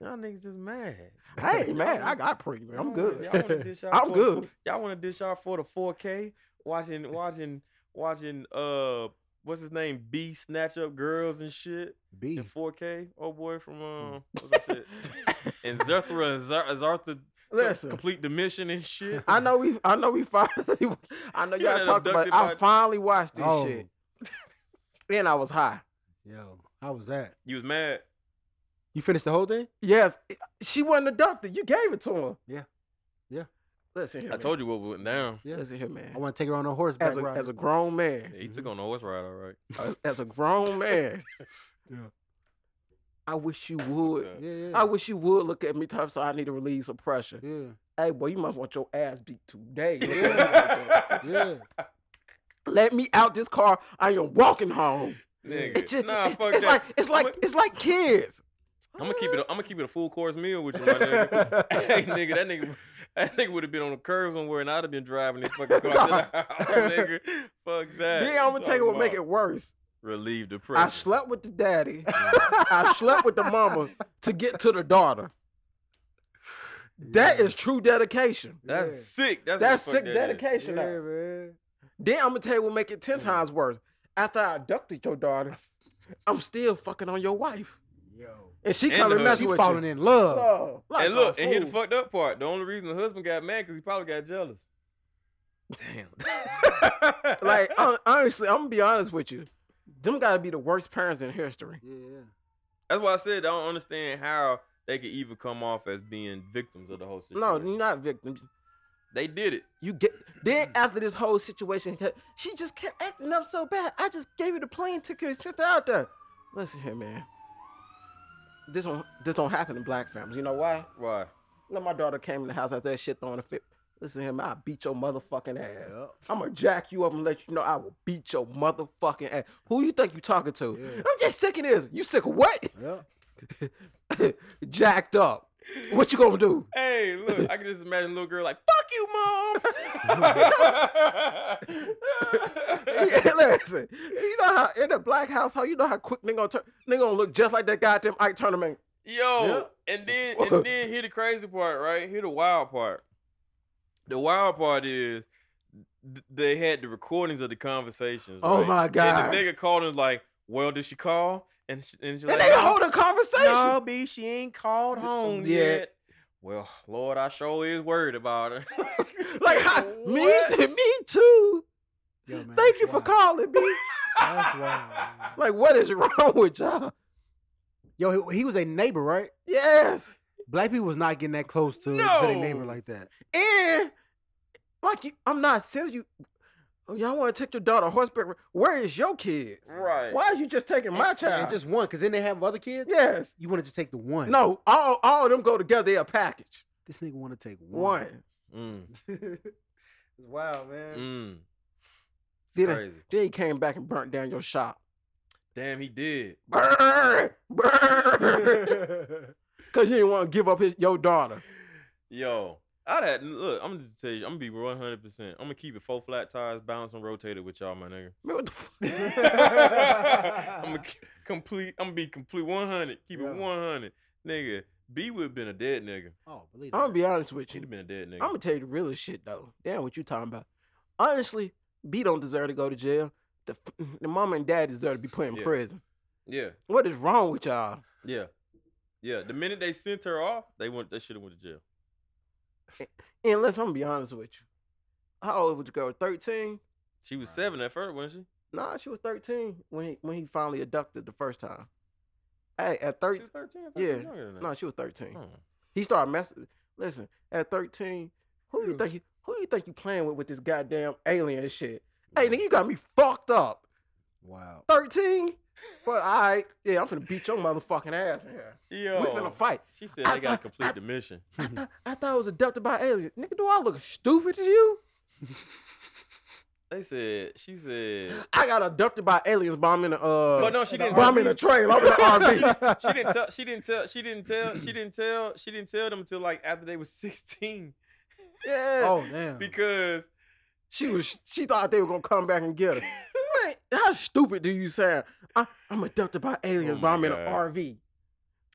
Speaker 5: Y'all niggas just mad.
Speaker 2: I ain't mad. I got premium. I'm
Speaker 5: Y'all wanna-
Speaker 2: good.
Speaker 5: Y'all
Speaker 2: [laughs]
Speaker 5: wanna dish out
Speaker 2: I'm
Speaker 5: for-
Speaker 2: good.
Speaker 5: Y'all want to dish out for the 4K? Watching, watching, watching. Uh, what's his name? B snatch up girls and shit
Speaker 1: B.
Speaker 5: in 4K. Oh boy, from
Speaker 2: Mm.
Speaker 5: um, what's
Speaker 2: [laughs]
Speaker 5: that shit? and Zerthra and Zer- Zartha
Speaker 2: [laughs] Listen,
Speaker 5: complete the mission and shit.
Speaker 2: I know we, I know we finally, [laughs] I know
Speaker 5: You
Speaker 2: y'all
Speaker 5: done
Speaker 2: talked about.
Speaker 5: abducted
Speaker 2: it. I
Speaker 5: my-
Speaker 2: finally watched this
Speaker 1: Oh.
Speaker 2: shit, and I was high.
Speaker 1: Yo, how was that?
Speaker 5: You was mad.
Speaker 1: You finished the whole thing?
Speaker 2: Yes, it- she wasn't adopted. You gave it to him.
Speaker 1: Yeah. Yeah.
Speaker 2: Listen here.
Speaker 5: I told you what went down.
Speaker 1: you.
Speaker 2: Listen here,
Speaker 1: I
Speaker 2: man.
Speaker 1: want to take her on a horseback
Speaker 2: As a,
Speaker 1: ride.
Speaker 2: as a grown
Speaker 5: Yeah,
Speaker 2: man,
Speaker 5: he took on the horse ride, all right.
Speaker 2: uh, as a grown man,
Speaker 1: [laughs] Yeah.
Speaker 2: I wish you would.
Speaker 5: up.
Speaker 1: yeah, yeah.
Speaker 2: I wish you would look at me type so I need to release some pressure. [laughs]
Speaker 1: yeah,
Speaker 2: Hey boy, you must want your ass beat today.
Speaker 5: [laughs]
Speaker 1: yeah.
Speaker 2: Let me out this car. I am walking home.
Speaker 5: Nigga,
Speaker 2: It's just,
Speaker 5: nah,
Speaker 2: it-
Speaker 5: fuck
Speaker 2: it's
Speaker 5: that.
Speaker 2: like it's like
Speaker 5: I'ma-
Speaker 2: it's like kids.
Speaker 5: I'm gonna keep it. I'm gonna keep it a full course meal with you,
Speaker 2: [laughs]
Speaker 5: my nigga. hey, nigga, that nigga, that nigga would have been on the curve somewhere, and I'd have been driving this fucking car. to the
Speaker 2: [laughs]
Speaker 5: house, "Oh, nigga. Fuck that.
Speaker 2: Then I'm gonna take it what make it worse.
Speaker 5: relieve the pressure.
Speaker 2: I slept with the daddy. I slept with the mama to get to the daughter. That
Speaker 1: Yeah.
Speaker 2: is true dedication.
Speaker 5: That's
Speaker 1: Yeah.
Speaker 5: sick. That's,
Speaker 2: That's
Speaker 5: what the
Speaker 2: sick
Speaker 5: fuck that is.
Speaker 1: yeah,
Speaker 2: dedication. now.
Speaker 1: man.
Speaker 2: Then I'm gonna tell you what make it ten
Speaker 5: Mm.
Speaker 2: times worse. After I abducted your daughter, I'm still fucking on your wife,
Speaker 1: Yo,
Speaker 2: and she
Speaker 5: And
Speaker 2: coming
Speaker 5: her.
Speaker 2: mess
Speaker 1: she
Speaker 2: with
Speaker 1: falling
Speaker 2: you.
Speaker 1: in love.
Speaker 2: Oh, like
Speaker 5: And
Speaker 2: a
Speaker 5: look, and here's the
Speaker 2: fool.
Speaker 5: fucked up part. The only reason the husband got mad because he probably got jealous. Damn.
Speaker 2: [laughs]
Speaker 5: [laughs]
Speaker 2: like uh, hon- honestly, I'm gonna be honest with you. Them gotta be the worst parents in history.
Speaker 1: Yeah, yeah.
Speaker 5: that's why I said I don't understand how they could even come off as being victims of the whole situation.
Speaker 2: No, you're not victims.
Speaker 5: they did it.
Speaker 2: You get then
Speaker 5: Mm.
Speaker 2: after this whole situation, ha- she just kept acting up so bad. I just gave her the plane ticket and sent her out there. Listen here, man. This don't this don't happen in black families. You know why?
Speaker 5: Why?
Speaker 2: [laughs] Now my daughter came in the house after that shit throwing a fit. Listen here, man. I beat your motherfucking ass.
Speaker 1: Yup.
Speaker 2: I'ma jack you up and let you know I will beat your motherfucking ass. Who you think you talking to?
Speaker 1: Yeah.
Speaker 2: I'm just sick of this. You sick of what?
Speaker 1: Yup.
Speaker 2: Jacked up. What you gonna do? [laughs]
Speaker 5: Hey, look, I can just imagine a little girl like, fuck you, mom.
Speaker 2: Listen, you know how in a black household, you know how quick nigga gonna turn, nigga gonna look just like that goddamn Ike Tournament.
Speaker 5: Yo, and then
Speaker 2: [laughs]
Speaker 5: and then here the crazy part, right? Here the wild part. The wild part is th- they had the recordings of the conversations.
Speaker 2: Oh
Speaker 5: right?
Speaker 2: my God.
Speaker 5: And the nigga called and like, well, did she call? And she, and she
Speaker 2: And
Speaker 5: like,
Speaker 2: they
Speaker 5: "No,
Speaker 2: hold a conversation.
Speaker 5: no, B, she ain't called home
Speaker 2: yeah.
Speaker 5: yet. Well, Lord, I sure is worried about her. [laughs]
Speaker 2: Like how, me,
Speaker 5: What?
Speaker 2: t- me too.
Speaker 1: Yo, man,
Speaker 2: Thank
Speaker 1: that's
Speaker 2: you for
Speaker 1: wild.
Speaker 2: calling me.
Speaker 1: That's wild. man.
Speaker 2: Like what is [laughs] wrong with y'all?
Speaker 1: Yo, he, he was a neighbor, right?
Speaker 2: Yes,
Speaker 1: Black people was not getting that close to, to their neighbor
Speaker 5: No.
Speaker 1: like that.
Speaker 2: and like you, I'm not saying you. oh, Y'all want to take your daughter horseback? ri- Where is your kids?
Speaker 5: Right.
Speaker 2: Why are you just taking my
Speaker 1: And-
Speaker 2: child?
Speaker 1: And just one, because then they have other kids.
Speaker 2: [laughs] yes.
Speaker 1: You want to just take the one.
Speaker 2: No, all all of them go together. They're a package.
Speaker 1: This nigga want to take one.
Speaker 2: One.
Speaker 5: Mm,
Speaker 2: [laughs]
Speaker 1: it's wild, man.
Speaker 5: mm. It's
Speaker 2: Did I-
Speaker 5: crazy.
Speaker 2: Then he came back and burnt down your shop.
Speaker 5: Damn,
Speaker 2: [laughs]
Speaker 5: he did. [laughs]
Speaker 2: Burn,
Speaker 1: [laughs]
Speaker 2: burn. Cause you didn't want to give up his, your daughter.
Speaker 5: Yo, I had look. I'm just tell you, I'm gonna be 100. percent I'm gonna keep it four flat tires, balanced and rotated with y'all,
Speaker 2: [laughs]
Speaker 5: my nigga.
Speaker 2: Man, what the fuck?
Speaker 5: I'm gonna k- complete. I'm gonna be complete 100. Keep
Speaker 1: Yeah.
Speaker 5: it 100, nigga. B would have been a dead nigga.
Speaker 1: Oh, believe
Speaker 2: I'm gonna
Speaker 1: it.
Speaker 2: be honest with
Speaker 5: She'd
Speaker 2: you.
Speaker 5: have been a dead nigga.
Speaker 2: I'm gonna tell you the realest shit though. Damn, what you talking about? Honestly, B don't deserve to go to jail. The, f- [laughs] the mom and dad deserve to be put in
Speaker 5: Yeah.
Speaker 2: prison.
Speaker 5: Yeah,
Speaker 2: What is wrong with y'all?
Speaker 5: yeah, yeah. The minute they sent her off, they went. They should have went to jail.
Speaker 2: Unless I'm gonna be honest with you. How old was the girl? Thirteen?
Speaker 5: She was seven at first, wasn't
Speaker 2: Nah, she was thirteen when he when he finally abducted the first time. Hey, at
Speaker 5: she?
Speaker 2: thirteen?
Speaker 5: She was thirteen. I thought she was
Speaker 2: yeah.
Speaker 5: younger than
Speaker 2: No,
Speaker 5: that.
Speaker 2: she was thirteen.
Speaker 5: Hmm.
Speaker 2: He started messing. Listen, at thirteen, who you
Speaker 1: Yeah.
Speaker 2: think you, who you think you playing with with this goddamn alien shit? Hey,
Speaker 5: Yeah.
Speaker 2: nigga, you got me fucked up.
Speaker 1: Wow.
Speaker 2: Thirteen? But all right, yeah, I'm finna beat your motherfucking ass in here. We
Speaker 5: Yo.
Speaker 2: finna fight.
Speaker 5: She said
Speaker 2: I
Speaker 5: they gotta
Speaker 2: thought- [laughs]
Speaker 5: complete
Speaker 2: I-
Speaker 5: the mission. [laughs]
Speaker 2: I thought I thought I was abducted by aliens. Nigga, do I look stupid to you?
Speaker 5: They said she said.
Speaker 2: I got abducted by aliens, but I'm in a uh,
Speaker 5: But no, she didn't.
Speaker 2: but I'm in a trail. I'm in an
Speaker 5: [laughs]
Speaker 2: RV.
Speaker 5: she didn't tell. She didn't tell. She didn't tell. She didn't tell. She didn't tell them until like after they was sixteen
Speaker 2: Yeah.
Speaker 1: Oh damn.
Speaker 5: because
Speaker 2: She was. She thought they were gonna come back and get her. Man, how stupid do you sound? I, I'm abducted by aliens,
Speaker 5: Oh
Speaker 2: but
Speaker 5: my
Speaker 2: I'm in an
Speaker 5: God.
Speaker 2: RV.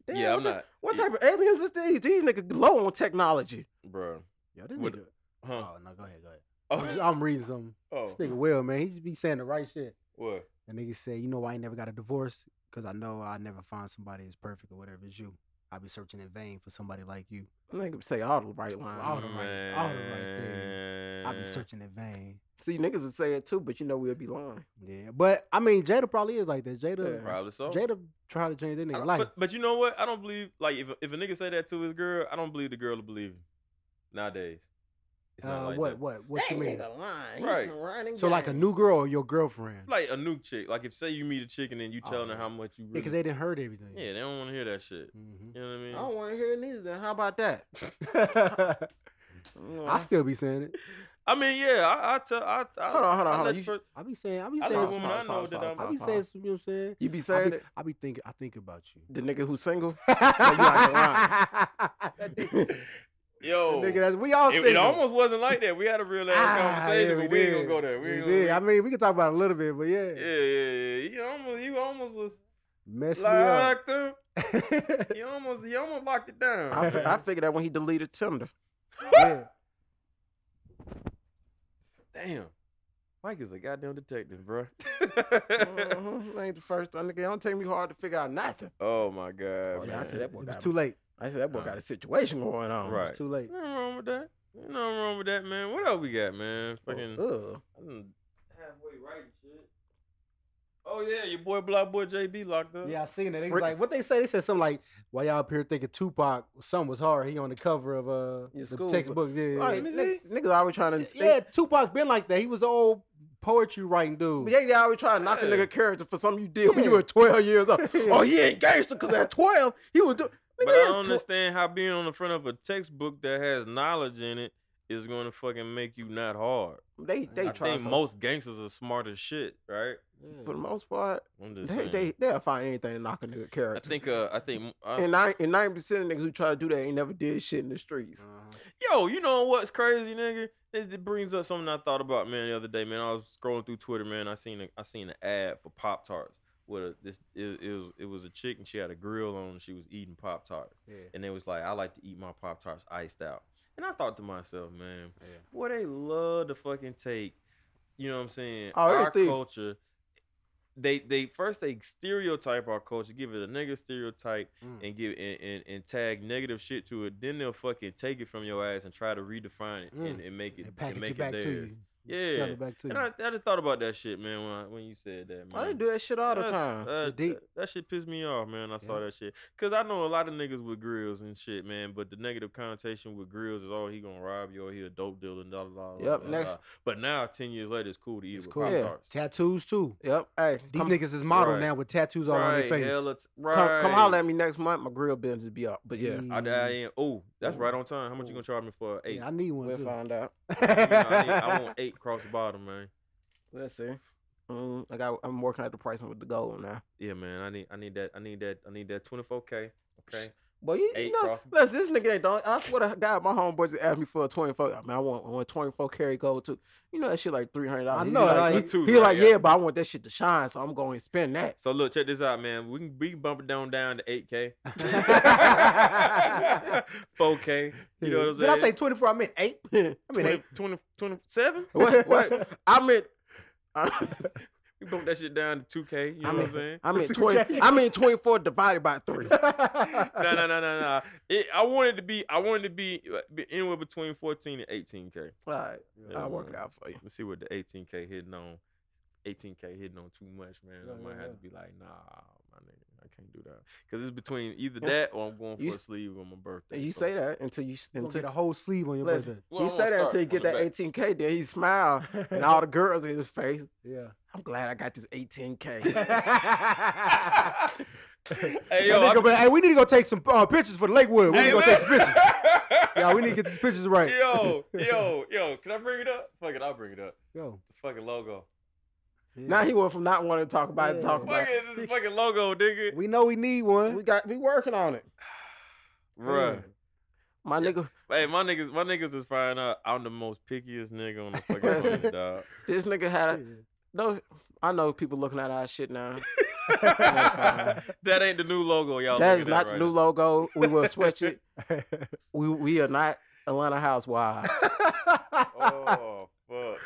Speaker 2: Damn,
Speaker 5: yeah, I'm
Speaker 2: what ty-
Speaker 5: not.
Speaker 2: What
Speaker 5: yeah,
Speaker 2: type of aliens is these? These niggas low on technology.
Speaker 5: bro?
Speaker 1: Yo, this
Speaker 5: Would-
Speaker 1: nigga.
Speaker 5: Huh?
Speaker 1: Oh no, go ahead, go ahead. I'm, just-
Speaker 5: Oh,
Speaker 1: I'm reading something.
Speaker 5: oh,
Speaker 1: This nigga Will, man, he just be saying the right shit.
Speaker 5: what?
Speaker 1: And nigga said, you know, why I ain't never got a divorce because I know I never find somebody as perfect or whatever as you. I be searching in vain for somebody like you.
Speaker 2: Niggas say all the right lines.
Speaker 1: All the right- all the right I be
Speaker 5: Man.
Speaker 1: searching in vain.
Speaker 2: See, niggas would say it too, but you know we'll be lying.
Speaker 1: Yeah, but I mean, Jada probably is like that. Jada,
Speaker 2: Yeah.
Speaker 5: Probably so.
Speaker 1: Jada tried to change that
Speaker 5: I
Speaker 1: nigga
Speaker 5: don't-
Speaker 1: life.
Speaker 5: But, but you know what? I don't believe like if a- if a nigga say that to his girl, I don't believe the girl will believe him nowadays. It's not
Speaker 1: Uh,
Speaker 5: like
Speaker 1: what,
Speaker 5: that.
Speaker 1: what, what you mean?
Speaker 2: lying.
Speaker 5: He Right.
Speaker 1: So like a new girl or your girlfriend?
Speaker 5: Like a new chick. Like if say you meet a chick and then you
Speaker 1: Oh,
Speaker 5: telling her
Speaker 1: yeah.
Speaker 5: how much you really.
Speaker 1: because they didn't heard everything.
Speaker 5: yeah, they don't want to hear that shit.
Speaker 1: Mhm.
Speaker 5: [laughs]
Speaker 1: [laughs]
Speaker 5: You know what I
Speaker 2: I
Speaker 5: mean?
Speaker 2: don't want to hear it neither. Then how about that? Mm-hmm.
Speaker 1: I still be saying it.
Speaker 5: I mean, yeah, I, I tell. I, I,
Speaker 2: Hold on, hold on,
Speaker 5: I
Speaker 2: hold
Speaker 5: let
Speaker 2: on. You
Speaker 5: per-
Speaker 1: I be saying, I be
Speaker 5: I
Speaker 1: saying,
Speaker 5: know a
Speaker 1: some-
Speaker 5: woman I know
Speaker 2: pause,
Speaker 5: that
Speaker 2: pause,
Speaker 5: I'm-
Speaker 1: I
Speaker 2: pause,
Speaker 1: be
Speaker 2: pause.
Speaker 1: saying, some- you know what I'm saying?
Speaker 2: You be
Speaker 1: I
Speaker 2: saying
Speaker 1: be,
Speaker 2: it.
Speaker 1: I be thinking, I think about you.
Speaker 2: The nigga who's single.
Speaker 1: That
Speaker 2: [laughs]
Speaker 1: nigga-
Speaker 5: Yo,
Speaker 1: nigga, that's, we all
Speaker 5: Oh. it, it
Speaker 1: single.
Speaker 5: almost wasn't like that. We had a real
Speaker 2: Ah,
Speaker 5: ass conversation,
Speaker 1: yeah,
Speaker 5: but we ain't gonna
Speaker 1: did.
Speaker 5: go there. We,
Speaker 1: We,
Speaker 5: ain't
Speaker 1: did. I
Speaker 5: Gonna,
Speaker 1: mean, we can talk about it a little bit, but yeah,
Speaker 5: yeah, yeah, yeah. You almost, you almost was
Speaker 1: mess me up. [laughs]
Speaker 5: locked up. You almost, you almost locked it down.
Speaker 2: I, fi- I figured that when he deleted Tinder.
Speaker 1: yeah.
Speaker 5: [laughs] Damn, Mike is a goddamn detective, bro. Mm-hmm.
Speaker 2: Mhm, [laughs] Ain't the first time. Nigga, it don't take me hard to figure out nothing.
Speaker 5: [laughs] oh my god,
Speaker 2: I
Speaker 5: man.
Speaker 2: said that boy
Speaker 1: It
Speaker 2: got
Speaker 1: was too late.
Speaker 2: I said that boy got a situation going on.
Speaker 5: Right.
Speaker 1: It's too late.
Speaker 5: Ain't nothing wrong with that. Ain't nothing wrong with that, man. What else we got, man?
Speaker 2: Oh,
Speaker 5: Fucking.
Speaker 2: Ugh.
Speaker 5: I done halfway right and shit. Oh yeah, your boy Block Boy JB locked up.
Speaker 1: Yeah, I seen that. They was
Speaker 2: Frick.
Speaker 1: like, what they say? They said something like, "Why y'all up here thinking Tupac? Something was hard. He on the cover of uh
Speaker 2: Your
Speaker 1: the
Speaker 2: school book.
Speaker 1: textbooks. Yeah, yeah,
Speaker 2: Like,
Speaker 5: Let me
Speaker 2: nigg- niggas always trying to.
Speaker 1: yeah.
Speaker 2: they-
Speaker 1: yeah, Tupac been like that. He was an old poetry writing dude.
Speaker 2: But yeah, they always try to knock a
Speaker 5: Yeah.
Speaker 2: nigga character for something you did when you
Speaker 1: Yeah.
Speaker 2: were 12 years [laughs] old.
Speaker 1: Yeah.
Speaker 2: Oh, he ain't gangster because at 12 he was doing. Nigga,
Speaker 5: But I
Speaker 2: that's
Speaker 5: don't
Speaker 2: tw-
Speaker 5: understand how being on the front of a textbook that has knowledge in it is going to fucking make you not hard.
Speaker 2: They they
Speaker 5: I
Speaker 2: try
Speaker 5: think
Speaker 2: some-
Speaker 5: most gangsters are smart as shit, right?
Speaker 2: for the most part.
Speaker 5: I'm just
Speaker 2: They
Speaker 5: saying.
Speaker 2: they they'll find anything to knock a nigga
Speaker 5: I
Speaker 2: character.
Speaker 5: think. Uh, I think. I,
Speaker 2: and nine and ninety percent of niggas who try to do that ain't never did shit in the streets.
Speaker 4: Uh-huh.
Speaker 5: yo, you know what's crazy, nigga? It, it brings up something I thought about, man, the other day, man. I was scrolling through Twitter, man. I seen a, I seen an ad for Pop Tarts. With a, this, it, it was it was a chick and she had a grill on. and She was eating Pop Tarts. and they was like, I like to eat my Pop Tarts iced out. And I thought to myself, man,
Speaker 1: Yeah.
Speaker 5: boy, they love to fucking take, you know what I'm saying,
Speaker 2: Oh,
Speaker 5: our
Speaker 2: everything.
Speaker 5: culture. They they first they stereotype our culture, give it a negative stereotype,
Speaker 1: Mm.
Speaker 5: and give and, and, and tag negative shit to it. Then they'll fucking take it from your ass and try to redefine it and,
Speaker 1: Mm.
Speaker 5: and make it
Speaker 1: They
Speaker 5: and
Speaker 1: package
Speaker 5: make
Speaker 1: it back
Speaker 5: theirs.
Speaker 1: to you.
Speaker 5: Yeah.
Speaker 1: Sell it back to you.
Speaker 5: And I, I just thought about that shit, man, when I, when you said that,
Speaker 1: Oh,
Speaker 5: man.
Speaker 2: Why oh, they do that shit all the
Speaker 5: That's-
Speaker 2: time?
Speaker 5: uh,
Speaker 1: Shit deep.
Speaker 5: That, that shit pissed me off, man. I saw
Speaker 1: Yeah.
Speaker 5: that shit. Cause I know a lot of niggas with grills and shit, man. But the negative connotation with grills is, oh, he gonna rob you or he a dope dealer and da da da. da,
Speaker 2: Yep,
Speaker 5: da, da,
Speaker 2: next-
Speaker 5: da. But now, ten years later, it's cool to eat
Speaker 1: It's
Speaker 5: with
Speaker 1: cool.
Speaker 5: pop
Speaker 2: Yeah.
Speaker 5: tarts.
Speaker 1: tattoos too.
Speaker 2: Yep. Hey,
Speaker 1: These
Speaker 2: come,
Speaker 1: niggas is model
Speaker 5: Right.
Speaker 1: now with tattoos all on
Speaker 5: Right,
Speaker 1: their face.
Speaker 5: hella t- right.
Speaker 2: come, come holler at me next month. My grill business be up. But yeah,
Speaker 5: I, I am. Oh, that's
Speaker 1: Ooh.
Speaker 5: right on time. How much you
Speaker 1: Ooh.
Speaker 5: gonna charge me for eight?
Speaker 1: Yeah, I need one
Speaker 2: we'll
Speaker 1: too. [laughs]
Speaker 2: find out.
Speaker 5: I, mean, I, need,
Speaker 2: [laughs]
Speaker 5: I want eight across the bottom, man.
Speaker 2: Let's see. Mm, I got. I'm working out the pricing with the gold now.
Speaker 5: Yeah, man. I need, I need that, I need that, I need that twenty four k. Okay.
Speaker 2: But you,
Speaker 5: Eight
Speaker 2: you know,
Speaker 5: cross-
Speaker 2: listen, this nigga ain't dog. I swear to God, my homeboy just asked me for a 24. I mean, I want, I want 24 carry gold too. You know, that shit like $300.
Speaker 1: I
Speaker 2: He
Speaker 1: know,
Speaker 2: like,
Speaker 1: like,
Speaker 2: he,
Speaker 5: Like two,
Speaker 2: he like,
Speaker 5: right?
Speaker 2: yeah, but I want that shit to shine, so I'm going to spend that.
Speaker 5: So look, check this out, man. We can we can bump it down down to
Speaker 2: [laughs]
Speaker 5: eight k, four k. You know what I'm
Speaker 1: Did
Speaker 5: saying?
Speaker 1: I [laughs] say 24? I meant
Speaker 2: [laughs]
Speaker 1: eight. I mean,
Speaker 5: 20, 20, 27?
Speaker 2: What? What? [laughs] I meant, I,
Speaker 5: You bump that shit down to 2K. You know
Speaker 2: I
Speaker 5: what
Speaker 2: mean, [laughs]
Speaker 5: I'm saying?
Speaker 2: I mean
Speaker 1: It's
Speaker 2: twenty.
Speaker 1: [laughs] okay.
Speaker 2: I mean twenty four divided by
Speaker 1: [laughs]
Speaker 2: three.
Speaker 5: No, no, no, no, no. It, I wanted to be. I wanted to be, uh, be anywhere between 14 and 18K.
Speaker 2: All right,
Speaker 5: Yeah,
Speaker 2: I'll work it
Speaker 5: man.
Speaker 2: out for you.
Speaker 5: Let's see what the 18K hitting on. 18K hitting on too much, man. I
Speaker 1: Yeah,
Speaker 5: might
Speaker 1: yeah,
Speaker 5: have to be like, nah, my nigga, I can't do that. Cause it's between either
Speaker 2: Yeah.
Speaker 5: that or I'm going for
Speaker 2: You
Speaker 5: a
Speaker 2: s-
Speaker 5: sleeve on my birthday.
Speaker 2: And you
Speaker 5: so-
Speaker 2: say that until you
Speaker 1: You gonna
Speaker 2: until
Speaker 1: get a whole sleeve on your
Speaker 2: Listen,
Speaker 1: birthday.
Speaker 5: Well,
Speaker 2: he
Speaker 5: I'm
Speaker 2: say
Speaker 5: gonna
Speaker 2: that until you
Speaker 5: start
Speaker 2: get
Speaker 5: on
Speaker 2: that
Speaker 5: the back.
Speaker 2: 18k. Then he smile,
Speaker 1: [laughs]
Speaker 2: and all the girls in his face.
Speaker 1: yeah.
Speaker 2: [laughs] I'm glad I got this
Speaker 1: [laughs]
Speaker 2: 18k.
Speaker 5: hey yo,
Speaker 1: That nigga
Speaker 5: I'm-
Speaker 1: been- hey, we need to go take some uh, pictures for the Lakewood. We need
Speaker 5: hey,
Speaker 1: to go take some
Speaker 5: man. [laughs]
Speaker 1: pictures. Yeah, we need to get these pictures right.
Speaker 5: Yo, yo, yo, can I bring it up? Fuck it, I'll bring it up.
Speaker 1: [laughs] Yo.
Speaker 5: The fucking logo.
Speaker 1: yeah.
Speaker 2: now he went from not wanting to talk about it to talk
Speaker 1: Yeah.
Speaker 2: about.
Speaker 5: Fuck
Speaker 2: it.
Speaker 5: it, this fucking logo, nigga.
Speaker 1: We know we need one.
Speaker 2: We got we working on it,
Speaker 5: Bruh.
Speaker 2: my nigga.
Speaker 5: Hey, my niggas, my niggas is fine. out. I'm the most pickiest nigga on the fucking
Speaker 2: Listen.
Speaker 5: planet,
Speaker 1: [laughs]
Speaker 5: dog.
Speaker 2: This nigga had a
Speaker 1: Yeah.
Speaker 2: no. I know people looking at our shit now.
Speaker 5: that ain't the new logo, [laughs] y'all.
Speaker 2: that
Speaker 5: Look
Speaker 2: is
Speaker 5: at
Speaker 2: not
Speaker 5: right
Speaker 2: the new
Speaker 5: now.
Speaker 2: logo. We will switch
Speaker 1: [laughs]
Speaker 2: it. We we are not Atlanta Housewives.
Speaker 5: [laughs] Oh [laughs] fuck.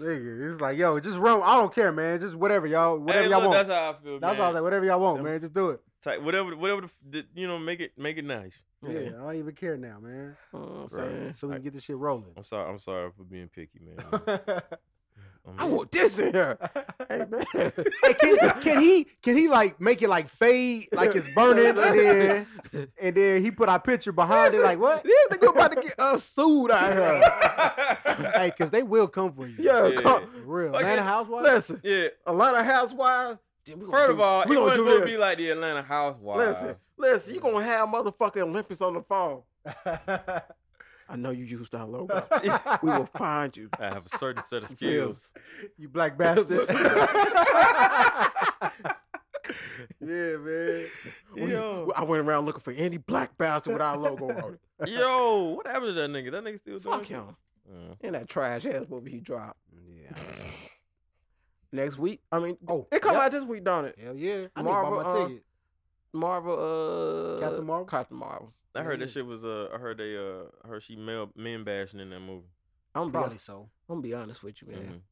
Speaker 1: Nigga, it's like, yo, just run. I don't care, man. Just whatever, y'all. Whatever
Speaker 5: hey,
Speaker 1: y'all
Speaker 5: look,
Speaker 1: want.
Speaker 5: That's how I feel,
Speaker 1: That's
Speaker 5: man.
Speaker 1: all. I was Like, whatever y'all want,
Speaker 2: Them-
Speaker 1: man. Just do it.
Speaker 5: Type- whatever, whatever. The, f- the, you know, make it, make it nice.
Speaker 1: Yeah,
Speaker 2: Yeah.
Speaker 1: I don't even care now, man.
Speaker 2: You know what I'm saying?
Speaker 1: So we
Speaker 5: I-
Speaker 1: can get this shit rolling.
Speaker 5: [laughs] I'm sorry. I'm sorry for being picky,
Speaker 2: [laughs]
Speaker 5: man. I'm-
Speaker 2: I want this in here. Hey
Speaker 1: [laughs]
Speaker 2: man.
Speaker 1: Hey, can, can he can he like make it like fade like it's burning and
Speaker 5: [laughs]
Speaker 1: then and then he put our picture behind it like what?
Speaker 2: [laughs] This nigga about to get us sued out
Speaker 1: [laughs]
Speaker 2: here. [laughs]
Speaker 1: hey, cause they will come for you.
Speaker 2: Yeah,
Speaker 5: Yeah.
Speaker 2: Come,
Speaker 1: For real.
Speaker 5: Fuck
Speaker 1: Man,
Speaker 5: it.
Speaker 1: housewife.
Speaker 2: listen.
Speaker 5: [laughs] yeah.
Speaker 2: Atlanta Housewives. then we gonna
Speaker 5: First
Speaker 2: do-
Speaker 5: of all,
Speaker 2: we
Speaker 5: it
Speaker 2: gonna
Speaker 5: wasn't
Speaker 2: do
Speaker 5: gonna
Speaker 2: this.
Speaker 5: be like the Atlanta Housewives.
Speaker 2: Listen, listen. You gonna have motherfucking Olympus on the phone. I know you used our logo. we [laughs] will find you.
Speaker 5: I have a certain
Speaker 2: [laughs]
Speaker 5: set of
Speaker 2: Skills.
Speaker 5: skills.
Speaker 1: [laughs] you black [laughs] bastards.
Speaker 2: Yeah, man. We-
Speaker 5: Yo.
Speaker 2: I went around looking for any black bastard with our logo on it.
Speaker 5: Yo, what happened to that nigga? That nigga still doing
Speaker 2: Fuck
Speaker 5: shit?
Speaker 2: him.
Speaker 5: Uh,
Speaker 2: [laughs] And that trash ass movie he dropped
Speaker 1: yeah.
Speaker 2: next week. I mean,
Speaker 1: Oh,
Speaker 2: it come
Speaker 1: yep.
Speaker 2: out this week, don't it?
Speaker 1: Hell yeah. I need
Speaker 2: Marvel,
Speaker 1: to buy my
Speaker 2: uh,
Speaker 1: ticket.
Speaker 2: Marvel, uh,
Speaker 1: Captain Marvel?
Speaker 2: Captain Marvel.
Speaker 5: I heard that
Speaker 1: Yeah.
Speaker 5: shit was uh, I heard they uh, I heard she male, men bashing in that movie.
Speaker 2: I'm gonna, be,
Speaker 1: Probably so.
Speaker 2: I'm gonna be honest with you, man.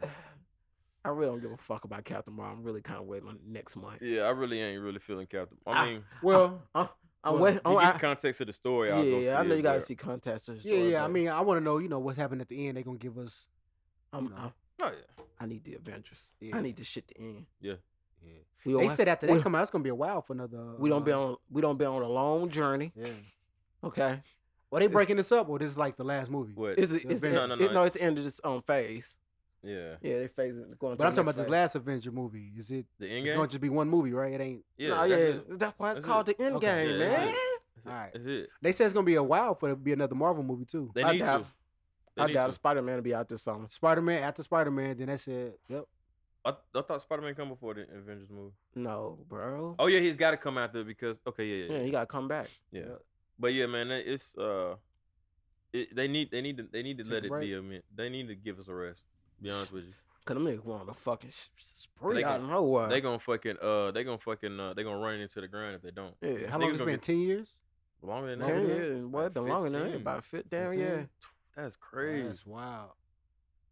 Speaker 5: Mhm.
Speaker 2: I really don't give a fuck about Captain Marvel. I'm really kind of waiting on next month.
Speaker 5: Yeah, I really ain't really feeling Captain.
Speaker 2: Ah.
Speaker 5: I mean,
Speaker 1: Well,
Speaker 2: I'm, I'm
Speaker 1: Uh, Well,
Speaker 2: waiting.
Speaker 5: you
Speaker 2: Oh,
Speaker 5: get
Speaker 2: I-
Speaker 5: context of the story. I'll go see
Speaker 2: yeah, I know
Speaker 5: it,
Speaker 2: you gotta
Speaker 5: but-
Speaker 2: see contest. or
Speaker 1: yeah,
Speaker 2: story,
Speaker 1: yeah. I
Speaker 2: but
Speaker 1: mean, I want to know, you know, what's happened at the end. They gonna give us.
Speaker 2: I'm,
Speaker 1: know.
Speaker 2: I'm,
Speaker 5: Oh yeah,
Speaker 2: I need the Avengers.
Speaker 1: Yeah.
Speaker 2: I need this shit to end.
Speaker 1: Yeah.
Speaker 2: We
Speaker 1: They
Speaker 2: don't have-
Speaker 1: said after
Speaker 2: we-
Speaker 1: they come out, it's gonna be a while for another.
Speaker 2: we don't be
Speaker 1: uh,
Speaker 2: on we don't be on a long journey.
Speaker 1: Yeah.
Speaker 2: Okay,
Speaker 1: Well, they
Speaker 2: It's-
Speaker 1: breaking this up, or this is like the last movie.
Speaker 5: what?
Speaker 2: it's it's,
Speaker 1: Avengers.
Speaker 2: it's, the-
Speaker 5: No, no,
Speaker 2: it-
Speaker 5: no.
Speaker 2: no, it's the end of this um phase.
Speaker 5: yeah,
Speaker 2: Yeah, they phasing going. to
Speaker 1: But I'm
Speaker 2: the
Speaker 1: talking about
Speaker 2: next
Speaker 1: this
Speaker 2: phase.
Speaker 1: last Avenger movie. Is it?
Speaker 5: the end
Speaker 1: It's
Speaker 5: game.
Speaker 1: gonna just be one movie, right? It ain't.
Speaker 5: yeah,
Speaker 2: no,
Speaker 5: that's
Speaker 2: yeah,
Speaker 5: it.
Speaker 2: it's- that's why it's
Speaker 5: That's it.
Speaker 2: called the end
Speaker 1: Okay.
Speaker 2: game,
Speaker 5: Yeah,
Speaker 2: man.
Speaker 5: that's That's it.
Speaker 1: Alright.
Speaker 5: That's it.
Speaker 1: They said it's gonna be a while for it to be another Marvel movie too.
Speaker 5: They
Speaker 2: I
Speaker 5: need
Speaker 2: doubt-
Speaker 5: to. They
Speaker 2: I
Speaker 5: need
Speaker 2: doubt
Speaker 5: to.
Speaker 2: Spider Man to be out this summer.
Speaker 1: Spider Man after Spider Man, then that's it. Yep.
Speaker 5: I, I thought Spider Man come before the Avengers movie.
Speaker 2: No, bro.
Speaker 5: Oh yeah, he's got to come out there because okay, yeah, yeah,
Speaker 2: yeah,
Speaker 5: yeah.
Speaker 2: he gotta come back.
Speaker 5: yeah. But yeah, man, that- it's uh, it, they need they need to they need to
Speaker 1: Take
Speaker 5: let
Speaker 1: a
Speaker 5: it
Speaker 1: break.
Speaker 5: be a minute. They need to give us a rest. to Be honest with you,
Speaker 2: Cause them niggas want a fucking sh- spree
Speaker 5: They
Speaker 2: out of nowhere.
Speaker 5: they gonna fucking uh, they gonna fucking uh, they gonna run into the ground if they don't.
Speaker 2: yeah,
Speaker 1: How long
Speaker 5: Niggas
Speaker 1: has
Speaker 5: gonna
Speaker 1: it been?
Speaker 5: get-
Speaker 1: Ten years.
Speaker 5: Longer than that,
Speaker 2: ten
Speaker 5: man.
Speaker 2: years. What the longer than that?
Speaker 5: 15,
Speaker 2: About fit down,
Speaker 1: 15?
Speaker 2: yeah.
Speaker 5: That's crazy.
Speaker 1: That's wild.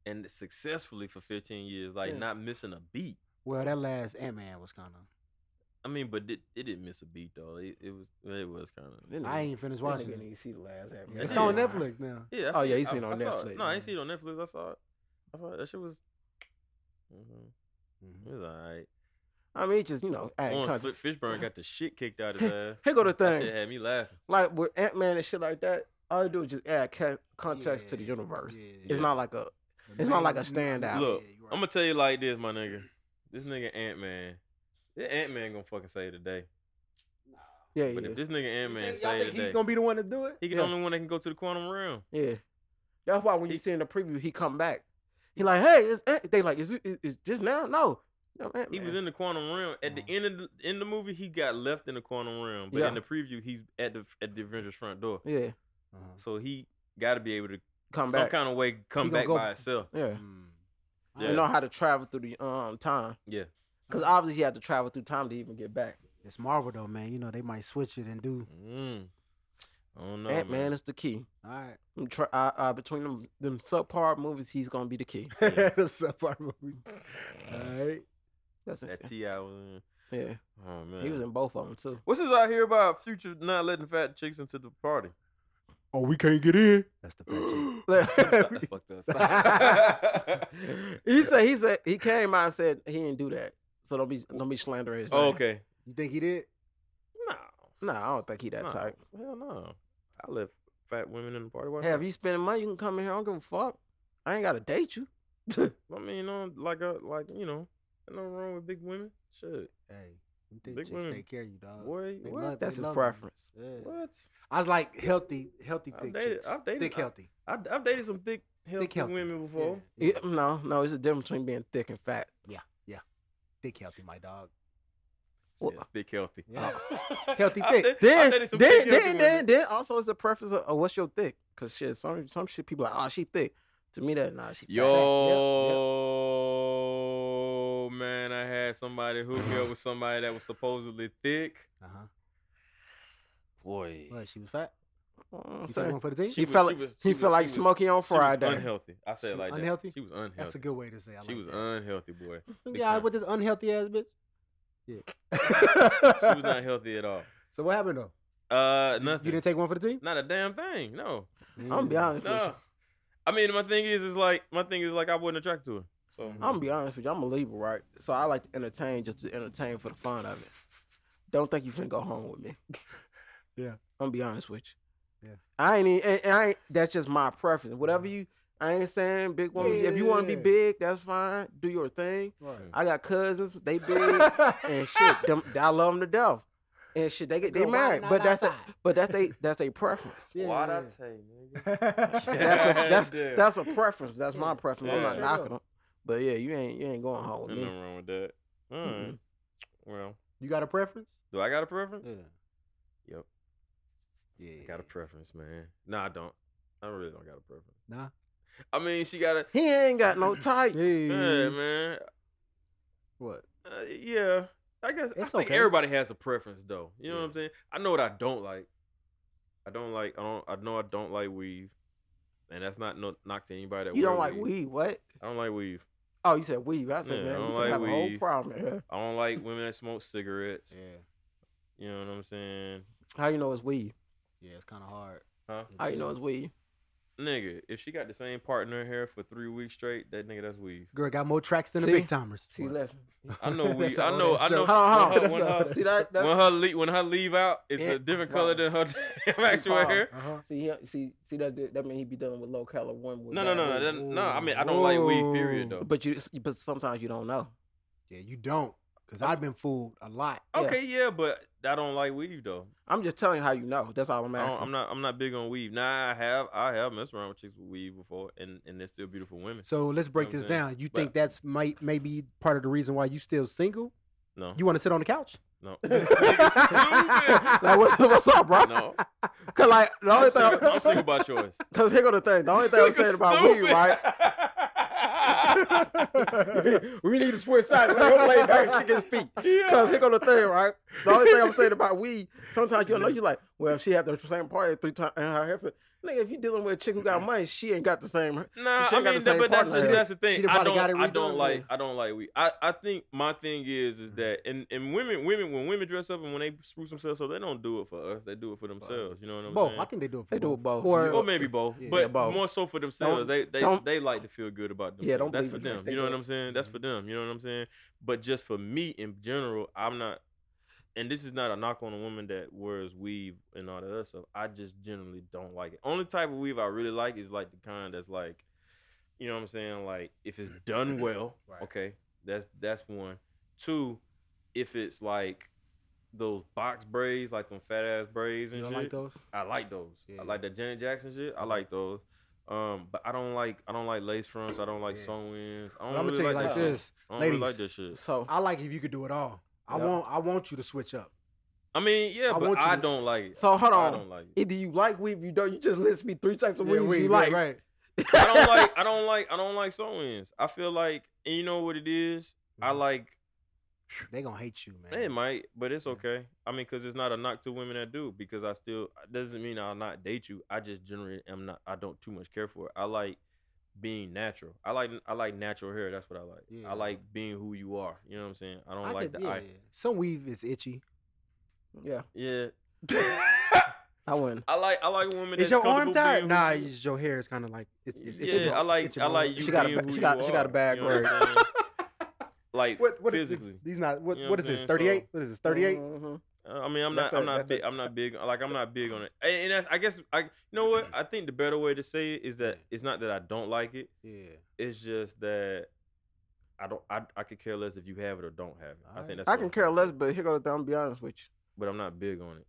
Speaker 5: and successfully for 15 years, like
Speaker 2: Yeah.
Speaker 5: not missing a beat.
Speaker 1: Well, that last Ant Man was kind of.
Speaker 5: I mean, but it, it didn't miss a beat though. It, it was it was kind of.
Speaker 2: That
Speaker 1: I
Speaker 2: nigga-
Speaker 1: ain't finished
Speaker 2: that
Speaker 1: watching
Speaker 2: nigga
Speaker 1: it.
Speaker 2: didn't see the last half.
Speaker 5: Yeah,
Speaker 1: It's
Speaker 5: yeah.
Speaker 1: on Netflix now.
Speaker 5: Yeah.
Speaker 2: Oh, yeah, you
Speaker 5: you
Speaker 2: seen it on Netflix,
Speaker 5: No, I ain't
Speaker 2: yeah.
Speaker 5: seen it on Netflix. I saw it. I saw it. That shit was. hmm It was alright.
Speaker 2: I mean, it just you know, Mm-hmm. Oh, hey,
Speaker 5: Orange
Speaker 2: country. [laughs]
Speaker 5: Flip- Fishburne got the shit kicked out of his ass.
Speaker 2: Here go the
Speaker 5: That
Speaker 2: thing.
Speaker 5: shit had me laughing.
Speaker 2: like with Ant Man and shit like that. All you do is just add ca- context to the
Speaker 1: Yeah,
Speaker 2: universe.
Speaker 1: yeah,
Speaker 2: It's
Speaker 5: yeah.
Speaker 2: not like a it's not like a standout.
Speaker 5: Look,
Speaker 1: you
Speaker 5: I'm gonna tell you like this, my nigga. This nigga Ant Man. This Ant Man gonna fucking say today.
Speaker 2: yeah,
Speaker 5: But
Speaker 2: yeah,
Speaker 5: if this nigga Ant
Speaker 1: You
Speaker 5: Man
Speaker 1: think- y'all
Speaker 5: say
Speaker 1: think
Speaker 5: today,
Speaker 1: he's gonna be the one to do it.
Speaker 5: he can
Speaker 2: yeah.
Speaker 5: only one that can go to the quantum realm.
Speaker 2: yeah. That's why when you
Speaker 5: He-
Speaker 2: see in the preview, he come back. He like, hey, it's Ant. They like, is it is, is this now? No, no,
Speaker 5: He
Speaker 2: Ant-Man.
Speaker 5: was in the quantum realm. At the
Speaker 1: Mhm.
Speaker 5: end of the, in the movie, he got left in the quantum realm. But
Speaker 2: Mm. Yeah.
Speaker 5: in the preview, he's at the at the Avengers front door.
Speaker 2: yeah,
Speaker 1: Uh-huh.
Speaker 5: So he got to be able to
Speaker 2: come
Speaker 5: some
Speaker 2: back.
Speaker 5: kind of way come
Speaker 1: He gonna
Speaker 5: back
Speaker 1: go-
Speaker 5: by himself.
Speaker 2: yeah,
Speaker 1: Mm.
Speaker 5: Yeah.
Speaker 2: you know how to travel through the um time.
Speaker 5: Yeah.
Speaker 2: Because obviously he had to travel through time to even get back.
Speaker 1: It's Marvel though, man. You know they might switch it and do
Speaker 5: Mm. I don't know,
Speaker 2: Ant
Speaker 5: man.
Speaker 2: Man is the key.
Speaker 1: All right.
Speaker 2: I'm try- uh, uh, between them them subpar movies, he's gonna be the key.
Speaker 5: [laughs]
Speaker 2: [laughs]
Speaker 1: The subpar movie. All right.
Speaker 2: That's
Speaker 5: That
Speaker 2: it.
Speaker 5: Ti was in.
Speaker 2: Yeah,
Speaker 5: Oh man.
Speaker 2: he was in both of them too.
Speaker 5: What's this out here about Future not letting fat chicks into the
Speaker 2: [laughs]
Speaker 5: party?
Speaker 3: Oh, we can't get in.
Speaker 1: That's the fat chick.
Speaker 2: [laughs]
Speaker 5: [laughs] That's fucked up.
Speaker 2: he said he said he came out and said he didn't do that. So don't be don't be slandering his
Speaker 5: oh,
Speaker 2: name.
Speaker 5: okay.
Speaker 1: You think he did?
Speaker 5: No,
Speaker 2: No, I don't think he that
Speaker 5: no.
Speaker 2: type.
Speaker 5: Hell no. I let fat women in the party. Why
Speaker 2: Hey, if
Speaker 5: not?
Speaker 2: you spending money, you can come in here. I don't give a fuck. I ain't gotta date you. That's
Speaker 5: I mean, you know, like a like you know, ain't no wrong with big women. Shit.
Speaker 1: Hey, you think
Speaker 5: Big
Speaker 1: chicks
Speaker 5: women.
Speaker 1: take care of you, dog?
Speaker 5: Boy,
Speaker 1: They
Speaker 5: what?
Speaker 1: Uh, love- they
Speaker 2: his
Speaker 1: love you.
Speaker 2: preference.
Speaker 1: Yeah.
Speaker 5: What?
Speaker 1: I like healthy, healthy
Speaker 5: I've
Speaker 1: thick
Speaker 5: dated-
Speaker 1: chicks.
Speaker 5: I've dated-
Speaker 1: thick
Speaker 5: I-
Speaker 1: healthy.
Speaker 5: I, I've dated some thick, healthy,
Speaker 1: Thick healthy
Speaker 5: women
Speaker 1: Yeah,
Speaker 5: before.
Speaker 1: yeah.
Speaker 2: Yeah, no, no, it's a difference between being thick and fat.
Speaker 1: Thick healthy, my dog.
Speaker 2: Well,
Speaker 5: Said thick, healthy. [laughs]
Speaker 1: Yeah.
Speaker 5: healthy,
Speaker 1: Healthy thick.
Speaker 2: Then, then, then, then, then, also it's a preference of, of what's your thick? Cause shit, some some shit people like, oh, she thick. To me, that nah, she fat.
Speaker 5: Yo, man, I had somebody hook me up with somebody that was supposedly thick.
Speaker 1: Uh huh.
Speaker 5: Boy,
Speaker 1: Well, she was fat.
Speaker 2: You know what
Speaker 1: You
Speaker 2: I'm
Speaker 1: took
Speaker 2: saying?
Speaker 1: one for the team.
Speaker 5: She
Speaker 2: he
Speaker 5: was-
Speaker 2: felt
Speaker 5: she
Speaker 2: like
Speaker 5: was-
Speaker 2: he
Speaker 5: she
Speaker 2: felt
Speaker 5: was-
Speaker 2: like
Speaker 5: she was-
Speaker 2: Smoking on
Speaker 5: she was
Speaker 2: Friday.
Speaker 5: unhealthy. I said
Speaker 1: She
Speaker 5: it
Speaker 1: was
Speaker 5: like
Speaker 1: unhealthy?
Speaker 5: that. She was unhealthy.
Speaker 1: That's a good way to say. it. I like
Speaker 5: she was
Speaker 1: that.
Speaker 5: unhealthy, boy. big
Speaker 1: Yeah,
Speaker 5: time.
Speaker 1: with this unhealthy ass bitch.
Speaker 2: [laughs]
Speaker 5: She was
Speaker 1: Yeah.
Speaker 5: not healthy at all.
Speaker 1: so what happened though?
Speaker 5: Uh,
Speaker 1: You-
Speaker 5: nothing.
Speaker 1: You didn't take one for the team.
Speaker 5: Not a damn thing. No.
Speaker 2: I'm
Speaker 5: Mm.
Speaker 2: gonna be honest with you.
Speaker 5: No. I mean, my thing is, is like my thing is like I wasn't attracted to her. So
Speaker 1: Mhm.
Speaker 2: I'm gonna be honest with you. I'm a Libra, right? So I like to entertain just to entertain for the fun of it. Don't think you finna go home with me.
Speaker 1: [laughs] Yeah.
Speaker 2: I'm gonna be honest with you.
Speaker 1: Yeah. Mm.
Speaker 2: I ain't. Even, and, and I ain't, that's just my preference. Whatever you. I ain't saying big woman. If you want to
Speaker 1: Yeah.
Speaker 2: be big, that's fine. Do your thing. I got cousins. They
Speaker 1: [laughs]
Speaker 2: big.
Speaker 1: [laughs] and
Speaker 2: and [laughs] shit. Them, I love them to death. And shit, they get they married, but that's a, but that's they that's a preference.
Speaker 1: Yeah,
Speaker 5: Why'd I
Speaker 1: yeah,
Speaker 5: tell you, nigga?
Speaker 2: [laughs] That's
Speaker 5: [laughs]
Speaker 1: that's
Speaker 2: a that's
Speaker 5: Yeah.
Speaker 2: that's a preference. That's my preference. I'm not
Speaker 5: Yeah.
Speaker 2: knocking them, but yeah, you ain't you ain't going home with
Speaker 5: Ain't
Speaker 2: me.
Speaker 5: nothing wrong with that. All right.
Speaker 2: Mm-mm.
Speaker 5: Well,
Speaker 1: You got a preference?
Speaker 5: do I got a preference? Yep.
Speaker 1: Yeah.
Speaker 5: I got a preference, man. No, I don't. I really don't got a preference.
Speaker 1: Nah.
Speaker 5: I mean, she got a.
Speaker 2: He ain't got
Speaker 1: [laughs]
Speaker 2: no type.
Speaker 5: Yeah,
Speaker 1: Yeah.
Speaker 5: man.
Speaker 1: What?
Speaker 5: Uh, yeah. I guess I
Speaker 1: It's
Speaker 5: think
Speaker 1: okay.
Speaker 5: everybody has a preference, though. You know what
Speaker 1: Yeah.
Speaker 5: I'm saying? I know what I don't like. I don't like. I don't. I know I don't like weave, and that's not no knock to anybody that
Speaker 2: You don't
Speaker 5: wear
Speaker 2: like weed? What?
Speaker 5: I don't like weave.
Speaker 2: Oh, you said weed. I said
Speaker 5: Yeah, I
Speaker 2: man,
Speaker 5: don't
Speaker 2: you
Speaker 5: like
Speaker 2: like have a whole
Speaker 5: weed.
Speaker 2: problem. Here.
Speaker 5: I don't like women that smoke cigarettes.
Speaker 1: Yeah.
Speaker 5: You know what I'm saying?
Speaker 2: How you know it's weed?
Speaker 1: Yeah, it's kind of hard.
Speaker 5: Huh?
Speaker 2: How you know it's weed?
Speaker 5: Nigga, if she got the same part in her hair for three weeks straight, that nigga, that's weave.
Speaker 1: Girl got more tracks than the
Speaker 2: See?
Speaker 1: big timers.
Speaker 2: See,
Speaker 1: [laughs] What?
Speaker 2: listen.
Speaker 5: I know
Speaker 1: That's
Speaker 5: weave.
Speaker 1: a
Speaker 5: I
Speaker 1: whole
Speaker 5: know. I
Speaker 1: ass
Speaker 5: know.
Speaker 1: joke.
Speaker 2: Hold on, hold
Speaker 5: when
Speaker 2: on.
Speaker 5: her- when her-
Speaker 2: See that? That's,
Speaker 5: when her leave when her leave out, it's
Speaker 2: Yeah.
Speaker 5: a different color than her [laughs] damn actual
Speaker 2: Wow.
Speaker 5: hair.
Speaker 1: Uh-huh.
Speaker 2: see, he- see, see that? That mean he be dealing with low caliber women. with
Speaker 5: No, no,
Speaker 2: bad
Speaker 5: no, no,
Speaker 2: weed.
Speaker 5: that- no. I mean, I don't like weave. Period,
Speaker 1: Whoa.
Speaker 5: though.
Speaker 2: But you, but sometimes you don't know.
Speaker 1: Yeah, you don't. Because I've been fooled a lot.
Speaker 2: yeah.
Speaker 5: Okay, yeah, but I don't like weave though.
Speaker 2: I'm just telling you how you know. That's all I'm
Speaker 5: I don't,
Speaker 2: asking.
Speaker 5: I'm not. I'm not big on weave. Nah, I have. I have messed around with chicks with weave before, and and they're still beautiful women.
Speaker 1: So let's break
Speaker 5: what I'm
Speaker 1: this
Speaker 5: saying?
Speaker 1: down. You
Speaker 5: But-
Speaker 1: think that's might maybe part of the reason why you still single?
Speaker 5: No,
Speaker 1: You want to sit on the couch?
Speaker 5: no. [laughs] This nigga's
Speaker 1: [laughs]
Speaker 5: stupid.
Speaker 2: like, what's, what's up, bro?
Speaker 5: [laughs] No,
Speaker 2: Cause like the only
Speaker 5: I'm
Speaker 2: thing,
Speaker 5: single, [laughs] I'm single by choice.
Speaker 2: cause here go the thing. The only thing I'm
Speaker 5: Nigga's
Speaker 2: saying about weed, right?
Speaker 5: stupid.
Speaker 2: [laughs]
Speaker 5: [laughs]
Speaker 2: we need to switch sides. Like, don't lay back and kick his feet. Cause here go the thing, right? The only thing I'm saying
Speaker 5: [laughs]
Speaker 2: about weed, sometimes you don't know. You like, well, if she had the same party three times in her hair, fit- nigga, if you dealing with a chick who got money, she ain't got the same.
Speaker 5: Nah,
Speaker 2: She
Speaker 5: I
Speaker 2: ain't got the
Speaker 5: mean,
Speaker 2: same
Speaker 5: that, but that's
Speaker 2: partner.
Speaker 5: the,
Speaker 2: She-
Speaker 5: that's the
Speaker 1: she
Speaker 5: thing.
Speaker 1: done
Speaker 5: I
Speaker 1: probably
Speaker 5: don't,
Speaker 1: got it
Speaker 5: I don't
Speaker 1: redone,
Speaker 5: like,
Speaker 1: yeah.
Speaker 5: I don't like weed. I, I think my thing is, is that, and, and women, women, when women dress up and when they spruce themselves up, they don't do it for us. They do it for themselves. You know what I'm
Speaker 1: both.
Speaker 5: saying?
Speaker 1: I think they do it for
Speaker 2: They do
Speaker 1: both.
Speaker 2: it both.
Speaker 1: Or,
Speaker 5: or maybe both,
Speaker 1: Yeah,
Speaker 5: but
Speaker 2: both.
Speaker 5: more so for themselves. they they
Speaker 2: don't-
Speaker 5: they like to feel good about themselves.
Speaker 2: Yeah, don't
Speaker 5: That's
Speaker 2: believe
Speaker 5: for
Speaker 2: in drugs.
Speaker 5: them.
Speaker 2: They
Speaker 5: You know
Speaker 2: do
Speaker 5: what
Speaker 2: it.
Speaker 5: I'm saying?
Speaker 1: Mm-hmm.
Speaker 5: That's for them. You know what I'm saying? But just for me in general, I'm not. And this is not a knock on a woman that wears weave and all that other stuff. I just generally don't like it. Only type of weave I really like is like the kind that's like, you know what I'm saying? Like if it's done well,
Speaker 1: Mm-hmm. Right.
Speaker 5: okay, that's that's one. Two, if it's like those box braids, like them fat ass braids and
Speaker 1: you don't
Speaker 5: shit.
Speaker 1: like those?
Speaker 5: I like those.
Speaker 1: Yeah.
Speaker 5: I like that Janet Jackson shit. I like those. Um, but I don't like I don't like lace fronts. I don't like
Speaker 1: Yeah.
Speaker 5: sew-ins. I
Speaker 1: But
Speaker 5: don't
Speaker 1: I'm
Speaker 5: really
Speaker 1: gonna tell
Speaker 5: like
Speaker 1: you like
Speaker 5: that shit.
Speaker 1: this.
Speaker 5: I don't
Speaker 1: Ladies.
Speaker 5: really like this shit.
Speaker 2: So
Speaker 1: I like if you could do it all. I
Speaker 2: Yeah.
Speaker 1: want I want you to switch up.
Speaker 5: I mean, yeah,
Speaker 1: I
Speaker 5: but
Speaker 1: want you
Speaker 5: I
Speaker 1: to-
Speaker 5: don't like it.
Speaker 2: So, hold
Speaker 5: I
Speaker 2: on.
Speaker 5: don't like it.
Speaker 2: either you like weed, you don't. You just list me three types of weed
Speaker 1: we-
Speaker 2: you like.
Speaker 1: right.
Speaker 5: I don't like I don't like I don't like sew-ins. I feel like and you know what it is? I
Speaker 1: Mhm.
Speaker 5: like
Speaker 1: they gonna hate you, man.
Speaker 5: It might, but it's
Speaker 1: Yeah.
Speaker 5: okay. I mean, because it's not a knock to women that do. Because I still doesn't mean I'll not date you. I just generally am not. I don't too much care for it. I like being natural. I like I like natural hair. That's what I like.
Speaker 1: Yeah.
Speaker 5: I like being who you are. You know what I'm saying? I don't
Speaker 1: I
Speaker 5: like
Speaker 1: could-
Speaker 5: the
Speaker 1: yeah,
Speaker 5: I.
Speaker 1: yeah. Some weave
Speaker 5: [laughs]
Speaker 1: is itchy.
Speaker 2: Yeah,
Speaker 5: Yeah.
Speaker 2: I wouldn't.
Speaker 5: I like I like women.
Speaker 1: [laughs] Is
Speaker 5: that's
Speaker 1: your arm
Speaker 5: comfortable
Speaker 1: tired?
Speaker 5: being who
Speaker 1: Nah,
Speaker 5: you-
Speaker 1: it's- your hair is kind of like it's, it's itchy.
Speaker 5: yeah, I
Speaker 1: bone-
Speaker 5: like
Speaker 1: itchy
Speaker 5: I
Speaker 1: bone.
Speaker 5: like you
Speaker 2: She got a
Speaker 5: being
Speaker 2: ba-
Speaker 5: who
Speaker 2: she
Speaker 5: you
Speaker 2: got- she got a
Speaker 5: are,
Speaker 2: bad
Speaker 5: you know what
Speaker 2: [laughs]
Speaker 5: I'm saying? like
Speaker 1: [laughs] What what is this?
Speaker 5: physically.
Speaker 1: These not what
Speaker 5: You know
Speaker 1: what
Speaker 5: what
Speaker 1: is
Speaker 5: I'm
Speaker 1: this?
Speaker 5: saying?
Speaker 1: Thirty eight?
Speaker 5: So-
Speaker 1: What is this? Thirty eight?
Speaker 2: Mhm.
Speaker 5: Uh, I mean, I'm
Speaker 2: That's
Speaker 5: not,
Speaker 2: a-
Speaker 5: I'm not
Speaker 2: that's a-
Speaker 5: big, i I'm not big, like I'm
Speaker 2: [laughs]
Speaker 5: not big on it. And, and that's, I guess, I, you know what? I think the better way to say it is that
Speaker 2: Mm.
Speaker 5: it's not that I don't like it.
Speaker 1: Yeah.
Speaker 5: It's just that I don't, I, I could care less if you have it or don't have it. I
Speaker 1: Alright.
Speaker 5: think that's.
Speaker 2: I
Speaker 5: what
Speaker 2: can
Speaker 5: I'm
Speaker 2: care
Speaker 5: trying to
Speaker 2: less,
Speaker 5: say.
Speaker 2: but here go the thing. I'm gonna be honest with you.
Speaker 5: but I'm not big on it.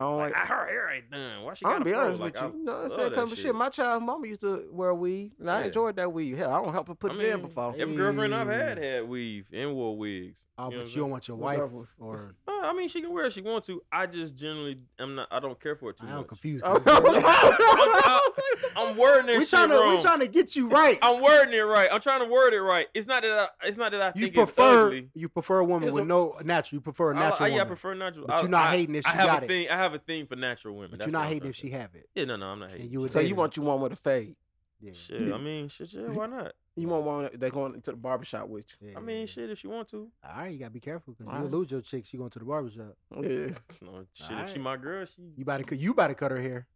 Speaker 2: I don't like.
Speaker 5: Like, I, her hair ain't done. Why she
Speaker 2: I'm
Speaker 5: got
Speaker 2: gonna
Speaker 5: a
Speaker 2: be
Speaker 5: fro?
Speaker 2: honest
Speaker 5: Like,
Speaker 2: with
Speaker 5: I
Speaker 2: you. No, it's
Speaker 5: love
Speaker 2: that
Speaker 5: that
Speaker 2: type of
Speaker 5: shit.
Speaker 2: shit. My child's mama used to wear weave, and I
Speaker 5: Yeah.
Speaker 2: enjoyed that weave. Hell, I don't help her put
Speaker 5: I
Speaker 2: it in
Speaker 5: mean,
Speaker 2: before. [laughs]
Speaker 5: Every girlfriend I've had had weave and wore wigs.
Speaker 1: Oh,
Speaker 5: know what I'm
Speaker 1: but you
Speaker 5: saying?
Speaker 1: don't want your
Speaker 2: What
Speaker 1: wife
Speaker 2: level?
Speaker 1: or
Speaker 5: Uh, I mean, she can wear it if she wants to. I just generally am not. I don't care for it too
Speaker 1: I'm
Speaker 5: much.
Speaker 1: confused.
Speaker 2: Oh,
Speaker 5: [laughs]
Speaker 1: 'cause it's-
Speaker 2: [laughs]
Speaker 5: I'm wording this
Speaker 1: we
Speaker 5: shit
Speaker 1: trying to
Speaker 5: wrong.
Speaker 1: we trying to get
Speaker 5: [laughs]
Speaker 1: you right.
Speaker 5: I'm wording it right. I'm trying to word it right. It's not that I. It's not that I
Speaker 1: You
Speaker 5: think it's
Speaker 1: prefer
Speaker 5: ugly.
Speaker 1: you prefer a woman
Speaker 5: It's
Speaker 1: with
Speaker 5: a-
Speaker 1: no natural. You prefer a
Speaker 5: I li-
Speaker 1: natural
Speaker 5: I, yeah, I
Speaker 1: woman.
Speaker 5: prefer natural.
Speaker 1: But
Speaker 5: I-
Speaker 1: you're not
Speaker 5: I-
Speaker 1: hating if
Speaker 5: I
Speaker 1: she
Speaker 5: have
Speaker 1: got
Speaker 5: a
Speaker 1: it.
Speaker 5: thing. I have a thing for natural women.
Speaker 1: but
Speaker 5: That's
Speaker 1: you're
Speaker 5: what
Speaker 1: not
Speaker 5: I'm
Speaker 1: hating
Speaker 5: trying
Speaker 1: if
Speaker 5: to
Speaker 1: she
Speaker 5: say.
Speaker 1: have it.
Speaker 5: Yeah, no, no, I'm not hating.
Speaker 1: And you would
Speaker 2: So
Speaker 1: date
Speaker 2: you
Speaker 1: her.
Speaker 2: want you one with a fade?
Speaker 1: Yeah.
Speaker 5: Shit, I mean, shit, yeah, why not?
Speaker 2: You want one that going to the barbershop with
Speaker 1: Yeah,
Speaker 5: I
Speaker 1: yeah,
Speaker 5: mean,
Speaker 1: yeah.
Speaker 5: shit, if she want to.
Speaker 1: All right, you gotta be careful because you
Speaker 2: Alright.
Speaker 1: lose your chick. She going to the barbershop.
Speaker 2: you? Yeah.
Speaker 5: No, shit, if
Speaker 1: Alright.
Speaker 5: she my girl, she.
Speaker 1: You about to cut. You about to cut
Speaker 5: [laughs]
Speaker 1: her hair.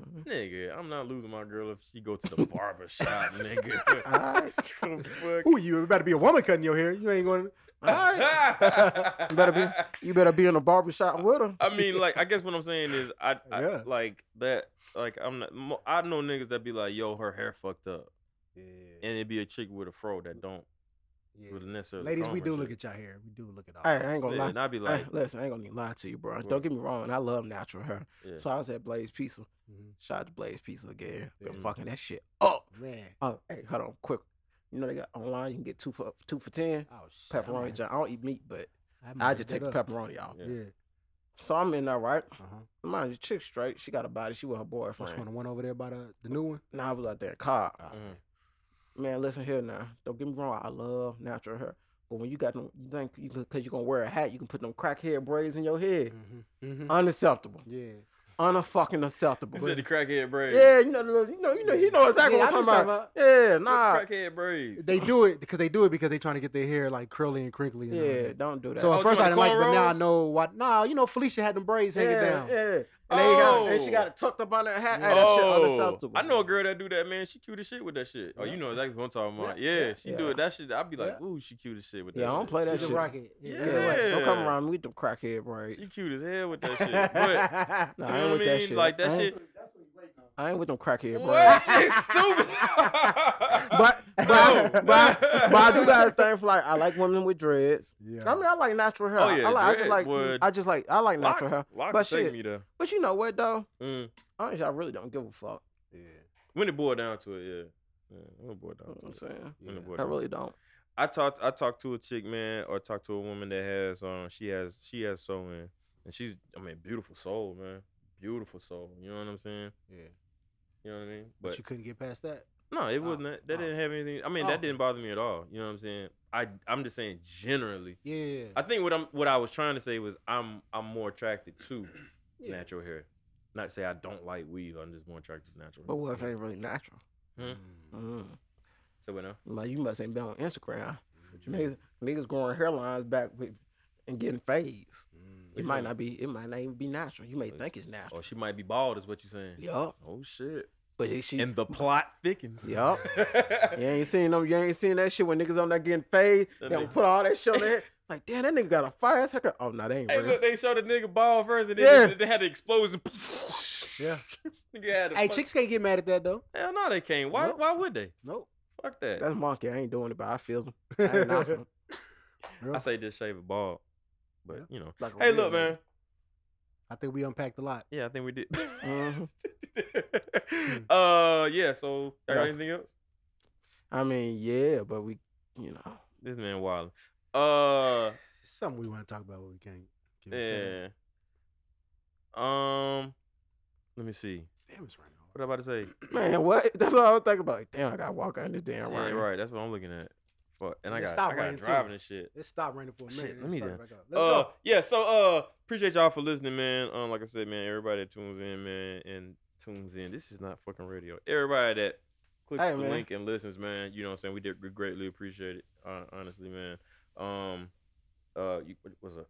Speaker 5: Mm-hmm. Nigga, I'm not losing my girl if she go to
Speaker 1: [laughs]
Speaker 5: the barber shop, nigga.
Speaker 2: Alright.
Speaker 5: The fuck?
Speaker 1: Ooh, you about to be a woman cutting your hair. You ain't going.
Speaker 5: [laughs]
Speaker 2: Alright. Better You better be in a barbershop with her.
Speaker 5: I mean, like, I guess what I'm saying is, I, I
Speaker 1: Yeah.
Speaker 5: like that. Like, I'm not. mo- I know niggas that be like, "Yo, her hair fucked up,"
Speaker 1: Yeah.
Speaker 5: and it'd be a chick with a fro that don't
Speaker 1: yeah.
Speaker 5: really necessarily.
Speaker 1: Ladies,
Speaker 5: comb
Speaker 1: we
Speaker 5: her
Speaker 1: do
Speaker 5: shit.
Speaker 1: look at y'all hair. We do look at all.
Speaker 2: Hey, I ain't gonna
Speaker 5: Yeah,
Speaker 2: lie. [laughs]
Speaker 5: and I'd be
Speaker 2: Hey,
Speaker 5: like,
Speaker 2: listen, I ain't gonna lie to you, bro.
Speaker 5: What?
Speaker 2: Don't get me wrong. I love natural hair.
Speaker 5: yeah. Mm-hmm.
Speaker 2: So I was at Blaze Pizza.
Speaker 1: Mhm.
Speaker 2: Shout out to Blaze Pizza again. Been
Speaker 5: Yeah.
Speaker 2: fucking that shit up.
Speaker 1: Man,
Speaker 2: Oh, hey, hold on, quick. You know they got online. You can get two for two for ten.
Speaker 1: oh shit. I'm
Speaker 2: Pepperoni.
Speaker 1: gonna-
Speaker 2: John. I don't eat meat, but
Speaker 1: I'm gonna
Speaker 2: I
Speaker 1: look
Speaker 2: just
Speaker 1: that
Speaker 2: take the
Speaker 1: up.
Speaker 2: pepperoni, y'all.
Speaker 5: Yeah.
Speaker 1: Yeah.
Speaker 2: So I'm in there, right?
Speaker 1: Uh huh.
Speaker 2: Mind you, chick straight. She got a body. She with her
Speaker 1: Which one?
Speaker 2: boyfriend.
Speaker 1: The one over there by the the new one.
Speaker 2: Nah, I was out there, car.
Speaker 1: Ah,
Speaker 5: Mm.
Speaker 1: man.
Speaker 2: Man, listen here now. Don't get me wrong. I love natural hair, but when you got them, you think you because you're gonna wear a hat, you can put them crackhead braids in your head.
Speaker 1: Mhm,
Speaker 2: Mm-hmm.
Speaker 5: Mm-hmm.
Speaker 1: mhm.
Speaker 2: Unacceptable.
Speaker 1: Yeah.
Speaker 2: Unfucking acceptable.
Speaker 5: You said the crackhead braids.
Speaker 2: Yeah, you know, the little- you know, you know, you know exactly
Speaker 1: Yeah,
Speaker 2: what
Speaker 1: I
Speaker 2: I'm
Speaker 1: know
Speaker 2: talking about. Yeah, nah.
Speaker 5: Crackhead braids.
Speaker 1: They do it because they do it because they trying to get their hair like curly and crinkly. And all
Speaker 2: Yeah,
Speaker 1: that.
Speaker 2: don't do that.
Speaker 1: So
Speaker 5: Oh,
Speaker 1: at
Speaker 5: you
Speaker 1: first
Speaker 5: want
Speaker 1: I didn't
Speaker 5: the
Speaker 1: like, it, but now I
Speaker 5: cornrows?
Speaker 1: know why. Nah, you know Felicia had them braids hanging
Speaker 2: yeah,
Speaker 1: down.
Speaker 2: Yeah, and, they got, and she
Speaker 5: Oh.
Speaker 2: got it tucked up under her hat. Hey, that shit
Speaker 5: Oh,
Speaker 2: unacceptable.
Speaker 5: I know a girl that do that, man. She cute as shit with that shit. Oh,
Speaker 2: Yeah.
Speaker 5: you know exactly what I'm talking about.
Speaker 2: Yeah,
Speaker 5: Yeah,
Speaker 2: yeah,
Speaker 5: she do
Speaker 2: yeah.
Speaker 5: it. That shit, I'd be like, ooh, she cute as shit with that.
Speaker 2: Yeah, I don't
Speaker 5: shit.
Speaker 2: play that
Speaker 1: She's
Speaker 5: She
Speaker 2: shit.
Speaker 1: a
Speaker 5: the-
Speaker 1: rocket.
Speaker 2: Yeah, right. Don't come
Speaker 5: Yeah.
Speaker 2: around me with them crackhead braids.
Speaker 5: She cute as hell
Speaker 2: [laughs]
Speaker 5: with
Speaker 1: [laughs]
Speaker 5: that shit. But
Speaker 2: Nah,
Speaker 5: you
Speaker 2: I ain't
Speaker 5: know what
Speaker 2: with
Speaker 5: I
Speaker 2: that
Speaker 5: mean?
Speaker 2: shit.
Speaker 5: Like
Speaker 2: I
Speaker 5: that
Speaker 2: ain't-
Speaker 5: shit.
Speaker 2: I ain't with them crackhead
Speaker 5: What?
Speaker 2: braids.
Speaker 5: [laughs] It's stupid.
Speaker 2: but but, I-
Speaker 5: [laughs] No.
Speaker 2: but, I- but I do
Speaker 5: [laughs]
Speaker 2: got a thing for like I like women with dreads.
Speaker 1: Yeah.
Speaker 2: I mean I like natural hair.
Speaker 5: Oh, yeah,
Speaker 2: I like I
Speaker 5: dread
Speaker 2: just like
Speaker 5: would-
Speaker 2: I just like I like natural hair.
Speaker 5: Locks
Speaker 2: But
Speaker 5: take
Speaker 2: shit.
Speaker 5: me there.
Speaker 2: But you know what though?
Speaker 5: Mm.
Speaker 2: Honestly, I really don't give a fuck.
Speaker 1: yeah.
Speaker 5: When it boiled down to it, yeah. Yeah, when it boiled
Speaker 2: You know
Speaker 5: down
Speaker 2: what I'm
Speaker 5: to it.
Speaker 2: saying?
Speaker 5: When
Speaker 1: Yeah.
Speaker 5: it boiled
Speaker 2: I
Speaker 5: down to
Speaker 2: really don't.
Speaker 5: I talked I talked to a chick, man, or talked to a woman that has um she has she has sewing. And she's I mean, beautiful soul, man. Beautiful soul. You know what I'm saying?
Speaker 1: Yeah.
Speaker 5: You know what I mean?
Speaker 1: But,
Speaker 5: But
Speaker 1: you couldn't get past that.
Speaker 5: no, it
Speaker 1: Oh,
Speaker 5: wasn't that
Speaker 1: oh.
Speaker 5: that didn't have anything I mean,
Speaker 1: Oh.
Speaker 5: that didn't bother me at all. You know what I'm saying? I I'm just saying generally.
Speaker 1: Yeah.
Speaker 5: I think what I'm what I was trying to say was I'm I'm more attracted to
Speaker 1: Yeah.
Speaker 5: natural hair. Not to say I don't like weave, I'm just more attracted to natural
Speaker 2: But
Speaker 5: hair.
Speaker 2: what if it ain't really natural?
Speaker 5: Hmm?
Speaker 1: Mm.
Speaker 2: Mm.
Speaker 5: So what now?
Speaker 2: Like you must ain't been on Instagram.
Speaker 1: What you mean?
Speaker 2: Niggas, niggas growing hairlines back with, and getting fades.
Speaker 1: Mm.
Speaker 5: What
Speaker 2: It
Speaker 5: you
Speaker 2: might
Speaker 5: mean?
Speaker 2: not be. It might not even be natural. You may
Speaker 5: Oh,
Speaker 2: think it's
Speaker 5: Oh,
Speaker 2: natural.
Speaker 5: she might be bald is what you're saying.
Speaker 2: Yup.
Speaker 5: Oh shit.
Speaker 2: But it- she.
Speaker 5: And the plot thickens. [laughs]
Speaker 2: Yup. you ain't seen them. You ain't seen that shit when niggas on there getting fades. They
Speaker 5: That
Speaker 2: don't
Speaker 5: nigga-
Speaker 2: put all that shit on there. Like damn, that nigga got a fire ass haircut. Oh no, they ain't
Speaker 5: Hey,
Speaker 2: real.
Speaker 5: look, they showed a nigga ball first, and then
Speaker 2: Yeah.
Speaker 5: they, they had the explosion. [laughs]
Speaker 1: Yeah.
Speaker 5: nigga had a
Speaker 1: Hey,
Speaker 5: fuck-
Speaker 1: chicks can't get mad at that though.
Speaker 5: Hell no, they can't. Why?
Speaker 1: Nope.
Speaker 5: Why would they?
Speaker 1: Nope.
Speaker 5: Fuck that.
Speaker 2: That's monkey. I ain't doing it, but I feel [laughs] them. I ain't knocking 'em.
Speaker 5: I say just shave it bald, but
Speaker 1: Yeah.
Speaker 5: you know.
Speaker 2: Like a
Speaker 5: Hey,
Speaker 2: real
Speaker 5: look, man.
Speaker 2: nigga.
Speaker 1: I think we unpacked a lot.
Speaker 5: Yeah, I think we did.
Speaker 2: Mhm.
Speaker 5: [laughs] uh, yeah. So, I got
Speaker 2: Yeah.
Speaker 5: anything else?
Speaker 2: I mean, yeah, but we, you know, [clears throat]
Speaker 5: This man wild. Uh,
Speaker 1: Something we want to talk about, but we can't. give a shout out.
Speaker 5: yeah. Um, let me see.
Speaker 1: Damn, it's raining.
Speaker 5: What I about to say?
Speaker 2: [laughs] man, what? That's all I was thinking about. Damn, I gotta walk out in this damn
Speaker 5: Yeah,
Speaker 2: rain.
Speaker 5: right. That's what I'm looking at. Fuck, and I
Speaker 1: Yeah,
Speaker 5: got
Speaker 1: stop
Speaker 5: I got
Speaker 1: raining, too.
Speaker 5: driving and shit.
Speaker 1: It stopped raining for a
Speaker 5: Shit,
Speaker 1: minute.
Speaker 5: let me
Speaker 1: and it started
Speaker 5: then.
Speaker 1: back up. Let's
Speaker 5: Uh,
Speaker 1: go.
Speaker 5: yeah. So, uh, appreciate y'all for listening, man. Um, like I said, man, everybody that tunes in, man, and tunes in. This is not fucking radio. Everybody that clicks
Speaker 2: Hey,
Speaker 5: the
Speaker 2: man.
Speaker 5: link and listens, man. You know what I'm saying? We did we greatly appreciate it. Uh, honestly, man. Um, uh, you, what was it?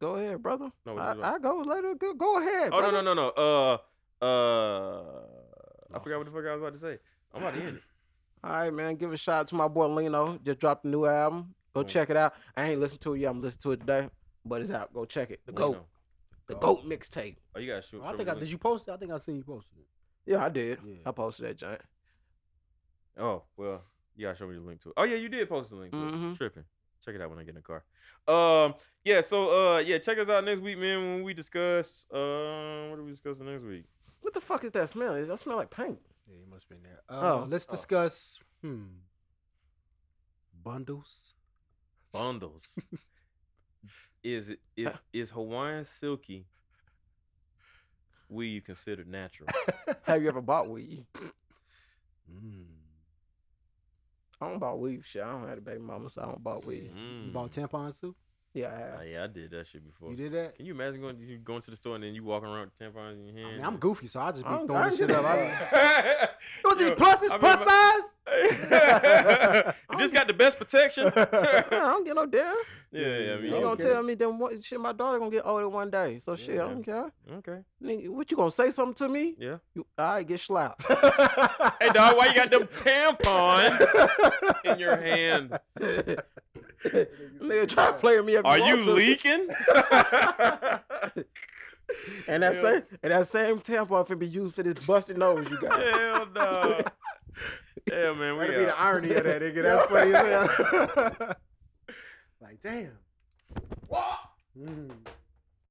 Speaker 2: Go ahead, brother.
Speaker 5: Oh, No, what
Speaker 2: I,
Speaker 5: you-
Speaker 2: I go later. Go, go ahead.
Speaker 5: Oh no
Speaker 2: brother.
Speaker 5: no no no. Uh, uh, I
Speaker 1: Lost
Speaker 5: forgot what the fuck I was about to say. I'm about to end it.
Speaker 2: All right, man. Give a shout out to my boy Lino. Just dropped a new album. Go
Speaker 5: Mm.
Speaker 2: check it out. I ain't listened to it yet. I'm listening to it today, but it's out. Go check it. The
Speaker 5: Well, you
Speaker 2: goat.
Speaker 5: know.
Speaker 2: The
Speaker 5: Goat.
Speaker 2: goat mixtape.
Speaker 5: Oh, you gotta shoot.
Speaker 1: I
Speaker 5: show
Speaker 1: think
Speaker 5: me
Speaker 1: I
Speaker 5: the
Speaker 1: did.
Speaker 5: link.
Speaker 1: You post it? I think I seen you posted it.
Speaker 2: Yeah, I did.
Speaker 1: Yeah.
Speaker 2: I posted that joint.
Speaker 5: Oh well, you gotta show me the link to it. Oh yeah, you did post the link to it.
Speaker 1: Mm-hmm.
Speaker 2: Mhm.
Speaker 5: Tripping. Check it out when I get in the car. Um, yeah. So uh, yeah, check us out next week, man. When we discuss um, what are we discussing next week?
Speaker 2: What the fuck is that smell? It- That smell like paint.
Speaker 1: Yeah, it must be in there. Uh,
Speaker 2: Oh,
Speaker 1: let's
Speaker 2: oh.
Speaker 1: discuss hmm, bundles.
Speaker 5: Bundles. is it
Speaker 1: [laughs]
Speaker 5: is is Hawaiian silky? Weed considered natural?
Speaker 2: [laughs] Have you ever bought weed?
Speaker 1: Mm.
Speaker 2: I don't buy weed. Shit, I don't have a baby mama, so I don't buy weed.
Speaker 1: [laughs] You
Speaker 5: Mm.
Speaker 1: bought tampons too?
Speaker 2: Yeah, I
Speaker 5: Oh, [laughs]
Speaker 2: have.
Speaker 5: yeah, I did that shit before.
Speaker 1: Hmm. You did that?
Speaker 5: Can you imagine going you going to the store and then you walking around with tampons in your
Speaker 1: I
Speaker 5: hand?
Speaker 1: mean, I'm goofy, so I just be
Speaker 2: I don't-
Speaker 1: throwing
Speaker 2: I
Speaker 1: this
Speaker 2: don't
Speaker 1: shit
Speaker 2: give
Speaker 1: up.
Speaker 2: a
Speaker 1: [laughs] I-
Speaker 5: [laughs] You
Speaker 1: Don't these
Speaker 5: I
Speaker 1: pluses,
Speaker 5: mean,
Speaker 1: plus
Speaker 5: my-
Speaker 1: size?
Speaker 5: [laughs]
Speaker 1: [laughs]
Speaker 5: this got the best protection. [laughs]
Speaker 2: Yeah, [laughs] I don't get no damn.
Speaker 5: Yeah, yeah, I
Speaker 1: You
Speaker 5: mean,
Speaker 2: You
Speaker 1: don't
Speaker 2: gonna
Speaker 1: care.
Speaker 2: tell me then what? Shit, my daughter gonna get older one day. So shit,
Speaker 5: Yeah.
Speaker 2: I don't care.
Speaker 5: Okay,
Speaker 2: Nigga, what you gonna say something to me?
Speaker 5: yeah.
Speaker 2: You, I get slapped. [laughs]
Speaker 5: Hey, dog, why you got them tampons in your hand?
Speaker 2: Nigga, try to play with me. If
Speaker 5: Are you
Speaker 2: want to.
Speaker 5: leaking?
Speaker 2: And that
Speaker 5: Yeah.
Speaker 2: same and that same tampon finna be used for this busted nose you got.
Speaker 5: Hell no. Yeah, man, we
Speaker 1: That'd be the
Speaker 5: out.
Speaker 1: irony of that, nigga. [laughs] That's [laughs] funny as hell. like, damn. Mm.